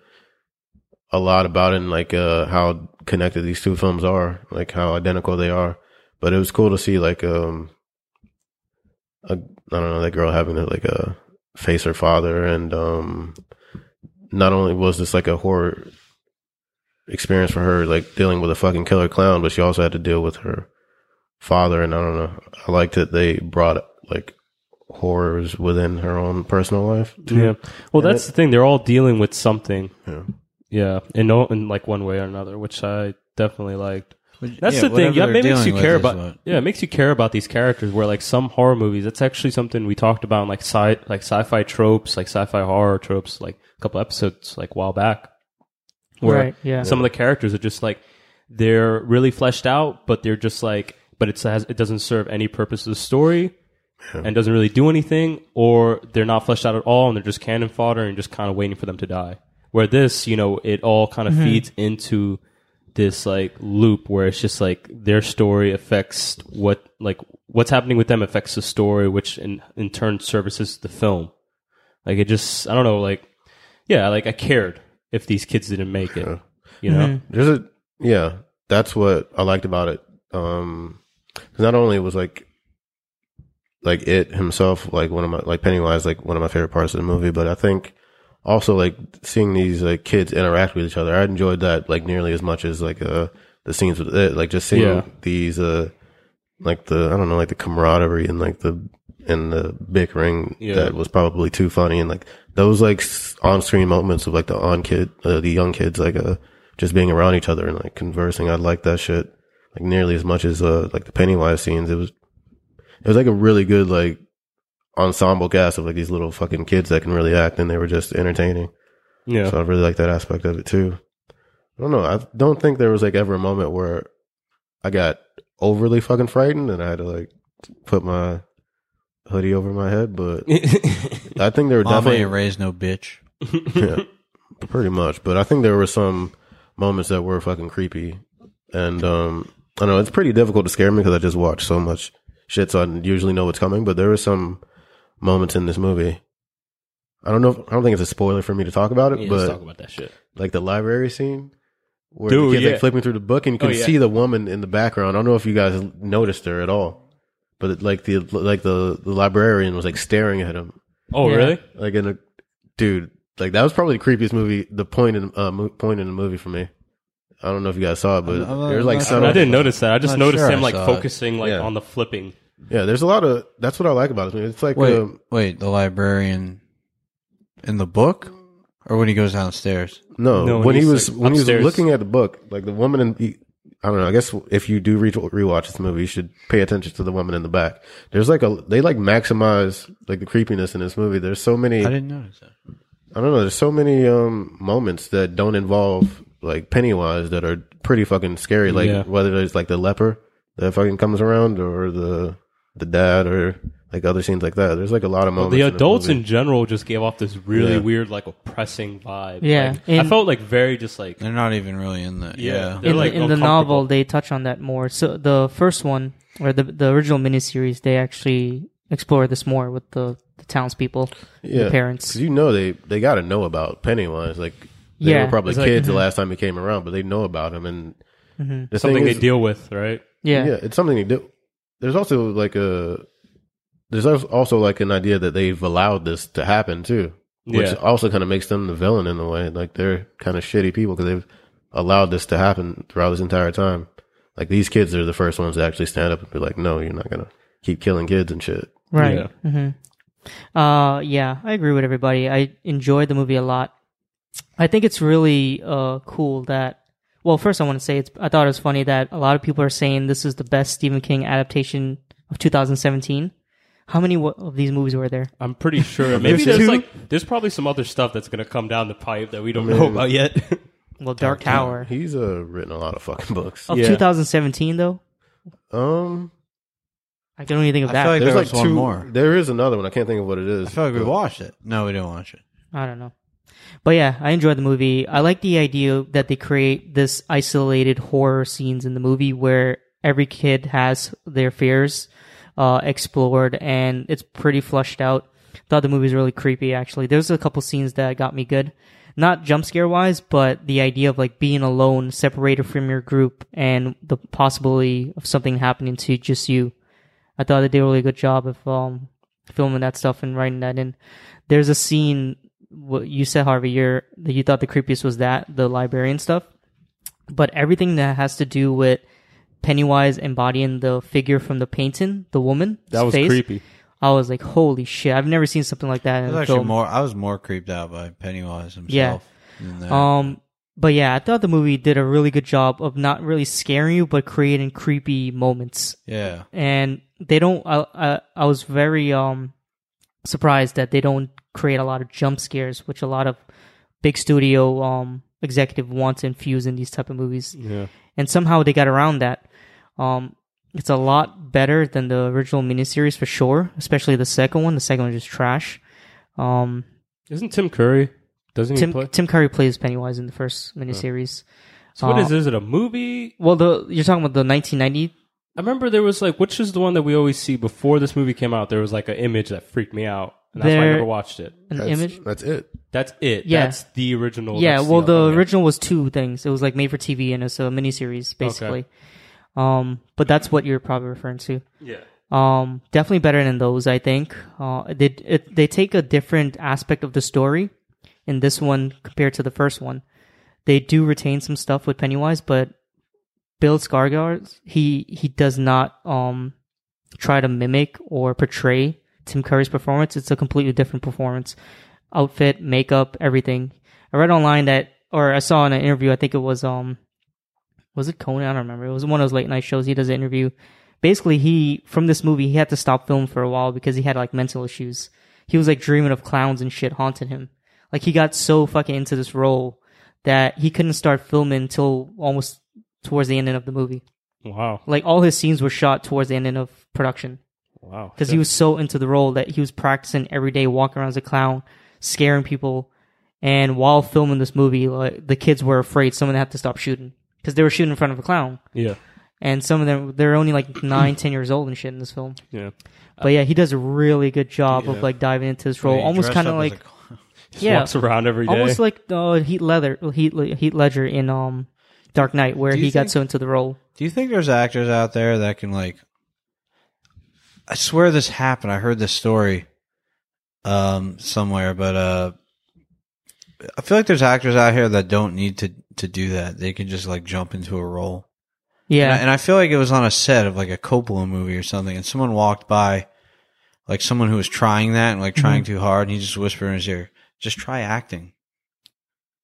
Speaker 4: a lot about it and like uh, how connected these two films are, like how identical they are. But it was cool to see like um, a, I don't know that girl having to like uh, face her father, and um, not only was this like a horror experience for her, like dealing with a fucking killer clown, but she also had to deal with her father. And I don't know, I liked that they brought like horrors within her own personal life. too.
Speaker 2: Yeah. Well, that's the thing. They're all dealing with something.
Speaker 4: Yeah.
Speaker 2: Yeah. In no, in like one way or another, which I definitely liked.
Speaker 3: Which-
Speaker 2: That's
Speaker 3: yeah,
Speaker 2: the thing.
Speaker 3: whatever
Speaker 2: Yeah,
Speaker 3: they're
Speaker 2: it makes
Speaker 3: dealing
Speaker 2: you
Speaker 3: with
Speaker 2: care
Speaker 3: is
Speaker 2: about.
Speaker 3: what-
Speaker 2: Yeah, it makes you care about these characters. Where like some horror movies, that's actually something we talked about, in, like sci like sci-fi tropes, like sci-fi horror tropes, like a couple episodes like a while back. Where
Speaker 1: Right, yeah.
Speaker 2: some of the characters are just like they're really fleshed out, but they're just like, but it's has, it doesn't serve any purpose of the story. And doesn't really do anything, or they're not fleshed out at all, and they're just cannon fodder and just kind of waiting for them to die. Where this, you know, it all kind
Speaker 1: Mm-hmm.
Speaker 2: of feeds into this like loop where it's just like their story affects what like what's happening with them affects the story which in in turn services the film like it just i don't know like yeah like i cared if these kids didn't make it you know
Speaker 4: There's a yeah. That's what I liked about it. Um, 'cause not only was like like it himself like one of my like Pennywise like one of my favorite parts of the movie, but I think also like seeing these like kids interact with each other. I enjoyed that like nearly as much as like uh the scenes with it. Like just seeing
Speaker 2: Yeah.
Speaker 4: these uh like the I don't know like the camaraderie and like the and the bickering
Speaker 2: Yeah.
Speaker 4: that was probably too funny and like those like on screen moments of like the on kid uh, the young kids like uh just being around each other and like conversing. I like that shit like nearly as much as uh like the Pennywise scenes. It was it was like a really good like ensemble cast of like these little fucking kids that can really act and they were just entertaining.
Speaker 2: yeah
Speaker 4: So I really like that aspect of it too. I don't know. I don't think there was like ever a moment where I got overly fucking frightened and I had to like put my hoodie over my head, but I think there were
Speaker 3: Mama
Speaker 4: definitely
Speaker 3: ain't raised no bitch.
Speaker 4: yeah, pretty much. But I think there were some moments that were fucking creepy, and um, I know it's pretty difficult to scare me because I just watch so much shit, so I usually know what's coming. But there were some moments in this movie. I don't know. If, I don't think it's a spoiler for me to talk about it,
Speaker 2: Yeah,
Speaker 4: but
Speaker 2: let's talk about that shit
Speaker 4: like the library scene where
Speaker 2: Dude,
Speaker 4: the kid's
Speaker 2: yeah.
Speaker 4: like flipping through the book and you can
Speaker 2: Oh, yeah.
Speaker 4: see the woman in the background. I don't know if you guys noticed her at all, but it, like the like the, the librarian was like staring at him,
Speaker 2: oh
Speaker 1: Yeah.
Speaker 2: really
Speaker 4: like in a dude. Like that was probably the creepiest movie. The point in uh, mo- point in the movie for me. I don't know if you guys saw it, but
Speaker 3: I'm not-
Speaker 4: there's like
Speaker 3: I'm not
Speaker 4: some
Speaker 2: i didn't notice that i just
Speaker 3: Not
Speaker 2: noticed
Speaker 3: sure
Speaker 2: him
Speaker 3: I
Speaker 2: like
Speaker 3: saw it.
Speaker 2: focusing like
Speaker 4: Yeah.
Speaker 2: on the flipping
Speaker 4: yeah. There's a lot of that's what I like about it. It's like
Speaker 3: Wait,
Speaker 4: um,
Speaker 3: wait, the librarian in the book, or when he goes downstairs?
Speaker 4: No,
Speaker 2: No,
Speaker 4: when he
Speaker 2: he's,
Speaker 4: was
Speaker 2: like,
Speaker 4: when he
Speaker 2: upstairs.
Speaker 4: was looking at the book, like the woman in he, I don't know. I guess if you do re- rewatch this movie, you should pay attention to the woman in the back. There's like a they like maximize like the creepiness in this movie. There's so many
Speaker 3: I
Speaker 4: I,
Speaker 3: didn't notice that.
Speaker 4: don't know. There's so many um moments that don't involve like Pennywise that are pretty fucking scary. Like
Speaker 2: Yeah.
Speaker 4: whether it's like the leper that fucking comes around or the the dad or like other scenes like that. There's like a lot of moments.
Speaker 2: the
Speaker 4: in the
Speaker 2: adults
Speaker 4: movie.
Speaker 2: in general just gave off this really
Speaker 4: Yeah.
Speaker 2: weird like oppressing vibe
Speaker 1: Yeah,
Speaker 2: Like, i
Speaker 1: and-
Speaker 2: felt like very just like
Speaker 3: They're not even really in the
Speaker 2: Yeah.
Speaker 3: yeah.
Speaker 2: They're,
Speaker 1: in,
Speaker 2: like,
Speaker 1: in the
Speaker 2: uncomfortable.
Speaker 1: novel they touch on that more so the first one or the the original miniseries they actually explore this more with the, the townspeople and the parents
Speaker 4: 'Cause you know they they got to know about Pennywise. Like they
Speaker 1: Yeah.
Speaker 4: were probably
Speaker 2: It's like- mm-hmm.
Speaker 4: kids the last time he came around, but they know about him and the
Speaker 2: something
Speaker 4: thing
Speaker 2: they
Speaker 4: is-
Speaker 2: deal with right
Speaker 1: Mm-hmm. yeah.
Speaker 4: Yeah, it's something they do. There's also like a there's als- also like an idea that they've allowed this to happen too, which
Speaker 2: Yeah.
Speaker 4: also kind of makes them the villain in a way. Like they're kind of shitty people because they've allowed this to happen throughout this entire time. Like these kids are the first ones to actually stand up and be like, "No, you're not gonna keep killing kids and shit."
Speaker 1: right Uh, yeah, I agree with everybody. I enjoyed the movie a lot. I think it's really uh, cool that. Well, first I want to say it's. I thought it was funny that a lot of people are saying this is the best Stephen King adaptation of 2017. How many wa- of these movies were there?
Speaker 2: I'm pretty sure. Maybe
Speaker 4: There's
Speaker 2: there's,
Speaker 4: two.
Speaker 2: like there's probably some other stuff that's gonna come down the pipe that we don't know about yet.
Speaker 1: Well, Dark Tower.
Speaker 4: He's uh, written a lot of fucking books.
Speaker 1: Of
Speaker 2: Yeah.
Speaker 1: 2017, though,
Speaker 4: Um,
Speaker 1: I can only think of
Speaker 3: I
Speaker 1: that. I,
Speaker 3: feel like-
Speaker 4: there's
Speaker 3: there
Speaker 4: like
Speaker 3: was one
Speaker 4: two
Speaker 3: more.
Speaker 4: There is another one. I can't think of what it is.
Speaker 3: I feel like we
Speaker 4: but-
Speaker 3: watched it. No, we didn't watch it.
Speaker 1: don't know. But yeah, I enjoyed the movie. I like the idea that they create this isolated horror scenes in the movie where every kid has their fears uh, explored, and it's pretty flushed out. Thought the movie was really creepy. Actually, there's a couple scenes that got me good. Not jump scare wise, but the idea of like being alone, separated from your group, and the possibility of something happening to just you. I thought they did a really good job of um, filming that stuff and writing that in. There's a scene what you said, Harvey, you're, that you thought the creepiest was that the librarian stuff, but everything that has to do with Pennywise embodying the figure from the painting, the woman,
Speaker 2: that was
Speaker 1: face,
Speaker 2: creepy.
Speaker 1: I was like, holy shit! I've never seen something like that
Speaker 3: I
Speaker 1: in
Speaker 3: was
Speaker 1: a
Speaker 3: actually
Speaker 1: film.
Speaker 3: more. I was more creeped out by Pennywise
Speaker 1: Yeah.
Speaker 3: himself. than that.
Speaker 1: Um, but yeah, I thought the movie did a really good job of not really scaring you, but creating creepy moments.
Speaker 3: yeah.
Speaker 1: And they don't. I I, I was very um surprised that they don't create a lot of jump scares, which a lot of big studio um executive wants to infuse in these type of movies.
Speaker 2: Yeah.
Speaker 1: And somehow they got around that. Um, it's a lot better than the original miniseries for sure, especially the second one. The second one is just trash. Um,
Speaker 2: Isn't Tim Curry? Doesn't he play?
Speaker 1: Tim, Tim Curry plays Pennywise in the first miniseries.
Speaker 2: so what
Speaker 1: uh,
Speaker 2: is? Is it a movie?
Speaker 1: Well, the you're talking about the 1990.
Speaker 2: I remember there was like, which is the one that we always see before this movie came out. There was like an image that freaked me out, and that's why I
Speaker 1: There-
Speaker 2: never watched it.
Speaker 1: An
Speaker 4: That's,
Speaker 1: image.
Speaker 4: That's it.
Speaker 2: That's it.
Speaker 1: Yeah.
Speaker 2: That's the original.
Speaker 1: yeah.
Speaker 2: that's
Speaker 1: Well, the
Speaker 2: okay.
Speaker 1: original was two things. It was like made for TV and it's a miniseries basically. Um, but that's what you're probably referring to.
Speaker 2: Yeah.
Speaker 1: Um, definitely better than those, I think. Uh, they it, they take a different aspect of the story in this one compared to the first one. They do retain some stuff with Pennywise, but Bill Skarsgård he he does not um try to mimic or portray Tim Curry's performance. It's a completely different performance, outfit, makeup, everything. I read online that, or I saw in an interview. I think it was um was it Conan? I don't remember. It was one of those late night shows. He does an interview. Basically, he from this movie he had to stop film for a while because he had like mental issues. He was like dreaming of clowns and shit haunting him. Like he got so fucking into this role that he couldn't start filming until almost towards the ending of the movie.
Speaker 2: Wow.
Speaker 1: Like all his scenes were shot towards the ending of production
Speaker 2: Wow.
Speaker 1: because he was so into the role that he was practicing every day, walking around as a clown, scaring people. And while filming this movie, like the kids were afraid someone had to stop shooting because they were shooting in front of a clown
Speaker 2: Yeah.
Speaker 1: and some of them they're only like nine, ten years old and shit in this film.
Speaker 2: Yeah.
Speaker 1: But yeah, he does a really good job of like diving into this role,
Speaker 3: He
Speaker 1: almost
Speaker 3: dressed
Speaker 1: kind of
Speaker 3: up as
Speaker 1: like
Speaker 3: a cl-
Speaker 2: Just
Speaker 1: yeah,
Speaker 2: walks around every day.
Speaker 1: almost like uh, Heat Leather, Heat Heat Ledger in um Dark Knight, where
Speaker 3: Do you
Speaker 1: he got
Speaker 3: think-
Speaker 1: so into the role.
Speaker 3: Do you think there's actors out there that can like? I swear this happened. I heard this story, um, somewhere, but uh, I feel like there's actors out here that don't need to to do that. They can just like jump into a role. And I,
Speaker 1: Yeah,
Speaker 3: and I feel like it was on a set of like a Coppola movie or something, and someone walked by, like someone who was trying that and like
Speaker 2: Mm-hmm.
Speaker 3: trying too hard, and he just whispered in his ear, "Just try acting."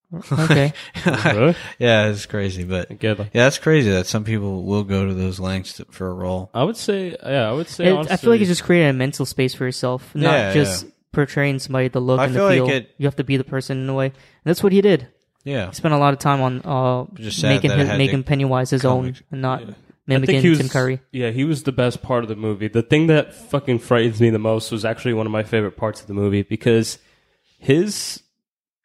Speaker 1: okay,
Speaker 2: Really?
Speaker 3: yeah, it's crazy, but
Speaker 2: Again, like-
Speaker 3: yeah, that's crazy that some people will go to those lengths to, for a role.
Speaker 2: I would say, yeah, I would say.
Speaker 1: It-
Speaker 2: honestly,
Speaker 1: I feel like it's just creating a mental space for yourself, not
Speaker 3: Yeah,
Speaker 1: just portraying somebody the look
Speaker 3: I
Speaker 1: and the
Speaker 3: feel like
Speaker 1: feel.
Speaker 3: it-
Speaker 1: you have to be the person in a way, and that's what he did.
Speaker 3: Yeah,
Speaker 1: He spent a lot of time on uh
Speaker 3: Just sad
Speaker 1: making
Speaker 3: that it
Speaker 1: him,
Speaker 3: had to
Speaker 1: making Pennywise his own
Speaker 3: ex-
Speaker 1: and not
Speaker 2: I think
Speaker 1: mimicking
Speaker 2: he was,
Speaker 1: Tim Curry.
Speaker 2: Yeah, he was the best part of the movie. The thing that fucking frightens me the most was actually one of my favorite parts of the movie because his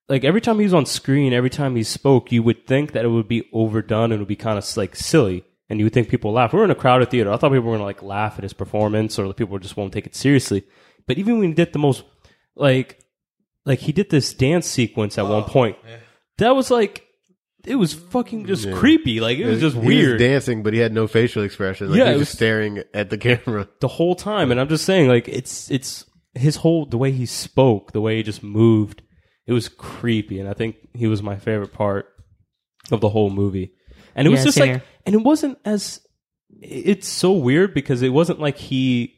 Speaker 2: like every time he was on screen, every time he spoke, you would think that it would be overdone and it would be kind of like silly, and you would think people would laugh. We were in a crowded theater. I thought people were gonna like laugh at his performance, or people just won't take it seriously. But even when he did the most like like he did this dance sequence at one point, that was like. It was fucking just creepy. Like it was just
Speaker 4: He
Speaker 2: weird.
Speaker 4: dancing, but he had no facial expression. Like,
Speaker 2: Yeah,
Speaker 4: he
Speaker 2: it
Speaker 4: was
Speaker 2: was-
Speaker 4: just staring at the camera.
Speaker 2: the whole time. And I'm just saying, like, it's it's his whole the way he spoke, the way he just moved, it was creepy. And I think he was my favorite part of the whole movie. And it was
Speaker 1: Yeah,
Speaker 2: just
Speaker 1: same
Speaker 2: like,
Speaker 1: here.
Speaker 2: and it wasn't as it's so weird because it wasn't like he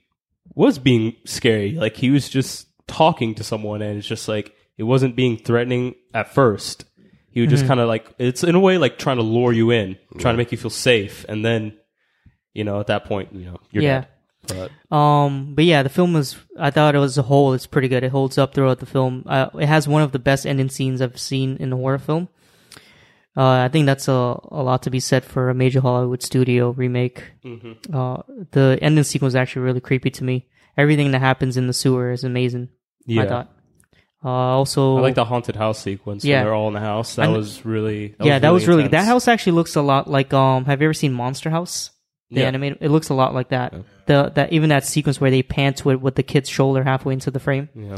Speaker 2: was being scary. Like he was just talking to someone, and it's just like it wasn't being threatening at first. He would
Speaker 1: Mm-hmm.
Speaker 2: just kind of like it's in a way like trying to lure you in, trying to make you feel safe, and then you know at that point you know you're
Speaker 1: yeah.
Speaker 2: dead. But
Speaker 1: Um, but yeah, the film was. I thought it was a whole. It's pretty good. It holds up throughout the film. Uh, it has one of the best ending scenes I've seen in a horror film. Uh, I think that's a, a lot to be said for a major Hollywood studio remake.
Speaker 2: Mm-hmm.
Speaker 1: Uh, the ending sequence was actually really creepy to me. Everything that happens in the sewer is amazing.
Speaker 2: yeah,
Speaker 1: I thought. Uh, also,
Speaker 2: I like the haunted house sequence. Yeah,
Speaker 1: Yeah.
Speaker 2: when they're all in the house. That
Speaker 1: And-
Speaker 2: was really
Speaker 1: yeah, that was really that
Speaker 2: intense.
Speaker 1: house actually looks a lot like um. Have you ever seen Monster House? The
Speaker 2: Yeah.
Speaker 1: animated, it looks a lot like that. The that even that sequence where they pan to it with the kid's shoulder halfway into the frame,
Speaker 2: Yeah.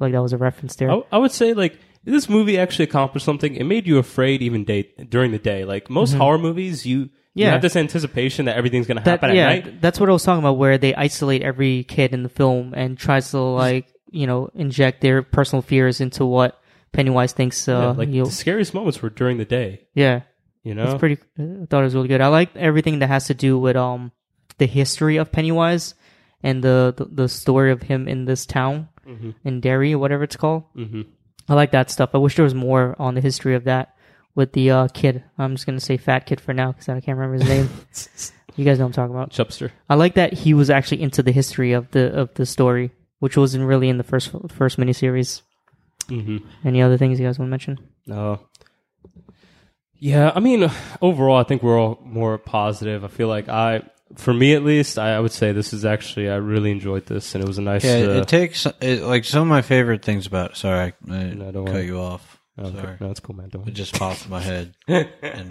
Speaker 1: like that was a reference there.
Speaker 2: I, I would say like this movie actually accomplished something. It made you afraid even day during the day. Like most horror movies, you you
Speaker 1: Mm-hmm. Yeah.
Speaker 2: have this anticipation that everything's going to
Speaker 1: that
Speaker 2: happen
Speaker 1: yeah,
Speaker 2: at night.
Speaker 1: th- that's what I was talking about, where they isolate every kid in the film and tries to like you know inject their personal fears into what Pennywise thinks.
Speaker 2: Yeah,
Speaker 1: Uh,
Speaker 2: like
Speaker 1: he'll-
Speaker 2: the scariest moments were during the day.
Speaker 1: yeah,
Speaker 2: You know,
Speaker 1: it's pretty. I thought it was really good. I liked everything that has to do with um the history of Pennywise and the the, the story of him in this town in Derry, whatever it's called.
Speaker 2: Mhm.
Speaker 1: I like that stuff. I wish there was more on the history of that with the uh, kid. I'm just gonna say fat kid for now because I can't remember his name. you guys know what I'm talking about.
Speaker 2: Chubster.
Speaker 1: I like that he was actually into the history of the of the story, which wasn't really in the first first miniseries.
Speaker 2: Mhm.
Speaker 1: Any other things you guys want to mention?
Speaker 2: No. Uh, Yeah, I mean, overall, I think we're all more positive. I feel like I, for me at least, I, I would say this is actually I really enjoyed this, and it was a nice.
Speaker 3: Yeah, it-
Speaker 2: uh,
Speaker 3: it takes it, like some of my favorite things about. Sorry, I, I
Speaker 2: No,
Speaker 3: cut
Speaker 2: don't worry.
Speaker 3: you off.
Speaker 2: oh, okay.
Speaker 3: Sorry,
Speaker 2: No, it's cool, man. Don't
Speaker 3: it just popped in my head. and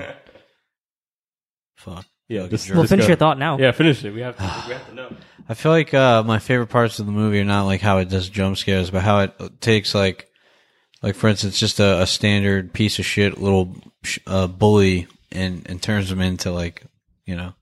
Speaker 3: fuck.
Speaker 2: yeah, just,
Speaker 1: Well,
Speaker 2: just
Speaker 1: finish
Speaker 2: go.
Speaker 1: your thought now.
Speaker 2: Yeah, finish it. We have to. we have to know.
Speaker 3: I feel like uh, my favorite parts of the movie are not like how it does jump scares, but how it takes like, like for instance, just a, a standard piece of shit little sh- uh, bully and and turns him into like, you know,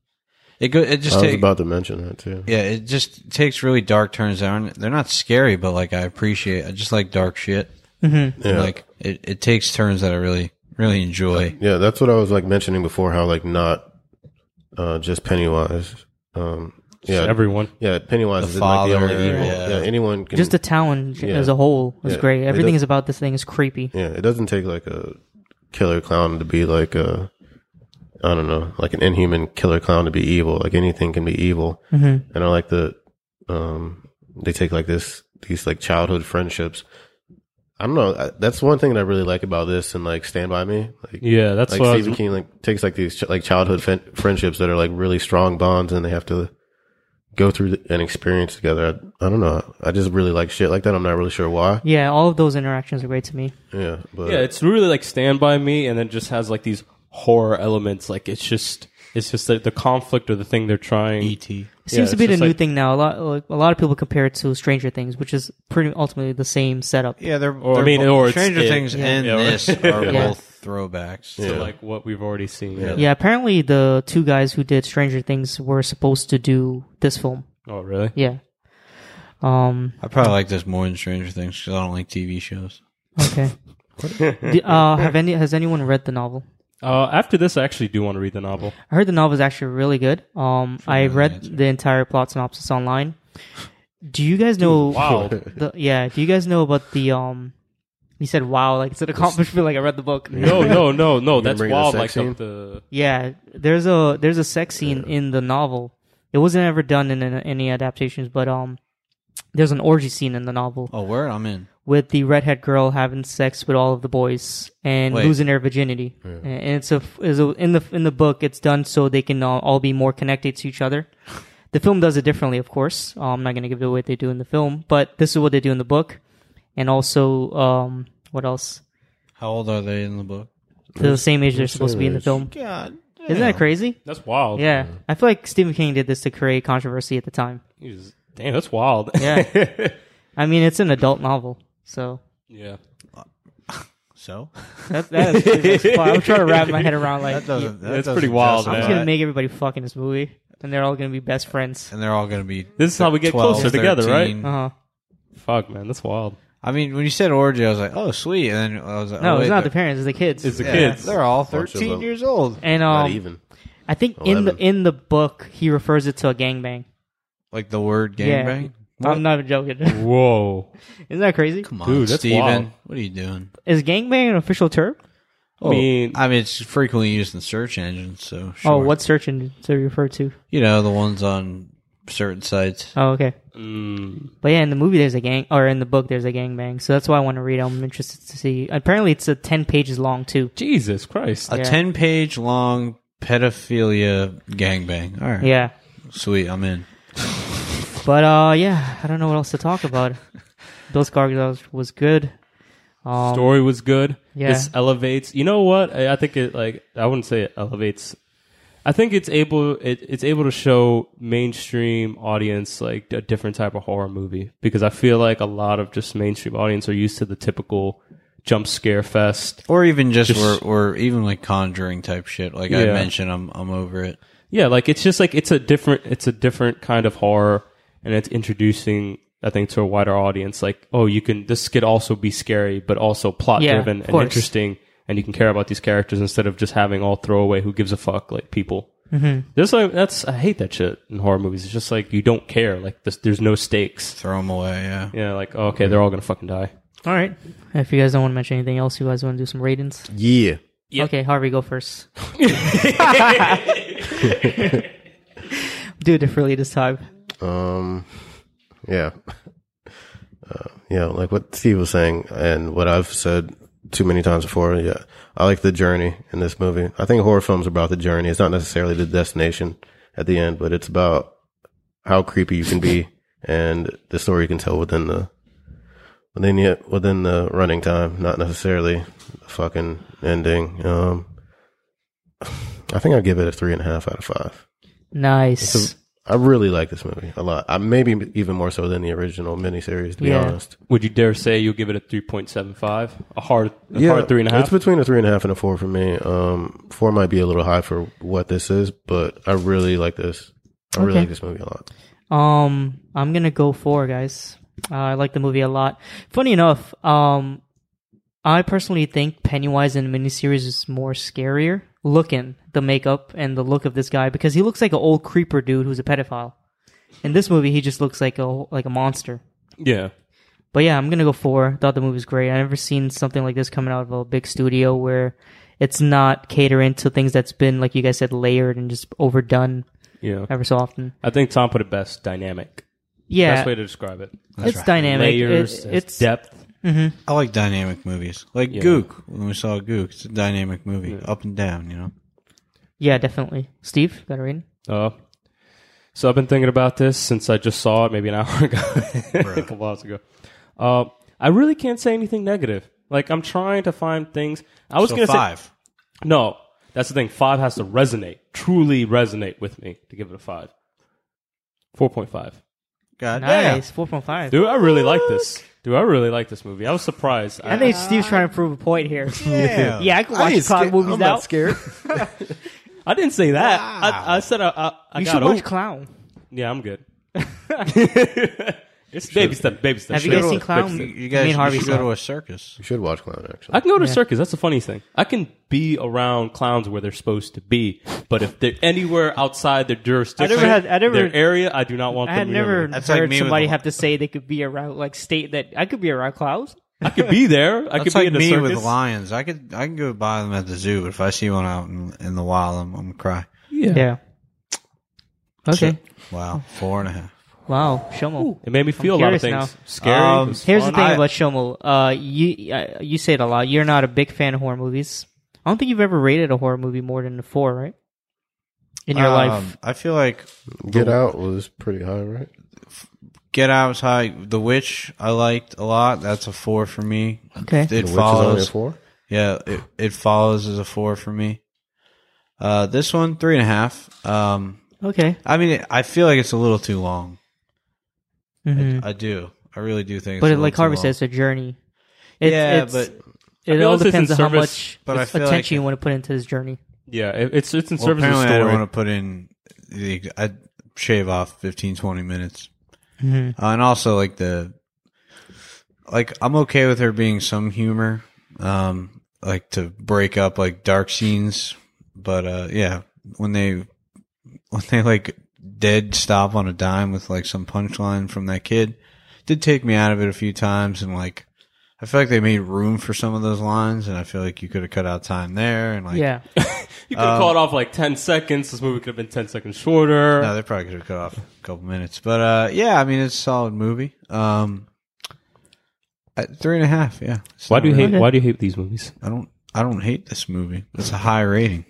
Speaker 3: it go it
Speaker 4: I
Speaker 3: just
Speaker 4: was
Speaker 3: takes
Speaker 4: about to mention that too.
Speaker 3: yeah it just takes really dark turns. They aren't they're not scary, but like I appreciate I just like dark shit.
Speaker 4: Yeah.
Speaker 3: Like it, it takes turns that I really really enjoy.
Speaker 4: Yeah, that's what I was like mentioning before. How like not uh, just Pennywise. Um, yeah,
Speaker 2: Just everyone.
Speaker 4: yeah, Pennywise
Speaker 3: The
Speaker 4: is like the
Speaker 3: father,
Speaker 4: only evil.
Speaker 3: yeah.
Speaker 4: Yeah. anyone can.
Speaker 1: Just the town
Speaker 4: Yeah.
Speaker 1: as a whole is
Speaker 4: Yeah.
Speaker 1: great.
Speaker 4: It
Speaker 1: Everything
Speaker 4: does-
Speaker 1: is about this thing is creepy.
Speaker 4: yeah, it doesn't take like a killer clown to be like a. I don't know, like an inhuman killer clown to be evil. Like anything can be evil, mm-hmm. and I like the. Um, they take like this these like childhood friendships. I don't know. I, that's one thing that I really like about this, and like Stand by Me. Like,
Speaker 2: Yeah, that's
Speaker 4: like
Speaker 2: what I was-
Speaker 4: Stephen King like takes like these ch- like childhood fin- friendships that are like really strong bonds, and they have to go through th- an experience together. I, I don't know. I just really like shit like that. I'm not really sure why.
Speaker 1: Yeah, all of those interactions are great to me.
Speaker 4: Yeah, but
Speaker 2: Yeah, it's really like Stand by Me, and then just has like these horror elements. Like it's just, it's just the, the conflict or the thing they're trying.
Speaker 4: E Uh,
Speaker 3: E.T.
Speaker 1: It seems
Speaker 2: Yeah,
Speaker 1: to be
Speaker 2: it's
Speaker 1: the
Speaker 2: just
Speaker 1: new
Speaker 2: like-
Speaker 1: thing now. A lot, like, a lot of people compare it to Stranger Things, which is pretty ultimately the same setup.
Speaker 3: Yeah, they're
Speaker 2: Or, I
Speaker 3: they're
Speaker 2: mean,
Speaker 3: both-
Speaker 2: or it's
Speaker 3: Stranger
Speaker 2: it.
Speaker 3: Things
Speaker 2: Yeah.
Speaker 3: and
Speaker 2: Yeah.
Speaker 3: this are
Speaker 1: Yeah.
Speaker 3: both throwbacks.
Speaker 2: to
Speaker 4: Yeah.
Speaker 2: like what we've already seen. Yeah.
Speaker 1: Yeah, apparently the two guys who did Stranger Things were supposed to do this film.
Speaker 2: Oh, really?
Speaker 1: Yeah. Um.
Speaker 3: I probably like this more than Stranger Things because I don't like TV shows.
Speaker 1: Okay. Do- uh, have any has anyone read the novel?
Speaker 2: Uh, after this, I actually do want to read the novel.
Speaker 1: I heard the novel is actually really good. Um, I read
Speaker 3: answer.
Speaker 1: the entire plot synopsis online. Do you guys know?
Speaker 2: Wow.
Speaker 1: The, yeah. Do you guys know about the um? You said wow, like it's an accomplishment. Like I read the book.
Speaker 2: No, no, no, no. That's
Speaker 4: bring the
Speaker 2: wild. Like
Speaker 4: sex
Speaker 2: the, the
Speaker 1: Yeah, there's a there's a sex scene in the novel. It wasn't ever done in, an- any adaptations, but um, there's an orgy scene in the novel
Speaker 3: Oh, where I'm in.
Speaker 1: with the redhead girl having sex with all of the boys and
Speaker 3: Wait.
Speaker 1: losing their virginity. And it's a, it's a in the in the book it's done so they can all, all be more connected to each other. The film does it differently, of course. Uh, I'm not going to give away what they do in the film, but this is what they do in the book, and also um, what else?
Speaker 3: How old are they in the book?
Speaker 1: They're the same age they're supposed to be in the film.
Speaker 3: God,
Speaker 1: Isn't that crazy?
Speaker 2: that's wild.
Speaker 1: Yeah, I feel like Stephen King did this to create controversy at the time.
Speaker 2: You just- damn, that's wild.
Speaker 1: Yeah, I mean it's an adult novel, so
Speaker 2: yeah.
Speaker 3: so
Speaker 1: that, that is pretty much- I'm trying to wrap my head around like
Speaker 3: doesn't. That
Speaker 2: That's
Speaker 3: doesn't
Speaker 2: pretty wild,
Speaker 1: I'm
Speaker 3: justify
Speaker 1: just
Speaker 2: man.
Speaker 1: gonna
Speaker 3: it.
Speaker 1: make everybody fuck in this movie, and they're all gonna be best friends.
Speaker 3: And they're all going to be.
Speaker 2: This is how we get
Speaker 3: 12,
Speaker 2: closer together, right? Uh-huh.
Speaker 3: 13.
Speaker 1: Uh huh.
Speaker 2: Fuck, man, that's wild.
Speaker 3: I mean, when you said orgy, I was like, oh, sweet. And then I was like,
Speaker 1: No,
Speaker 3: oh,
Speaker 1: it's
Speaker 3: wait,
Speaker 1: not the
Speaker 3: they're-
Speaker 1: parents; it's the kids.
Speaker 2: It's the
Speaker 3: yeah,
Speaker 2: kids.
Speaker 3: They're all
Speaker 4: Bunch of
Speaker 3: 13
Speaker 4: them.
Speaker 3: years old.
Speaker 1: and
Speaker 4: not
Speaker 1: um,
Speaker 4: even.
Speaker 1: I think in the
Speaker 4: 11.
Speaker 1: in the book he refers it to a gangbang.
Speaker 3: Like the word
Speaker 1: Yeah,
Speaker 2: Um,
Speaker 3: gangbang?
Speaker 1: I'm not even joking. Isn't
Speaker 2: Whoa.
Speaker 1: that crazy?
Speaker 3: Come on,
Speaker 2: Dude, that's
Speaker 3: Steven.
Speaker 2: wild.
Speaker 3: What are you doing?
Speaker 1: Is gangbang an official term?
Speaker 3: Oh,
Speaker 2: mean-
Speaker 3: I mean, it's frequently used in search engines, so.
Speaker 1: Oh,
Speaker 3: sure.
Speaker 1: what search engine to refer to?
Speaker 3: You know, the ones on certain sites.
Speaker 1: Oh, okay.
Speaker 2: Mm,
Speaker 1: But yeah, in the movie there's a gang, or in the book there's a gangbang. So that's why I want to read. I'm interested to see. Apparently, it's a ten pages long too.
Speaker 2: Jesus Christ.
Speaker 3: A
Speaker 1: Yeah.
Speaker 3: 10 page long pedophilia gangbang. All right.
Speaker 1: Yeah.
Speaker 3: Sweet. I'm in.
Speaker 1: But uh, yeah, I don't know what else to talk about. Bill Skarsgård was good. Um,
Speaker 2: Story was good.
Speaker 1: Yeah.
Speaker 2: This elevates. You know what? I, I think it like I wouldn't say it elevates. I think it's able it, it's able to show mainstream audience like a different type of horror movie because I feel like a lot of just mainstream audience are used to the typical jump scare fest
Speaker 3: Or even just,
Speaker 2: Just-
Speaker 3: or, or even like conjuring type shit. Like I
Speaker 2: Yeah.
Speaker 3: mentioned, I'm I'm over it.
Speaker 2: Yeah, like it's just like it's a different it's a different kind of horror and it's introducing I think to a wider audience like oh you can this could also be scary but also plot driven
Speaker 1: of
Speaker 2: and
Speaker 1: course.
Speaker 2: interesting and you can care about these characters instead of just having all throwaway who gives a fuck like people. Mm-hmm. There's like that's I hate that shit in horror movies. It's just like you don't care like this, there's no stakes.
Speaker 3: Throw them away. Yeah.
Speaker 2: Yeah, like oh, okay, they're all gonna fucking die.
Speaker 1: All right. If you guys don't want to mention anything else, you guys want to do some ratings?
Speaker 4: Yeah.
Speaker 1: Okay, Harvey, go first. do it differently this time.
Speaker 4: Um, yeah. Uh, yeah, like what Steve was saying and what I've said too many times before. Yeah. I like the journey in this movie. I think horror films are about the journey. It's not necessarily the destination at the end, but it's about how creepy you can be and the story you can tell within the within the within the running time, not necessarily the fucking ending. Um I think I give it a three and a half out of five.
Speaker 1: Nice.
Speaker 4: I really like this movie a lot. I, maybe even more so than the original miniseries, to be
Speaker 1: Yeah.
Speaker 4: honest.
Speaker 2: Would you dare say you'll give it a three point seven five? A hard a hard three and a half?
Speaker 4: It's between a three and a half and a four for me. Um, four might be a little high for what this is, but I really like this. I really
Speaker 1: Okay.
Speaker 4: like this movie a lot.
Speaker 1: Um, I'm gonna go four, guys. Uh, I like the movie a lot. Funny enough, um, I personally think Pennywise in the miniseries is more scarier looking, the makeup and the look of this guy, because he looks like an old creeper dude who's a pedophile. In this movie, he just looks like a like a monster.
Speaker 2: yeah.
Speaker 1: But yeah, I'm gonna go four. Thought the movie was great. I never seen something like this coming out of a big studio where it's not catering to things that's been like you guys said layered and just overdone
Speaker 2: Yeah.
Speaker 1: ever so often.
Speaker 2: I think Tom put it best dynamic.
Speaker 1: Yeah,
Speaker 2: Best way to describe it.
Speaker 1: it's dynamic.
Speaker 2: Layers,
Speaker 1: It-
Speaker 2: it's
Speaker 1: it's
Speaker 2: depth.
Speaker 3: I like dynamic movies. Like Gook. When we saw Gook, it's a dynamic movie. Up and down, you know?
Speaker 1: yeah, definitely. Steve, got a read.
Speaker 2: Uh, so I've been thinking about this since I just saw it maybe an hour ago, a couple hours ago. Uh, I really can't say anything negative. Like I'm trying to find things. I was
Speaker 3: So
Speaker 2: gonna
Speaker 3: five.
Speaker 2: say no. That's the thing. Five has to resonate, truly resonate with me to give it a five. Four point five.
Speaker 3: God damn.
Speaker 1: Nice, four point five.
Speaker 2: Dude, I really like this. Dude, I really like this movie. I was surprised.
Speaker 1: I think Steve's trying to prove a point here.
Speaker 3: Yeah.
Speaker 1: yeah, I can watch
Speaker 4: ain't
Speaker 1: clown
Speaker 4: scared-
Speaker 1: movies
Speaker 4: I'm
Speaker 1: out.
Speaker 4: not scared.
Speaker 2: I didn't say that. I, I said I, I, I
Speaker 1: You
Speaker 2: got
Speaker 1: should
Speaker 2: over-
Speaker 1: watch Clown.
Speaker 2: Yeah, I'm good. it's baby step, baby step.
Speaker 1: Have you
Speaker 2: Sure.
Speaker 1: guys seen
Speaker 2: Baby
Speaker 1: Clown?
Speaker 2: step.
Speaker 3: You, you
Speaker 1: I
Speaker 3: guys
Speaker 1: mean, Harvey
Speaker 3: you should go
Speaker 1: saw.
Speaker 3: to a circus.
Speaker 4: you should watch Clown, actually.
Speaker 2: I can go to a circus. That's the funny thing. I can be around clowns where they're supposed to be, but if they're anywhere outside their jurisdiction,
Speaker 1: I never had- I never-
Speaker 2: their area, I do not want.
Speaker 1: I
Speaker 2: them
Speaker 1: had
Speaker 2: near
Speaker 1: never
Speaker 2: me.
Speaker 3: That's like
Speaker 1: heard
Speaker 3: me with
Speaker 1: somebody
Speaker 3: a-
Speaker 1: have to say they could be around, like, state that I could be around clowns.
Speaker 2: I could be there. I could
Speaker 3: It's
Speaker 2: be
Speaker 3: like
Speaker 2: in a
Speaker 3: me
Speaker 2: circus.
Speaker 3: with lions. I could I can go buy them at the zoo, but if I see one out in, in the wild, I'm, I'm gonna cry.
Speaker 1: Yeah. Okay.
Speaker 3: Wow, four and a half.
Speaker 1: Wow, Shomo.
Speaker 2: It made me feel a
Speaker 1: I'm
Speaker 2: lot of
Speaker 1: curious
Speaker 2: things.
Speaker 1: now.
Speaker 2: Scary. it
Speaker 3: Um,
Speaker 2: was
Speaker 1: Here's
Speaker 2: fun.
Speaker 1: the thing
Speaker 3: I-
Speaker 1: about Shomo. Uh, you uh, you say it a lot. You're not a big fan of horror movies. I don't think you've ever rated a horror movie more than a four, right? In your life,
Speaker 3: Um, I feel like
Speaker 4: Get Out was pretty high, right?
Speaker 3: Get Out was high. The Witch I liked a lot. That's a four for me.
Speaker 1: okay.
Speaker 3: It
Speaker 4: The Witch is only a
Speaker 3: follows.
Speaker 4: four.
Speaker 3: Yeah, it, it follows as a four for me. Uh, this one three and a half. Um,
Speaker 1: Okay.
Speaker 3: I mean, I feel like it's a little too long.
Speaker 1: Mhm.
Speaker 3: I do. I really do think.
Speaker 1: but
Speaker 3: it's
Speaker 1: it,
Speaker 3: a little
Speaker 1: like
Speaker 3: too
Speaker 1: Harvey
Speaker 3: long.
Speaker 1: says, a journey. It's,
Speaker 3: yeah,
Speaker 1: it's,
Speaker 3: but
Speaker 1: it
Speaker 2: feel
Speaker 1: all
Speaker 2: it's just in
Speaker 1: depends on how
Speaker 2: service,
Speaker 1: much
Speaker 3: but I
Speaker 1: attention
Speaker 3: feel like-
Speaker 1: you want to put into this journey.
Speaker 2: Yeah, it, it's it's in
Speaker 3: well,
Speaker 2: service of
Speaker 3: apparently
Speaker 2: the
Speaker 3: I
Speaker 2: story.
Speaker 3: don't want to put in. The, I shave off 15, 20 minutes, uh, and also like the, like I'm okay with there being some humor, um, like to break up like dark scenes, but uh, yeah, when they, when they like dead stop on a dime with like some punchline from that kid, did take me out of it a few times, and like I feel like they made room for some of those lines, and I feel like you could have cut out time there. And like,
Speaker 1: yeah.
Speaker 2: You could
Speaker 3: uh,
Speaker 2: have called off like ten seconds. This movie could have been ten seconds shorter.
Speaker 3: no, they probably could have cut off a couple minutes. But uh, yeah, I mean, it's a solid movie. Um, I- three and a half. Yeah. It's
Speaker 2: why
Speaker 3: not
Speaker 2: do you hate?
Speaker 3: really-
Speaker 2: Why do you hate these movies?
Speaker 3: I don't. I don't hate this movie. It's a high rating.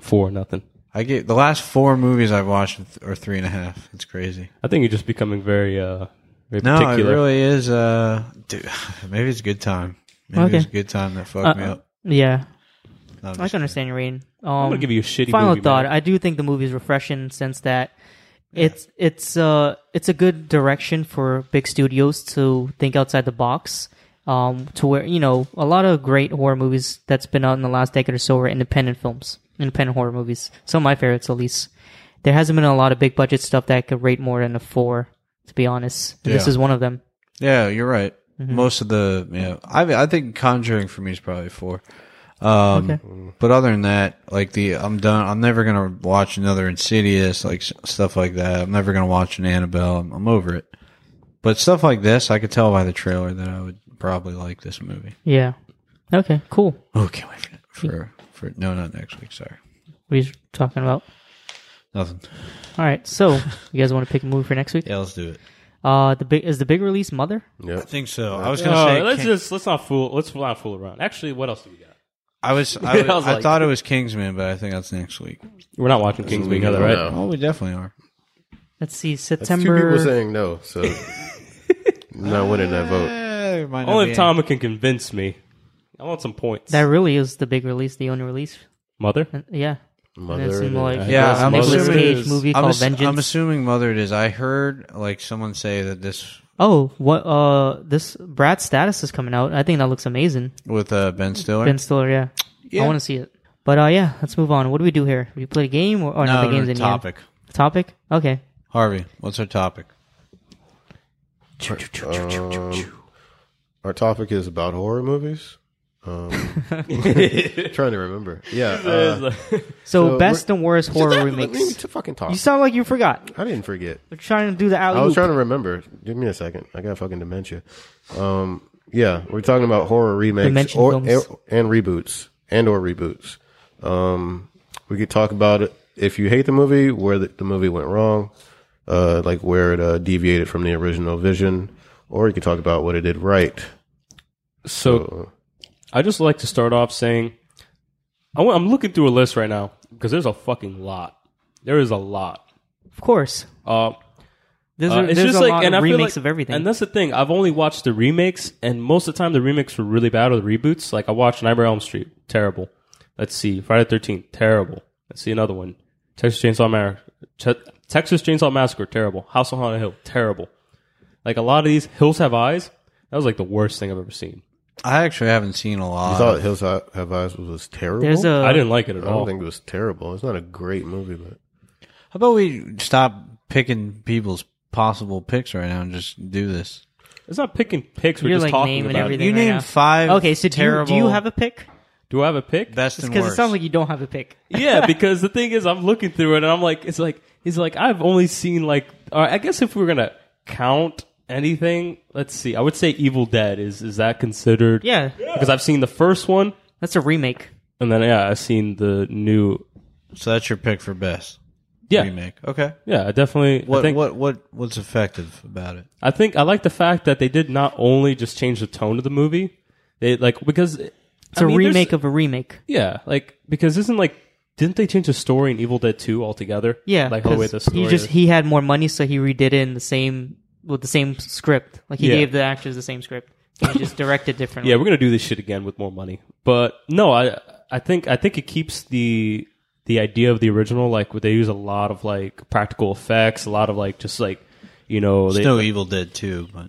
Speaker 2: Four nothing.
Speaker 3: I get the last four movies I've watched are three and a half. It's crazy.
Speaker 2: I think you're just becoming very, uh, very
Speaker 3: No,
Speaker 2: particular.
Speaker 3: it really is. Uh, dude, maybe it's a good time. Maybe it's a
Speaker 1: Okay.
Speaker 3: good time that fucked me
Speaker 1: Uh,
Speaker 3: up.
Speaker 1: yeah.
Speaker 3: No, I'm
Speaker 1: I
Speaker 3: just-
Speaker 1: can understand your rating. Um,
Speaker 2: I'm gonna give you a shitty
Speaker 1: final
Speaker 2: movie,
Speaker 1: thought.
Speaker 2: man.
Speaker 1: I do think the movie is refreshing in the sense that it's it's uh it's a good direction for big studios to think outside the box. Um, to where you know a lot of great horror movies that's been out in the last decade or so are independent films, independent horror movies. Some of my favorites, at least. There hasn't been a lot of big budget stuff that I could rate more than a four, to be honest. And This
Speaker 3: Yeah.
Speaker 1: is one of them.
Speaker 3: Yeah, you're right.
Speaker 2: Mm-hmm.
Speaker 3: Most of the yeah, I I think Conjuring for me is probably four. Um, but other than that, like the I'm done. I'm never gonna watch another Insidious, like s- stuff like that. I'm never gonna watch an Annabelle. I'm, I'm over it. But stuff like this, I could tell by the trailer that I would probably like this movie.
Speaker 1: Yeah. Okay. Cool.
Speaker 3: Oh, can't wait for for, for no, not next week. Sorry,
Speaker 1: What are you talking about?
Speaker 3: nothing.
Speaker 1: All right. So you guys want to pick a movie for next week?
Speaker 3: Yeah, let's do it.
Speaker 1: Uh, the big is the big release Mother.
Speaker 3: I think so. I was
Speaker 2: No,
Speaker 3: gonna say
Speaker 2: Oh, let's
Speaker 3: King-
Speaker 2: just let's not fool let's not fool around. Actually, what else do we got?
Speaker 3: I was I,
Speaker 2: I was
Speaker 3: I
Speaker 2: like-
Speaker 3: thought it was Kingsman, but I think that's next week.
Speaker 2: We're not watching Kings
Speaker 4: week
Speaker 2: together,
Speaker 4: of
Speaker 2: right?
Speaker 4: No.
Speaker 3: Oh, we definitely are.
Speaker 1: Let's see,
Speaker 4: That's Two
Speaker 1: September.
Speaker 4: people saying no, so not winning that vote.
Speaker 3: Eh, it might not
Speaker 2: Only
Speaker 3: be
Speaker 2: if Tama can convince me. I want some points.
Speaker 1: that really is the big release, the only release.
Speaker 2: Mother,
Speaker 1: And- Yeah,
Speaker 4: Mother,
Speaker 1: That's some,
Speaker 4: and-
Speaker 1: like-
Speaker 3: Yeah,
Speaker 2: That's
Speaker 3: I'm
Speaker 2: Mother
Speaker 3: assuming-
Speaker 1: Cage
Speaker 2: is-
Speaker 1: movie.
Speaker 3: I'm,
Speaker 1: called
Speaker 3: assu-
Speaker 1: Vengeance.
Speaker 3: I'm assuming Mother it is. I heard like someone say that this
Speaker 1: Oh, what? Uh, this Brad Status is coming out. I think that looks amazing.
Speaker 3: with uh, Ben Stiller.
Speaker 1: Ben Stiller, yeah, I want to see it. But uh, yeah, let's move on. What do we do here? We play a game or, or not
Speaker 3: no,
Speaker 1: the game's
Speaker 3: no,
Speaker 1: in the end?
Speaker 3: topic.
Speaker 1: Topic? Okay.
Speaker 3: Harvey, what's our topic?
Speaker 4: Our topic is about horror movies. Um, trying to remember. Yeah. uh,
Speaker 1: So,
Speaker 4: So
Speaker 1: best and worst horror
Speaker 4: let me
Speaker 1: remakes.
Speaker 4: to fucking talk.
Speaker 1: You sound like you forgot.
Speaker 4: I didn't forget.
Speaker 1: We're trying to do the alley.
Speaker 4: I was trying to remember. Give me a second. I got fucking dementia. Um, yeah, we're talking about horror remakes
Speaker 1: Dimension
Speaker 4: or and,
Speaker 1: films.
Speaker 4: and reboots and or reboots. Um, we could talk about it if you hate the movie, where the, the movie went wrong, uh, like where it uh, deviated from the original vision, or you could talk about what it did right.
Speaker 2: So, I just like to start off saying, I want, I'm looking through a list right now because there's a fucking lot. There is a lot.
Speaker 1: of course.
Speaker 2: Uh,
Speaker 1: There's,
Speaker 2: uh,
Speaker 1: a,
Speaker 2: it's
Speaker 1: there's
Speaker 2: just
Speaker 1: a
Speaker 2: like,
Speaker 1: lot
Speaker 2: and I
Speaker 1: of
Speaker 2: feel
Speaker 1: remakes
Speaker 2: like-
Speaker 1: of everything.
Speaker 2: And that's the thing. I've only watched the remakes, and most of the time the remakes were really bad or the reboots. Like I watched Nightmare on Elm Street, terrible. Let's see, Friday the Thirteenth, terrible. Let's see another one. Texas Chainsaw Massacre, Texas Chainsaw Massacre, terrible. House on Haunted Hill, terrible. Like a lot of these, Hills Have Eyes. That was like the worst thing I've ever seen.
Speaker 3: I actually haven't seen a
Speaker 4: I
Speaker 3: lot.
Speaker 4: thought Hills Have Have Eyes was, was terrible.
Speaker 1: Uh, there's a Oh.
Speaker 2: I didn't like it at
Speaker 4: Uh, I don't
Speaker 2: all.
Speaker 4: think it was terrible. It's not a great movie, but
Speaker 3: How about we stop picking people's possible picks right now and just do this?
Speaker 2: it's not picking picks. We're
Speaker 1: You're
Speaker 2: just
Speaker 1: like
Speaker 2: talking
Speaker 1: naming
Speaker 2: about. it.
Speaker 1: everything.
Speaker 3: You
Speaker 1: right
Speaker 3: named
Speaker 1: now.
Speaker 3: five.
Speaker 1: okay. So do you,
Speaker 3: terrible
Speaker 1: do you have a pick?
Speaker 2: Do I have a pick?
Speaker 3: best and
Speaker 1: Because
Speaker 3: worst?
Speaker 1: it sounds like you don't have a pick.
Speaker 2: yeah, because the thing is, I'm looking through it and I'm like, it's like, he's like, I've only seen like, all right, I guess if we were gonna count anything, let's see, I would say Evil Dead is is that considered?
Speaker 1: Yeah,
Speaker 2: because I've seen the first one
Speaker 1: that's a remake.
Speaker 2: and then yeah, I've seen the new.
Speaker 3: so that's your pick for best
Speaker 2: Yeah,
Speaker 3: remake. Okay.
Speaker 2: yeah, I definitely. I
Speaker 3: What
Speaker 2: think
Speaker 3: what what what's effective about it?
Speaker 2: I think I like the fact that they did not only just change the tone of the movie, they like because it's
Speaker 1: It's a remake of a remake.
Speaker 2: yeah, like because isn't like. Didn't they change the story in Evil Dead 2 altogether?
Speaker 1: Yeah,
Speaker 2: Like, oh,
Speaker 1: 'cause
Speaker 2: wait, the story.
Speaker 1: he just he had more money, so he redid it in the same with the same script. Like he
Speaker 2: Yeah.
Speaker 1: gave the actors the same script. He just directed differently.
Speaker 2: Yeah, we're gonna do this shit again with more money. But no, I I think I think it keeps the the idea of the original. Like they use a lot of like practical effects, a lot of like just like you know they,
Speaker 3: It's no Evil Dead too, but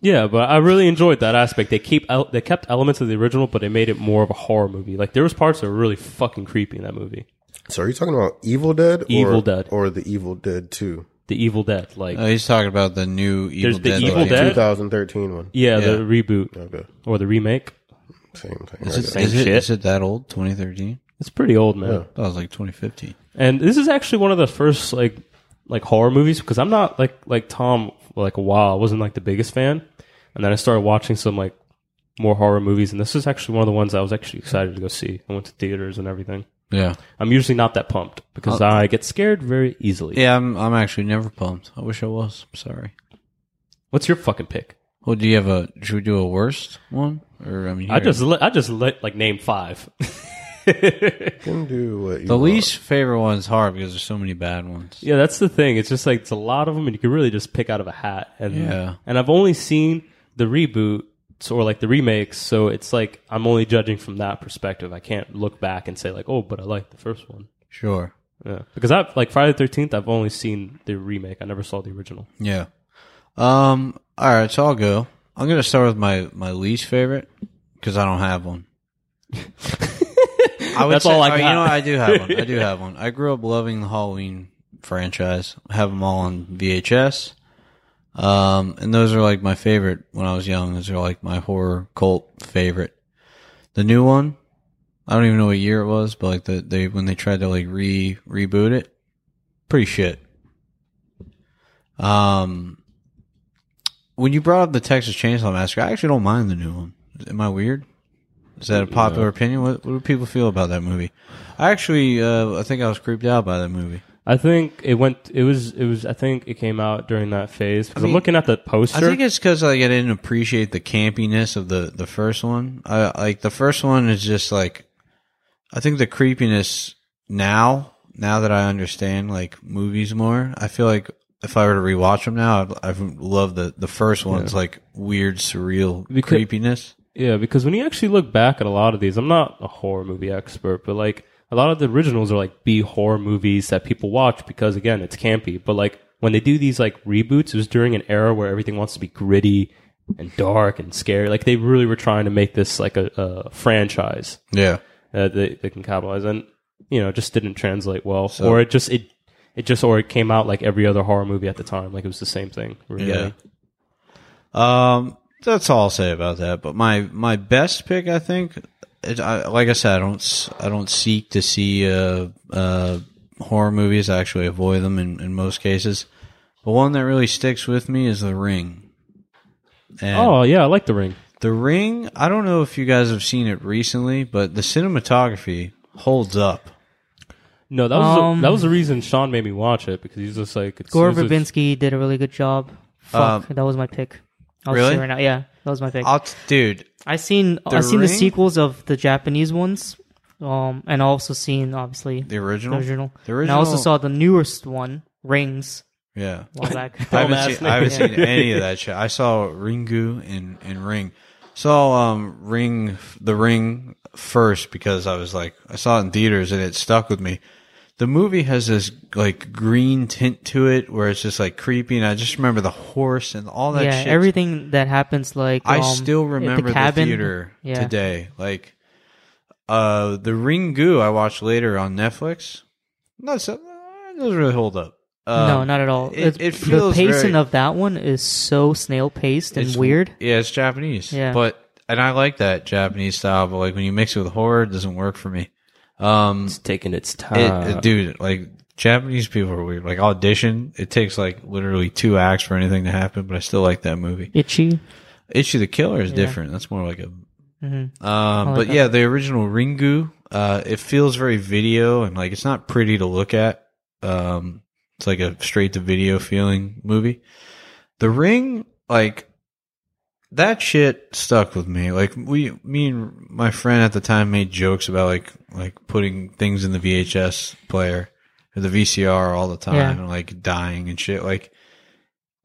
Speaker 2: yeah. But I really enjoyed that aspect. They keep el- they kept elements of the original, but they made it more of a horror movie. Like there was parts that were really fucking creepy in that movie,
Speaker 4: so are you talking about Evil Dead?
Speaker 2: Evil
Speaker 4: or,
Speaker 2: Dead.
Speaker 4: or the Evil Dead Two,
Speaker 2: The Evil Dead. Like
Speaker 3: oh, he's talking about the new Evil
Speaker 2: the
Speaker 3: Dead.
Speaker 2: Evil
Speaker 3: like,
Speaker 2: Dead?
Speaker 4: 2013 one.
Speaker 2: yeah, the
Speaker 3: yeah.
Speaker 2: reboot
Speaker 4: Okay,
Speaker 2: or the remake.
Speaker 4: same thing.
Speaker 3: Is
Speaker 4: right
Speaker 3: it,
Speaker 4: there.
Speaker 3: is, it,
Speaker 2: shit.
Speaker 3: is it that old? 2013?
Speaker 2: It's pretty old, man.
Speaker 3: That was like 2015.
Speaker 2: And this is actually one of the first like like horror movies because I'm not like like Tom for, like a while. I wasn't like the biggest fan, and then I started watching some like more horror movies, and this is actually one of the ones I was actually excited to go see. I went to theaters and everything.
Speaker 3: Yeah.
Speaker 2: I'm usually not that pumped because I get scared very easily.
Speaker 3: Uh, Yeah, I'm, I'm actually never pumped. I wish I was. I'm sorry.
Speaker 2: What's your fucking pick?
Speaker 3: Well, do you have a? Should we do a worst one? Or I mean,
Speaker 2: I
Speaker 3: here-
Speaker 2: just let, I just let like name five.
Speaker 4: can do what you
Speaker 3: the
Speaker 4: want.
Speaker 3: least favorite one's hard because there's so many bad ones.
Speaker 2: yeah, that's the thing. It's just like it's a lot of them, and you can really just pick out of a hat. And
Speaker 3: Yeah.
Speaker 2: and I've only seen the reboots or like the remakes, so it's like I'm only judging from that perspective. I can't look back and say like, oh, but I like the first one.
Speaker 3: Sure.
Speaker 2: Yeah, because I like Friday the Thirteenth. I've only seen the remake. I never saw the original.
Speaker 3: Yeah. Um. All right. So I'll go. I'm gonna start with my my least favorite because I don't have one. I would
Speaker 2: That's
Speaker 3: say-
Speaker 2: all I
Speaker 3: oh, You
Speaker 2: got.
Speaker 3: know, what? I do have one. I do have one. I grew up loving the Halloween franchise. Have them all on VHS. Um, and those are like my favorite when I was young. Those are like my horror cult favorite. The new one, I don't even know what year it was, but like the they when they tried to like re reboot it, pretty shit. Um, when you brought up the Texas Chainsaw Massacre, I actually don't mind the new one. Am I weird? Is that a popular opinion? What, what do people feel about that movie? I actually, uh, I think I was creeped out by that movie.
Speaker 2: I think it went. It was. It was. I think it came out during that phase because I am
Speaker 3: mean,
Speaker 2: looking at the poster.
Speaker 3: I think it's because like, I didn't appreciate the campiness of the the first one. I like the first one is just like, I think the creepiness now, now that I understand like movies more, I feel like if I were to rewatch them now, I'd, I've loved the the first one's like weird, surreal
Speaker 2: Because-
Speaker 3: creepiness.
Speaker 2: yeah, because when you actually look back at a lot of these, I'm not a horror movie expert, but like a lot of the originals are like B horror movies that people watch because again, it's campy. But like when they do these like reboots, it was during an era where everything wants to be gritty and dark and scary. Like they really were trying to make this like a, a franchise.
Speaker 3: Yeah,
Speaker 2: uh, that they can capitalize and you know it just didn't translate well or it just it it just or it came out like every other horror movie at the time like it was the same thing really.
Speaker 3: Yeah. Um, that's all I'll say about that. But my my best pick, I think, it, I, like I said, I don't s- I don't seek to see uh, uh, horror movies. I actually avoid them in, in most cases. But one that really sticks with me is The Ring. And
Speaker 2: oh yeah i like the ring
Speaker 3: The Ring, I don't know if you guys have seen it recently, but the cinematography holds up.
Speaker 2: no that was
Speaker 1: Um,
Speaker 2: the, that was the reason sean made me watch it because he's just like it's,
Speaker 1: Gore
Speaker 2: it's- it's-
Speaker 1: Verbinski did a really good job. Fuck, that was my pick. I'll
Speaker 3: really?
Speaker 1: say right now, yeah, that was my pick.
Speaker 3: I'll t- dude,
Speaker 1: I seen I seen the
Speaker 3: Ring?
Speaker 1: sequels of the Japanese ones, um, and also seen obviously
Speaker 3: the
Speaker 1: the
Speaker 3: original,
Speaker 1: original.
Speaker 3: The
Speaker 1: And I also
Speaker 3: original-
Speaker 1: saw the newest one, Rings,
Speaker 3: yeah.
Speaker 1: a while back.
Speaker 3: I haven't,
Speaker 2: Dumbass
Speaker 3: seen, I haven't
Speaker 1: name.
Speaker 3: seen any of that shit. I saw Ringu and, and Ring. Saw um Ring the Ring first because I was like I saw it in theaters and it stuck with me. The movie has this like green tint to it where it's just like creepy and I just remember the horse and all that
Speaker 1: yeah,
Speaker 3: shit.
Speaker 1: everything that happens, like
Speaker 3: I
Speaker 1: um,
Speaker 3: still
Speaker 1: at
Speaker 3: remember the,
Speaker 1: cabin.
Speaker 3: theater
Speaker 1: Yeah.
Speaker 3: today. Like uh the Ringu I watched later on Netflix. No, so, it doesn't really hold up.
Speaker 1: no,
Speaker 3: Um,
Speaker 1: not at all.
Speaker 3: it-
Speaker 1: It's-
Speaker 3: it feels
Speaker 1: the
Speaker 3: very-
Speaker 1: pacing of that one is so snail paced and
Speaker 3: It's-
Speaker 1: weird.
Speaker 3: Yeah, it's Japanese.
Speaker 1: Yeah.
Speaker 3: But and I like that Japanese style, but like when you mix it with horror, it doesn't work for me. Um
Speaker 2: it's taking its
Speaker 3: it,
Speaker 2: time
Speaker 1: Uh.
Speaker 3: it- dude, like Japanese people are weird. Like audition, it takes like literally two acts for anything to happen, but I still like that movie.
Speaker 1: Itchy.
Speaker 3: Issue the Killer is different. That's more like a
Speaker 1: Mm-hmm.
Speaker 3: um, but
Speaker 1: that.
Speaker 3: yeah, the original Ringu, uh, it feels very video and like it's not pretty to look at. Um, it's like a straight to video feeling movie. The Ring, like that shit stuck with me. Like we, me and my friend at the time made jokes about like like putting things in the VHS player or the VCR all the time
Speaker 1: Yeah.
Speaker 3: and like dying and shit. Like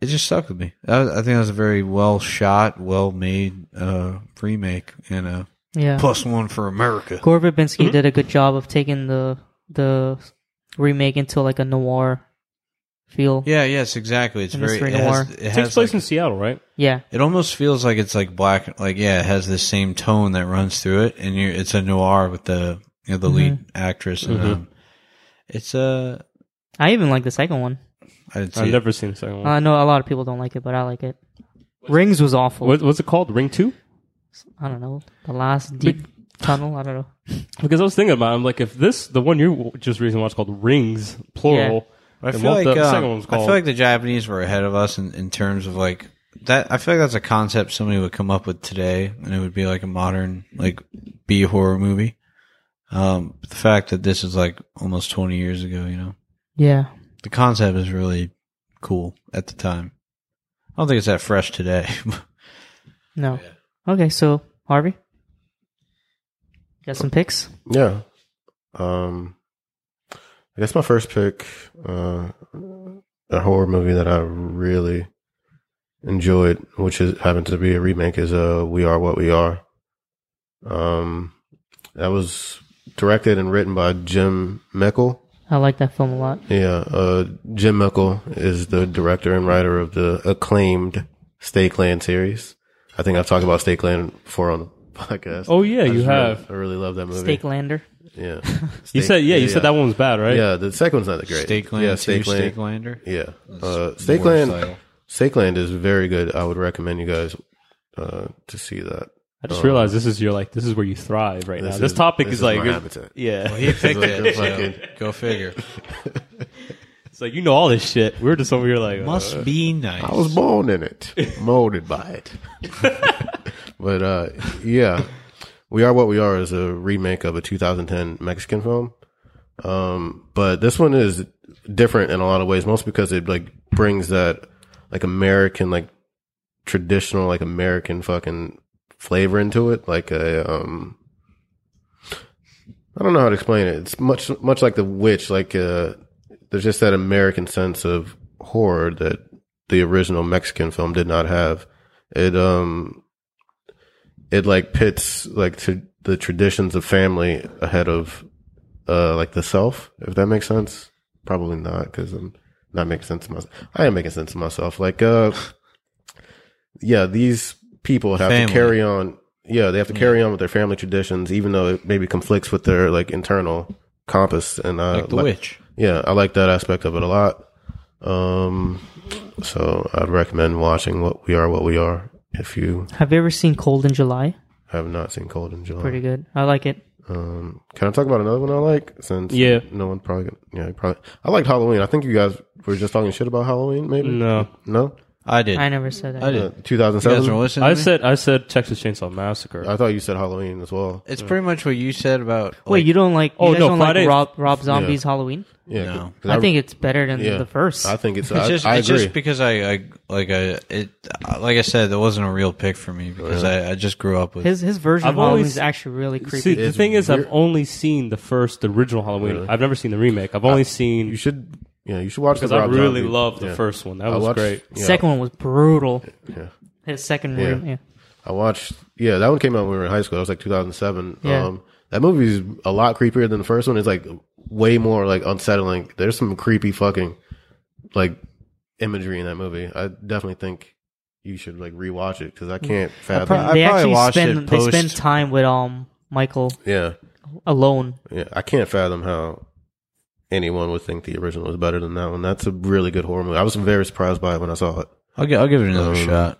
Speaker 3: it just stuck with me. That was- I think that was a very well shot, well made uh, remake and a
Speaker 1: Yeah.
Speaker 3: plus one for America.
Speaker 1: Gore
Speaker 3: Hmm?
Speaker 1: Verbinski did a good job of taking the the remake into like a noir feel.
Speaker 3: Yeah, yes, exactly. It's
Speaker 1: A
Speaker 3: very.
Speaker 1: mystery
Speaker 3: It, has,
Speaker 1: noir.
Speaker 3: it,
Speaker 2: takes
Speaker 3: has
Speaker 2: place
Speaker 3: like-
Speaker 2: in seattle right
Speaker 1: Yeah.
Speaker 3: it almost feels like it's like black. Like yeah, it has this same tone that runs through it, and you're, it's a noir with the you know, the
Speaker 1: Mm-hmm.
Speaker 3: lead actress.
Speaker 2: Mm-hmm.
Speaker 3: And, um, it's uh,
Speaker 1: I even like the second one.
Speaker 3: I didn't see.
Speaker 2: i've
Speaker 3: it.
Speaker 2: never seen the second one
Speaker 1: I know a lot of people don't like it, but I like it. Rings was awful.
Speaker 2: what, what's it called ring two
Speaker 1: I don't know. The last deep tunnel. I don't know.
Speaker 2: because i was thinking about it, i'm like if this the one you just recently watched called rings plural
Speaker 3: I
Speaker 2: then
Speaker 3: feel
Speaker 2: what
Speaker 3: like
Speaker 2: the
Speaker 3: um,
Speaker 2: second one was
Speaker 3: I
Speaker 2: called
Speaker 3: feel like the Japanese were ahead of us in, in terms of like that I feel like that's a concept somebody would come up with today, and it would be like a modern like B horror movie. Um, but the fact that this is like almost twenty years ago, you know,
Speaker 1: Yeah.
Speaker 3: the concept is really cool at the time. I don't think it's that fresh today.
Speaker 1: No. Okay, so Harvey, got some picks.
Speaker 4: Yeah. Um, I guess my first pick, uh, a horror movie that I really enjoyed, which is happened to be a remake, is uh, "We Are What We Are." Um, that was directed and written by Jim Mickle.
Speaker 1: I like that film a lot.
Speaker 4: Yeah, uh, Jim Mickle is the director and writer of the acclaimed Stay Clan series. I think I've talked about Stay Clan before on the podcast.
Speaker 2: Oh, yeah,
Speaker 4: I
Speaker 2: you
Speaker 4: just
Speaker 2: have.
Speaker 4: Really, I really love that movie.
Speaker 1: Steak Lander.
Speaker 4: Yeah.
Speaker 2: You
Speaker 4: Steak-
Speaker 2: said yeah, you said that one was bad, right?
Speaker 4: Yeah, the second one's not that great.
Speaker 3: Stake Land,
Speaker 4: yeah,
Speaker 3: yeah, Stake
Speaker 4: Land.
Speaker 3: Lander.
Speaker 4: Yeah, uh,
Speaker 3: Worst
Speaker 4: Stakeland.
Speaker 3: title.
Speaker 4: Stakeland is very good. I would recommend you guys uh, to see that.
Speaker 2: I just realized this is your like this is where you thrive right
Speaker 4: This
Speaker 2: now. This
Speaker 4: is-
Speaker 2: topic
Speaker 4: this
Speaker 2: is,
Speaker 4: is
Speaker 2: like
Speaker 4: my habitat.
Speaker 2: yeah.
Speaker 3: He picked it.
Speaker 4: Fucking-
Speaker 3: so Go figure.
Speaker 2: it's like you know all this shit. We're just over here like uh,
Speaker 3: Must be nice.
Speaker 4: I was born in it, molded by it. but uh, yeah, we are what we are is a remake of a 2010 Mexican film. Um, but this one is different in a lot of ways, mostly because it like brings that like American, like traditional, like American fucking flavor into it, like a um. I don't know how to explain it. It's much, much like the witch. Like, uh, there's just that American sense of horror that the original Mexican film did not have. It um it like pits like to the traditions of family ahead of uh like the self, if that makes sense. Probably not because I'm not making sense of myself. I am making sense of myself. Like uh yeah, these people have
Speaker 3: Family.
Speaker 4: to carry on yeah, they have to carry on with their family traditions, even though it maybe conflicts with their like internal compass and uh
Speaker 3: like the
Speaker 4: like-
Speaker 3: witch.
Speaker 4: yeah, I like that aspect of it a lot. Um, so I'd recommend watching what we are, what we are. If you
Speaker 1: Have you ever seen Cold in July?
Speaker 4: have not seen Cold in July,
Speaker 1: Pretty good. I like it.
Speaker 4: um, can I talk about another one I like? Since
Speaker 2: Yeah.
Speaker 4: no one probably yeah you probably I liked Halloween. I think you guys were just talking shit about Halloween. Maybe
Speaker 2: no.
Speaker 4: no Uh,
Speaker 3: I did.
Speaker 1: I never said that.
Speaker 3: I did.
Speaker 4: two thousand
Speaker 3: You guys are
Speaker 4: seven.
Speaker 3: listening.
Speaker 2: I
Speaker 3: to me?
Speaker 2: said I said Texas Chainsaw Massacre.
Speaker 4: I thought you said Halloween as well.
Speaker 3: it's pretty much what you said about.
Speaker 1: Wait, you don't like? You
Speaker 2: Oh,
Speaker 1: guys
Speaker 2: no,
Speaker 1: don't
Speaker 2: Friday-
Speaker 1: like Rob, Rob Zombie's Halloween?
Speaker 4: Yeah,
Speaker 3: No.
Speaker 4: 'cause- 'cause
Speaker 1: I, think it's better than
Speaker 4: yeah.
Speaker 1: the first.
Speaker 4: I think it's.
Speaker 3: It's
Speaker 4: I,
Speaker 3: just,
Speaker 4: I
Speaker 3: it's
Speaker 4: agree.
Speaker 3: just because I, I like I it like I said that wasn't a real pick for me because
Speaker 4: Uh-huh.
Speaker 3: I, I just grew up with
Speaker 1: his his version
Speaker 2: I've
Speaker 1: of Halloween
Speaker 2: always-
Speaker 1: is actually really creepy.
Speaker 2: See, the
Speaker 4: It's
Speaker 2: thing is, I've
Speaker 4: weird.
Speaker 2: only seen the first, the original Halloween. I've never seen the remake. I've only
Speaker 4: you
Speaker 2: seen
Speaker 4: should. Yeah, you should watch
Speaker 2: because
Speaker 4: the
Speaker 2: I
Speaker 4: Rob
Speaker 2: really
Speaker 4: Zombie.
Speaker 2: loved the
Speaker 4: Yeah.
Speaker 2: first one. That
Speaker 4: I
Speaker 2: was
Speaker 4: watched-
Speaker 2: great.
Speaker 4: yeah.
Speaker 1: Second one was brutal.
Speaker 4: Yeah.
Speaker 1: His second
Speaker 4: Yeah.
Speaker 1: one. Yeah.
Speaker 4: I watched. Yeah, that one came out when we were in high school. That was like 2007.
Speaker 1: Yeah.
Speaker 4: Um, that movie's a lot creepier than the first one. It's like way more like unsettling. There's some creepy fucking like imagery in that movie. I definitely think you should like rewatch it because I can't fathom.
Speaker 3: prob- I
Speaker 1: they
Speaker 3: probably
Speaker 1: actually
Speaker 3: watched
Speaker 1: spend
Speaker 3: it
Speaker 1: they spend
Speaker 3: post-
Speaker 1: time with um Michael
Speaker 4: yeah,
Speaker 1: alone.
Speaker 4: yeah, I can't fathom how anyone would think the original was better than that one. That's a really good horror movie. I was very surprised by it when I saw it.
Speaker 3: I'll give I'll give it another
Speaker 4: Um,
Speaker 3: shot.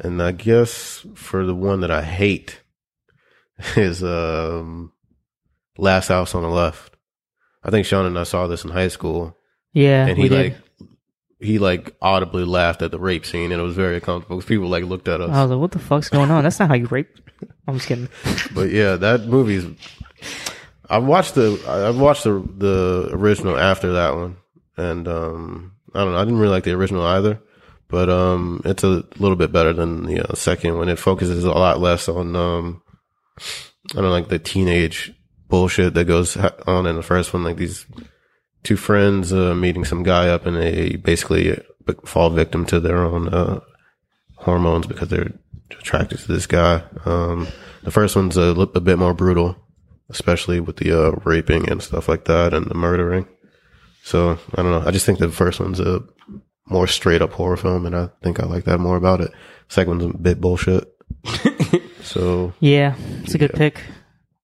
Speaker 4: And I guess for the one that I hate is um Last House on the Left. I think Sean and I saw this in high school
Speaker 1: Yeah,
Speaker 4: and
Speaker 1: we
Speaker 4: he
Speaker 1: did.
Speaker 4: like he like audibly laughed at the rape scene and it was very uncomfortable because people like looked at us.
Speaker 1: I was like, "What the fuck's going on? That's not how you rape." I'm just kidding.
Speaker 4: But yeah, that movie's I watched the I I watched the the original after that one. And um I don't know, I didn't really like the original either. But um it's a little bit better than the uh, second one. It focuses a lot less on um I don't know, like the teenage bullshit that goes ha- on in the first one like these two friends uh, meeting some guy up and they basically fall victim to their own uh hormones because they're attracted to this guy. Um, the first one's a, li- a bit more brutal, especially with the uh, raping and stuff like that and the murdering. So I don't know. I just think the first one's a more straight up horror film, and I think I like that more about it. Second one's a bit bullshit. so
Speaker 1: Yeah, it's a good pick.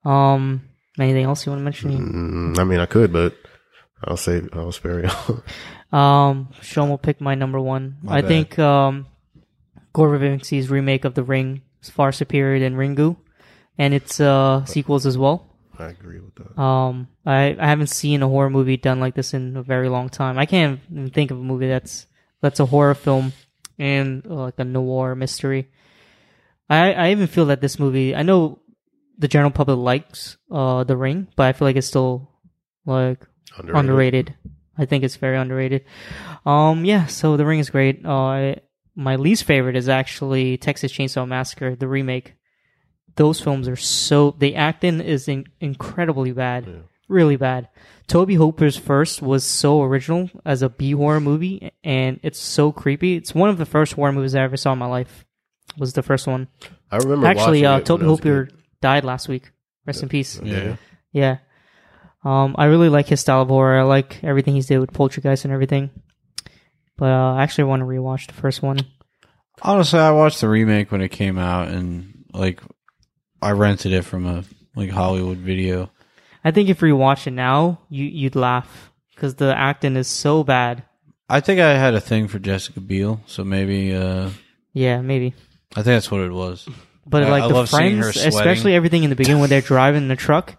Speaker 1: Um, anything else you want to mention?
Speaker 4: mm, I mean, I could, but I'll say I'll spare you.
Speaker 1: Um, Sean will pick my number one. I
Speaker 3: bad.
Speaker 1: think um, Gore Verbinski's remake of The Ring is far superior than Ringu, and its uh sequels as well.
Speaker 4: I agree with that.
Speaker 1: Um, I, I haven't seen a horror movie done like this in a very long time. I can't even think of a movie that's that's a horror film and uh, like a noir mystery. I I even feel that this movie. I know the general public likes uh The Ring, but I feel like it's still like
Speaker 4: Underrated.
Speaker 1: underrated. I think it's very underrated. Um, yeah. So The Ring is great. Uh, I, my least favorite is actually Texas Chainsaw Massacre, the remake. Those films are so the acting is in, incredibly bad, really bad. Toby Hooper's first was so original as a B horror movie, and it's so creepy. It's one of the first horror movies I ever saw in my life. Was the first one
Speaker 4: I remember
Speaker 1: actually?
Speaker 4: watching
Speaker 1: Uh,
Speaker 4: it when
Speaker 1: Toby
Speaker 4: I was a
Speaker 1: Hooper
Speaker 4: kid.
Speaker 1: died last week. Rest in peace.
Speaker 4: Yeah,
Speaker 1: Yeah. Um, I really like his style of horror. I like everything he's did with Poltergeist and everything. But uh, I actually want to rewatch the first one.
Speaker 3: Honestly, I watched the remake when it came out, and like I rented it from a like Hollywood video.
Speaker 1: I think if you watch it now, you you'd laugh because the acting is so bad.
Speaker 3: I think I had a thing for Jessica Biel, so maybe uh
Speaker 1: Yeah, maybe.
Speaker 3: I think that's what it was.
Speaker 1: But
Speaker 3: I-
Speaker 1: like
Speaker 3: I
Speaker 1: the
Speaker 3: love seeing her
Speaker 1: friends,
Speaker 3: sweating.
Speaker 1: especially everything in the beginning when they're driving in the truck,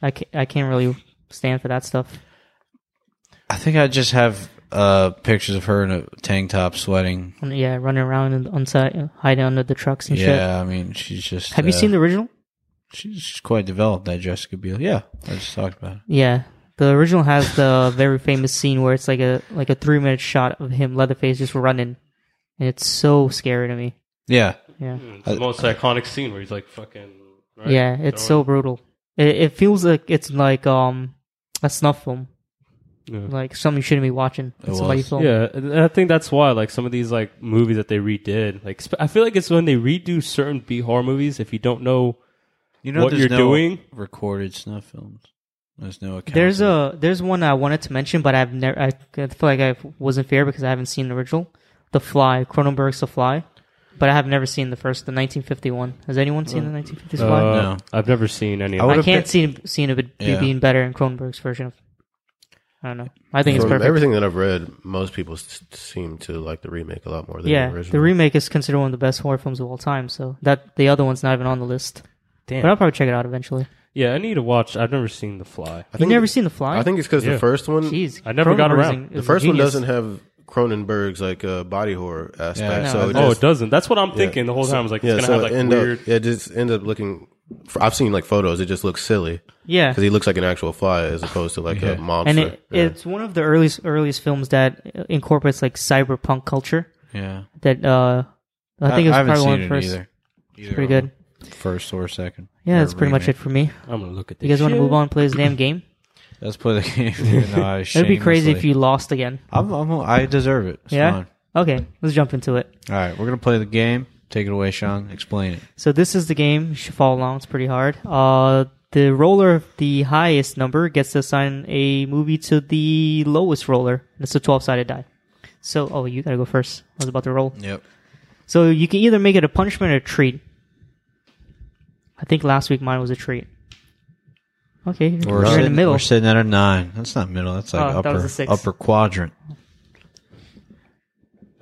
Speaker 1: I can't, I can't really stand for that stuff.
Speaker 3: I think I just have uh pictures of her in a tank top sweating.
Speaker 1: And, yeah, running around and on side, hiding under the trucks and shit.
Speaker 3: Yeah, I mean she's just.
Speaker 1: Have you
Speaker 3: uh,
Speaker 1: seen the original?
Speaker 3: She's she's quite developed, that Jessica Biel. Yeah, I just talked about it.
Speaker 1: Yeah. The original has the very famous scene where it's like a like a three minute shot of him Leatherface just running, and it's so scary to me.
Speaker 3: Yeah,
Speaker 1: Yeah,
Speaker 2: It's the most iconic scene where he's like fucking. right?
Speaker 1: yeah, it's so brutal. It, it feels like it's like um a snuff film,
Speaker 2: Yeah.
Speaker 1: like something you shouldn't be watching. It's
Speaker 3: was.
Speaker 1: a buddy film.
Speaker 2: Yeah, and I think that's why like some of these like movies that they redid, like sp- I feel like it's when they redo certain B horror movies. If you don't know,
Speaker 3: you
Speaker 2: What
Speaker 3: there's
Speaker 2: you're doing?
Speaker 3: recorded snuff films. There's no account.
Speaker 1: There's
Speaker 3: of
Speaker 1: a there's one I wanted to mention, but I've never. I, I feel like I wasn't fair because I haven't seen the original, The Fly, Cronenberg's The Fly, but I have never seen the first, the 1951. Has anyone seen the 1950s Fly?
Speaker 2: uh,
Speaker 3: No.
Speaker 2: I've never seen any. Of
Speaker 3: I
Speaker 1: I
Speaker 3: would've
Speaker 1: can't see seen it be
Speaker 3: Yeah.
Speaker 1: being better in Cronenberg's version of. I don't know. I think it's
Speaker 4: From
Speaker 1: perfect.
Speaker 4: everything that I've read, most people s- seem to like the remake a lot more than
Speaker 1: yeah,
Speaker 4: the original.
Speaker 1: the remake is considered one of the best horror films of all time. So that the other one's not even on the list. But I'll probably check it out eventually.
Speaker 2: yeah, I need to watch. I've never seen The Fly.
Speaker 4: I
Speaker 1: You've never seen The Fly?
Speaker 4: I think it's because
Speaker 2: Yeah.
Speaker 4: the first one,
Speaker 1: Jeez,
Speaker 2: I never got
Speaker 1: Cronenberg's
Speaker 2: around.
Speaker 1: in-
Speaker 4: the
Speaker 1: is a
Speaker 4: first one
Speaker 1: genius.
Speaker 4: doesn't have Cronenberg's like uh, body horror aspect.
Speaker 3: Yeah.
Speaker 1: No.
Speaker 4: So it
Speaker 2: Oh,
Speaker 4: just,
Speaker 2: it doesn't. That's what I'm thinking the whole time. I was like,
Speaker 4: yeah,
Speaker 2: it's
Speaker 4: so
Speaker 2: gonna have
Speaker 4: it
Speaker 2: like
Speaker 4: end
Speaker 2: weird.
Speaker 4: up, yeah, it just ends up looking. For, I've seen like photos. It just looks silly
Speaker 1: Yeah,
Speaker 4: because he looks like an actual fly as opposed to like a monster.
Speaker 1: and it,
Speaker 4: Yeah.
Speaker 1: it's one of the earliest earliest films that incorporates like cyberpunk culture.
Speaker 3: it. Yeah,
Speaker 1: That uh, I think it was probably one of the first.
Speaker 3: either. Either
Speaker 1: Pretty good.
Speaker 3: First or second.
Speaker 1: Yeah, that's pretty much it for me.
Speaker 2: I'm gonna look at this.
Speaker 1: You guys want to
Speaker 2: shit.
Speaker 1: move on and play this damn game?
Speaker 3: Let's play the game. even though I
Speaker 1: It'd be crazy if
Speaker 3: shamelessly-
Speaker 1: you lost again.
Speaker 3: I'm, I'm, I deserve it. It's
Speaker 1: Yeah.
Speaker 3: fine.
Speaker 1: Okay, let's jump into it.
Speaker 3: All right, we're gonna play the game. Take it away, Sean. Explain it.
Speaker 1: So this is the game. You should follow along. It's pretty hard. Uh, the roller of the highest number gets to assign a movie to the lowest roller. It's a twelve-sided die. So, oh, you gotta go first. I was about to roll.
Speaker 3: Yep.
Speaker 1: So you can either make it a punishment or a treat. I think last week mine was a treat. Okay, you're
Speaker 3: We're
Speaker 1: in
Speaker 3: sitting,
Speaker 1: the middle.
Speaker 3: We're sitting at a nine. That's not middle. That's like
Speaker 1: Oh, that
Speaker 3: upper
Speaker 1: was a six.
Speaker 3: upper quadrant.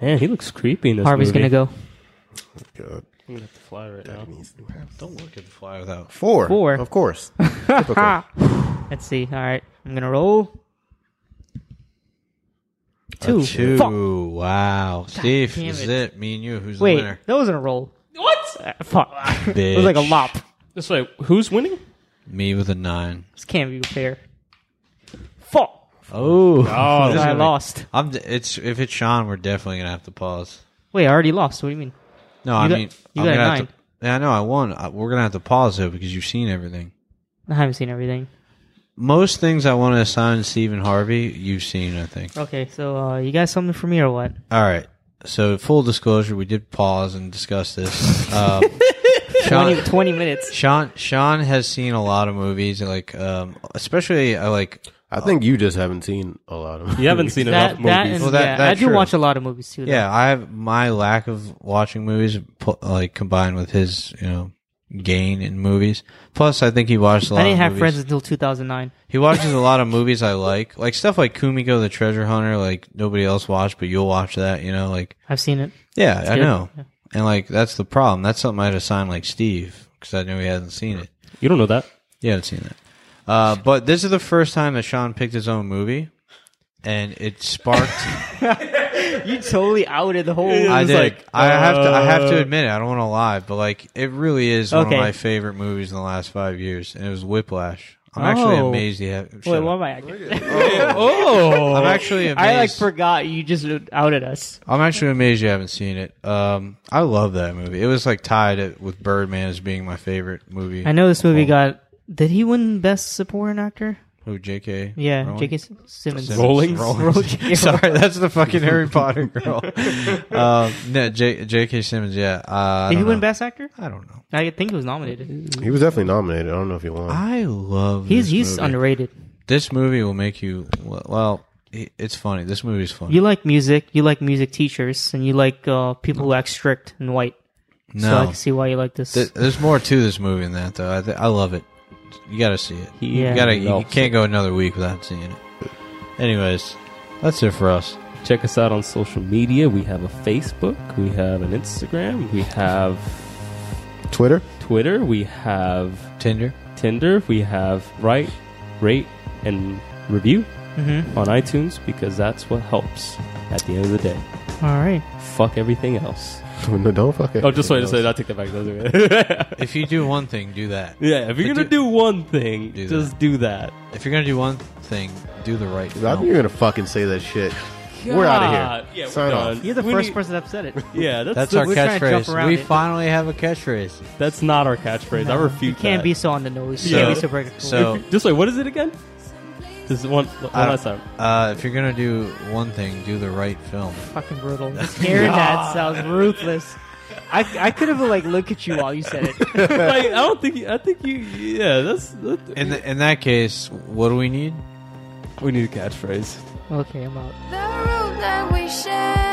Speaker 2: Man, he looks creepy in this
Speaker 1: Harvey's
Speaker 2: movie.
Speaker 1: gonna go
Speaker 4: God.
Speaker 2: I'm gonna have to fly right now.
Speaker 3: Don't look at the fly without.
Speaker 4: Four.
Speaker 1: Four.
Speaker 4: Of course. Typical.
Speaker 1: Let's see. All right, I'm gonna roll. Two.
Speaker 3: Two.
Speaker 1: Fuck.
Speaker 3: Wow. Steve,
Speaker 1: damn
Speaker 3: this is
Speaker 1: it.
Speaker 3: it. Me and you. Who's the
Speaker 1: Wait,
Speaker 3: winner?
Speaker 1: that wasn't a roll.
Speaker 2: What?
Speaker 1: Uh, fuck. it was like a lop.
Speaker 2: It's like who's winning?
Speaker 3: Me with a nine.
Speaker 1: This can't be fair. Fuck.
Speaker 2: Oh,
Speaker 3: Oh.
Speaker 1: I
Speaker 3: gonna be-
Speaker 1: lost.
Speaker 3: I'm. d- It's if it's Sean, we're definitely gonna have to pause.
Speaker 1: Wait, I already lost. What do you mean?
Speaker 3: No, I
Speaker 1: got-
Speaker 3: mean,
Speaker 1: you
Speaker 3: I'm
Speaker 1: got a
Speaker 3: gonna have
Speaker 1: nine.
Speaker 3: To, yeah, I know. I won. I, we're gonna have to pause though because you've seen everything.
Speaker 1: I haven't seen everything.
Speaker 3: Most things I want to assign Stephen Harvey, you've seen, I think.
Speaker 1: Okay, so uh, you got something for me or what?
Speaker 3: All right. So full disclosure, we did pause and discuss this. Um, Sean,
Speaker 1: 20, 20 minutes.
Speaker 3: Sean, Sean has seen a lot of movies, like um, especially I like.
Speaker 4: I think you just haven't seen a lot of them.
Speaker 2: you haven't seen
Speaker 1: That,
Speaker 2: enough
Speaker 1: that,
Speaker 2: movies.
Speaker 1: and,
Speaker 3: Well, that-
Speaker 1: yeah,
Speaker 3: that
Speaker 1: I do
Speaker 3: true.
Speaker 1: watch a lot of movies too. though.
Speaker 3: Yeah, I have my lack of watching movies, pu- like combined with his, you know, gain in movies. Plus, I think he watched a lot.
Speaker 1: I didn't
Speaker 3: of
Speaker 1: have
Speaker 3: movies.
Speaker 1: friends until 2009.
Speaker 3: He watches a lot of movies I like, like stuff like Kumiko the Treasure Hunter. Like nobody else watched, but you'll watch that. You know, like
Speaker 1: I've seen it.
Speaker 3: yeah, I
Speaker 1: good.
Speaker 3: know. And like that's the problem. That's something I'd assign like Steve because I knew he hadn't seen it.
Speaker 2: you don't know that.
Speaker 3: Yeah, I've seen that. Uh, but this is the first time that Sean picked his own movie, and it sparked.
Speaker 1: You totally outed the whole.
Speaker 3: I
Speaker 2: was
Speaker 3: did.
Speaker 2: like,
Speaker 3: I have to. I have to
Speaker 2: uh,
Speaker 3: admit it. I don't want to lie, but like, it really is one
Speaker 1: Okay.
Speaker 3: of my favorite movies in the last five years, and it was Whiplash. I'm actually
Speaker 1: Oh.
Speaker 3: amazed he had. shut
Speaker 1: Wait,
Speaker 3: up.
Speaker 1: what am I acting?
Speaker 2: Oh,
Speaker 3: I'm actually amazed.
Speaker 1: I like forgot you just outed us.
Speaker 3: I'm actually amazed you haven't seen it. Um, I love that movie. It was like tied at- with Birdman as being my favorite movie.
Speaker 1: I know this
Speaker 3: Oh.
Speaker 1: movie got. Did he win Best Supporting Actor?
Speaker 3: Who J.K.
Speaker 1: Yeah,
Speaker 3: Rowling?
Speaker 1: J.K. Simmons.
Speaker 2: Rollings?
Speaker 1: Rollins.
Speaker 3: Sorry, that's the fucking Harry Potter girl. um, no, J- J.K. Simmons. Yeah. Uh, I
Speaker 1: Did he
Speaker 3: don't
Speaker 1: win
Speaker 3: know.
Speaker 1: Best Actor?
Speaker 3: I don't know.
Speaker 1: I think he was nominated.
Speaker 4: He was definitely nominated. I don't know if he won.
Speaker 3: I love.
Speaker 1: He's
Speaker 3: this
Speaker 1: he's
Speaker 3: movie.
Speaker 1: underrated.
Speaker 3: This movie will make you. Well, it- it's funny. This movie is funny.
Speaker 1: You like music. You like music teachers, and you like uh, people who act strict and white. So I
Speaker 3: no,
Speaker 1: can see why you like this.
Speaker 3: Th- there's more to this movie than that, though. I, th- I love it. You got to see it.
Speaker 1: Yeah.
Speaker 3: You gotta. You,
Speaker 2: No.
Speaker 3: can't go another week without seeing it. Anyways, that's it for us.
Speaker 2: Check us out on social media. We have a Facebook, we have an Instagram, we have
Speaker 4: Twitter.
Speaker 2: Twitter, we have
Speaker 3: Tinder.
Speaker 2: Tinder, we have write, rate, and review
Speaker 1: mm-hmm.
Speaker 2: on iTunes because that's what helps at the end of the day.
Speaker 1: All right.
Speaker 2: Fuck everything else.
Speaker 4: no, don't fuck it.
Speaker 2: Oh, just wait, just wait. I'll take that back. yeah,
Speaker 3: If you do one thing, do that.
Speaker 2: if you're going to do one thing,
Speaker 3: Do
Speaker 2: just
Speaker 3: that.
Speaker 2: do that.
Speaker 3: If you're gonna do one thing, do the right.
Speaker 4: I
Speaker 3: thing.
Speaker 4: think you're gonna fucking say that shit. We're out of
Speaker 2: God.
Speaker 4: here.
Speaker 2: Yeah, we're
Speaker 4: Sign
Speaker 2: done.
Speaker 4: off.
Speaker 1: You're the
Speaker 2: We
Speaker 1: first
Speaker 2: need-
Speaker 1: person that said it.
Speaker 2: Yeah, that's,
Speaker 3: That's
Speaker 2: the-
Speaker 3: our
Speaker 1: we're trying to jump
Speaker 3: catchphrase.
Speaker 1: around
Speaker 3: We
Speaker 1: it.
Speaker 3: finally have a catchphrase.
Speaker 2: that's not our catchphrase. I refute
Speaker 1: You can't
Speaker 2: that.
Speaker 1: be so on the nose. You
Speaker 2: Yeah.
Speaker 1: can't be so practical.
Speaker 3: So
Speaker 2: Just wait, what is it again? Just one, one
Speaker 3: I-
Speaker 2: last time.
Speaker 3: uh, if you're gonna do one thing, do the right film.
Speaker 1: fucking brutal. Just hearing that sounds ruthless. I, I could have like looked at you while you said it.
Speaker 2: like, I don't think. You, I think you. Yeah, that's. that's
Speaker 3: In th in that case, what do we need?
Speaker 2: we need a catchphrase.
Speaker 1: Okay, I'm out.
Speaker 7: The road that we share.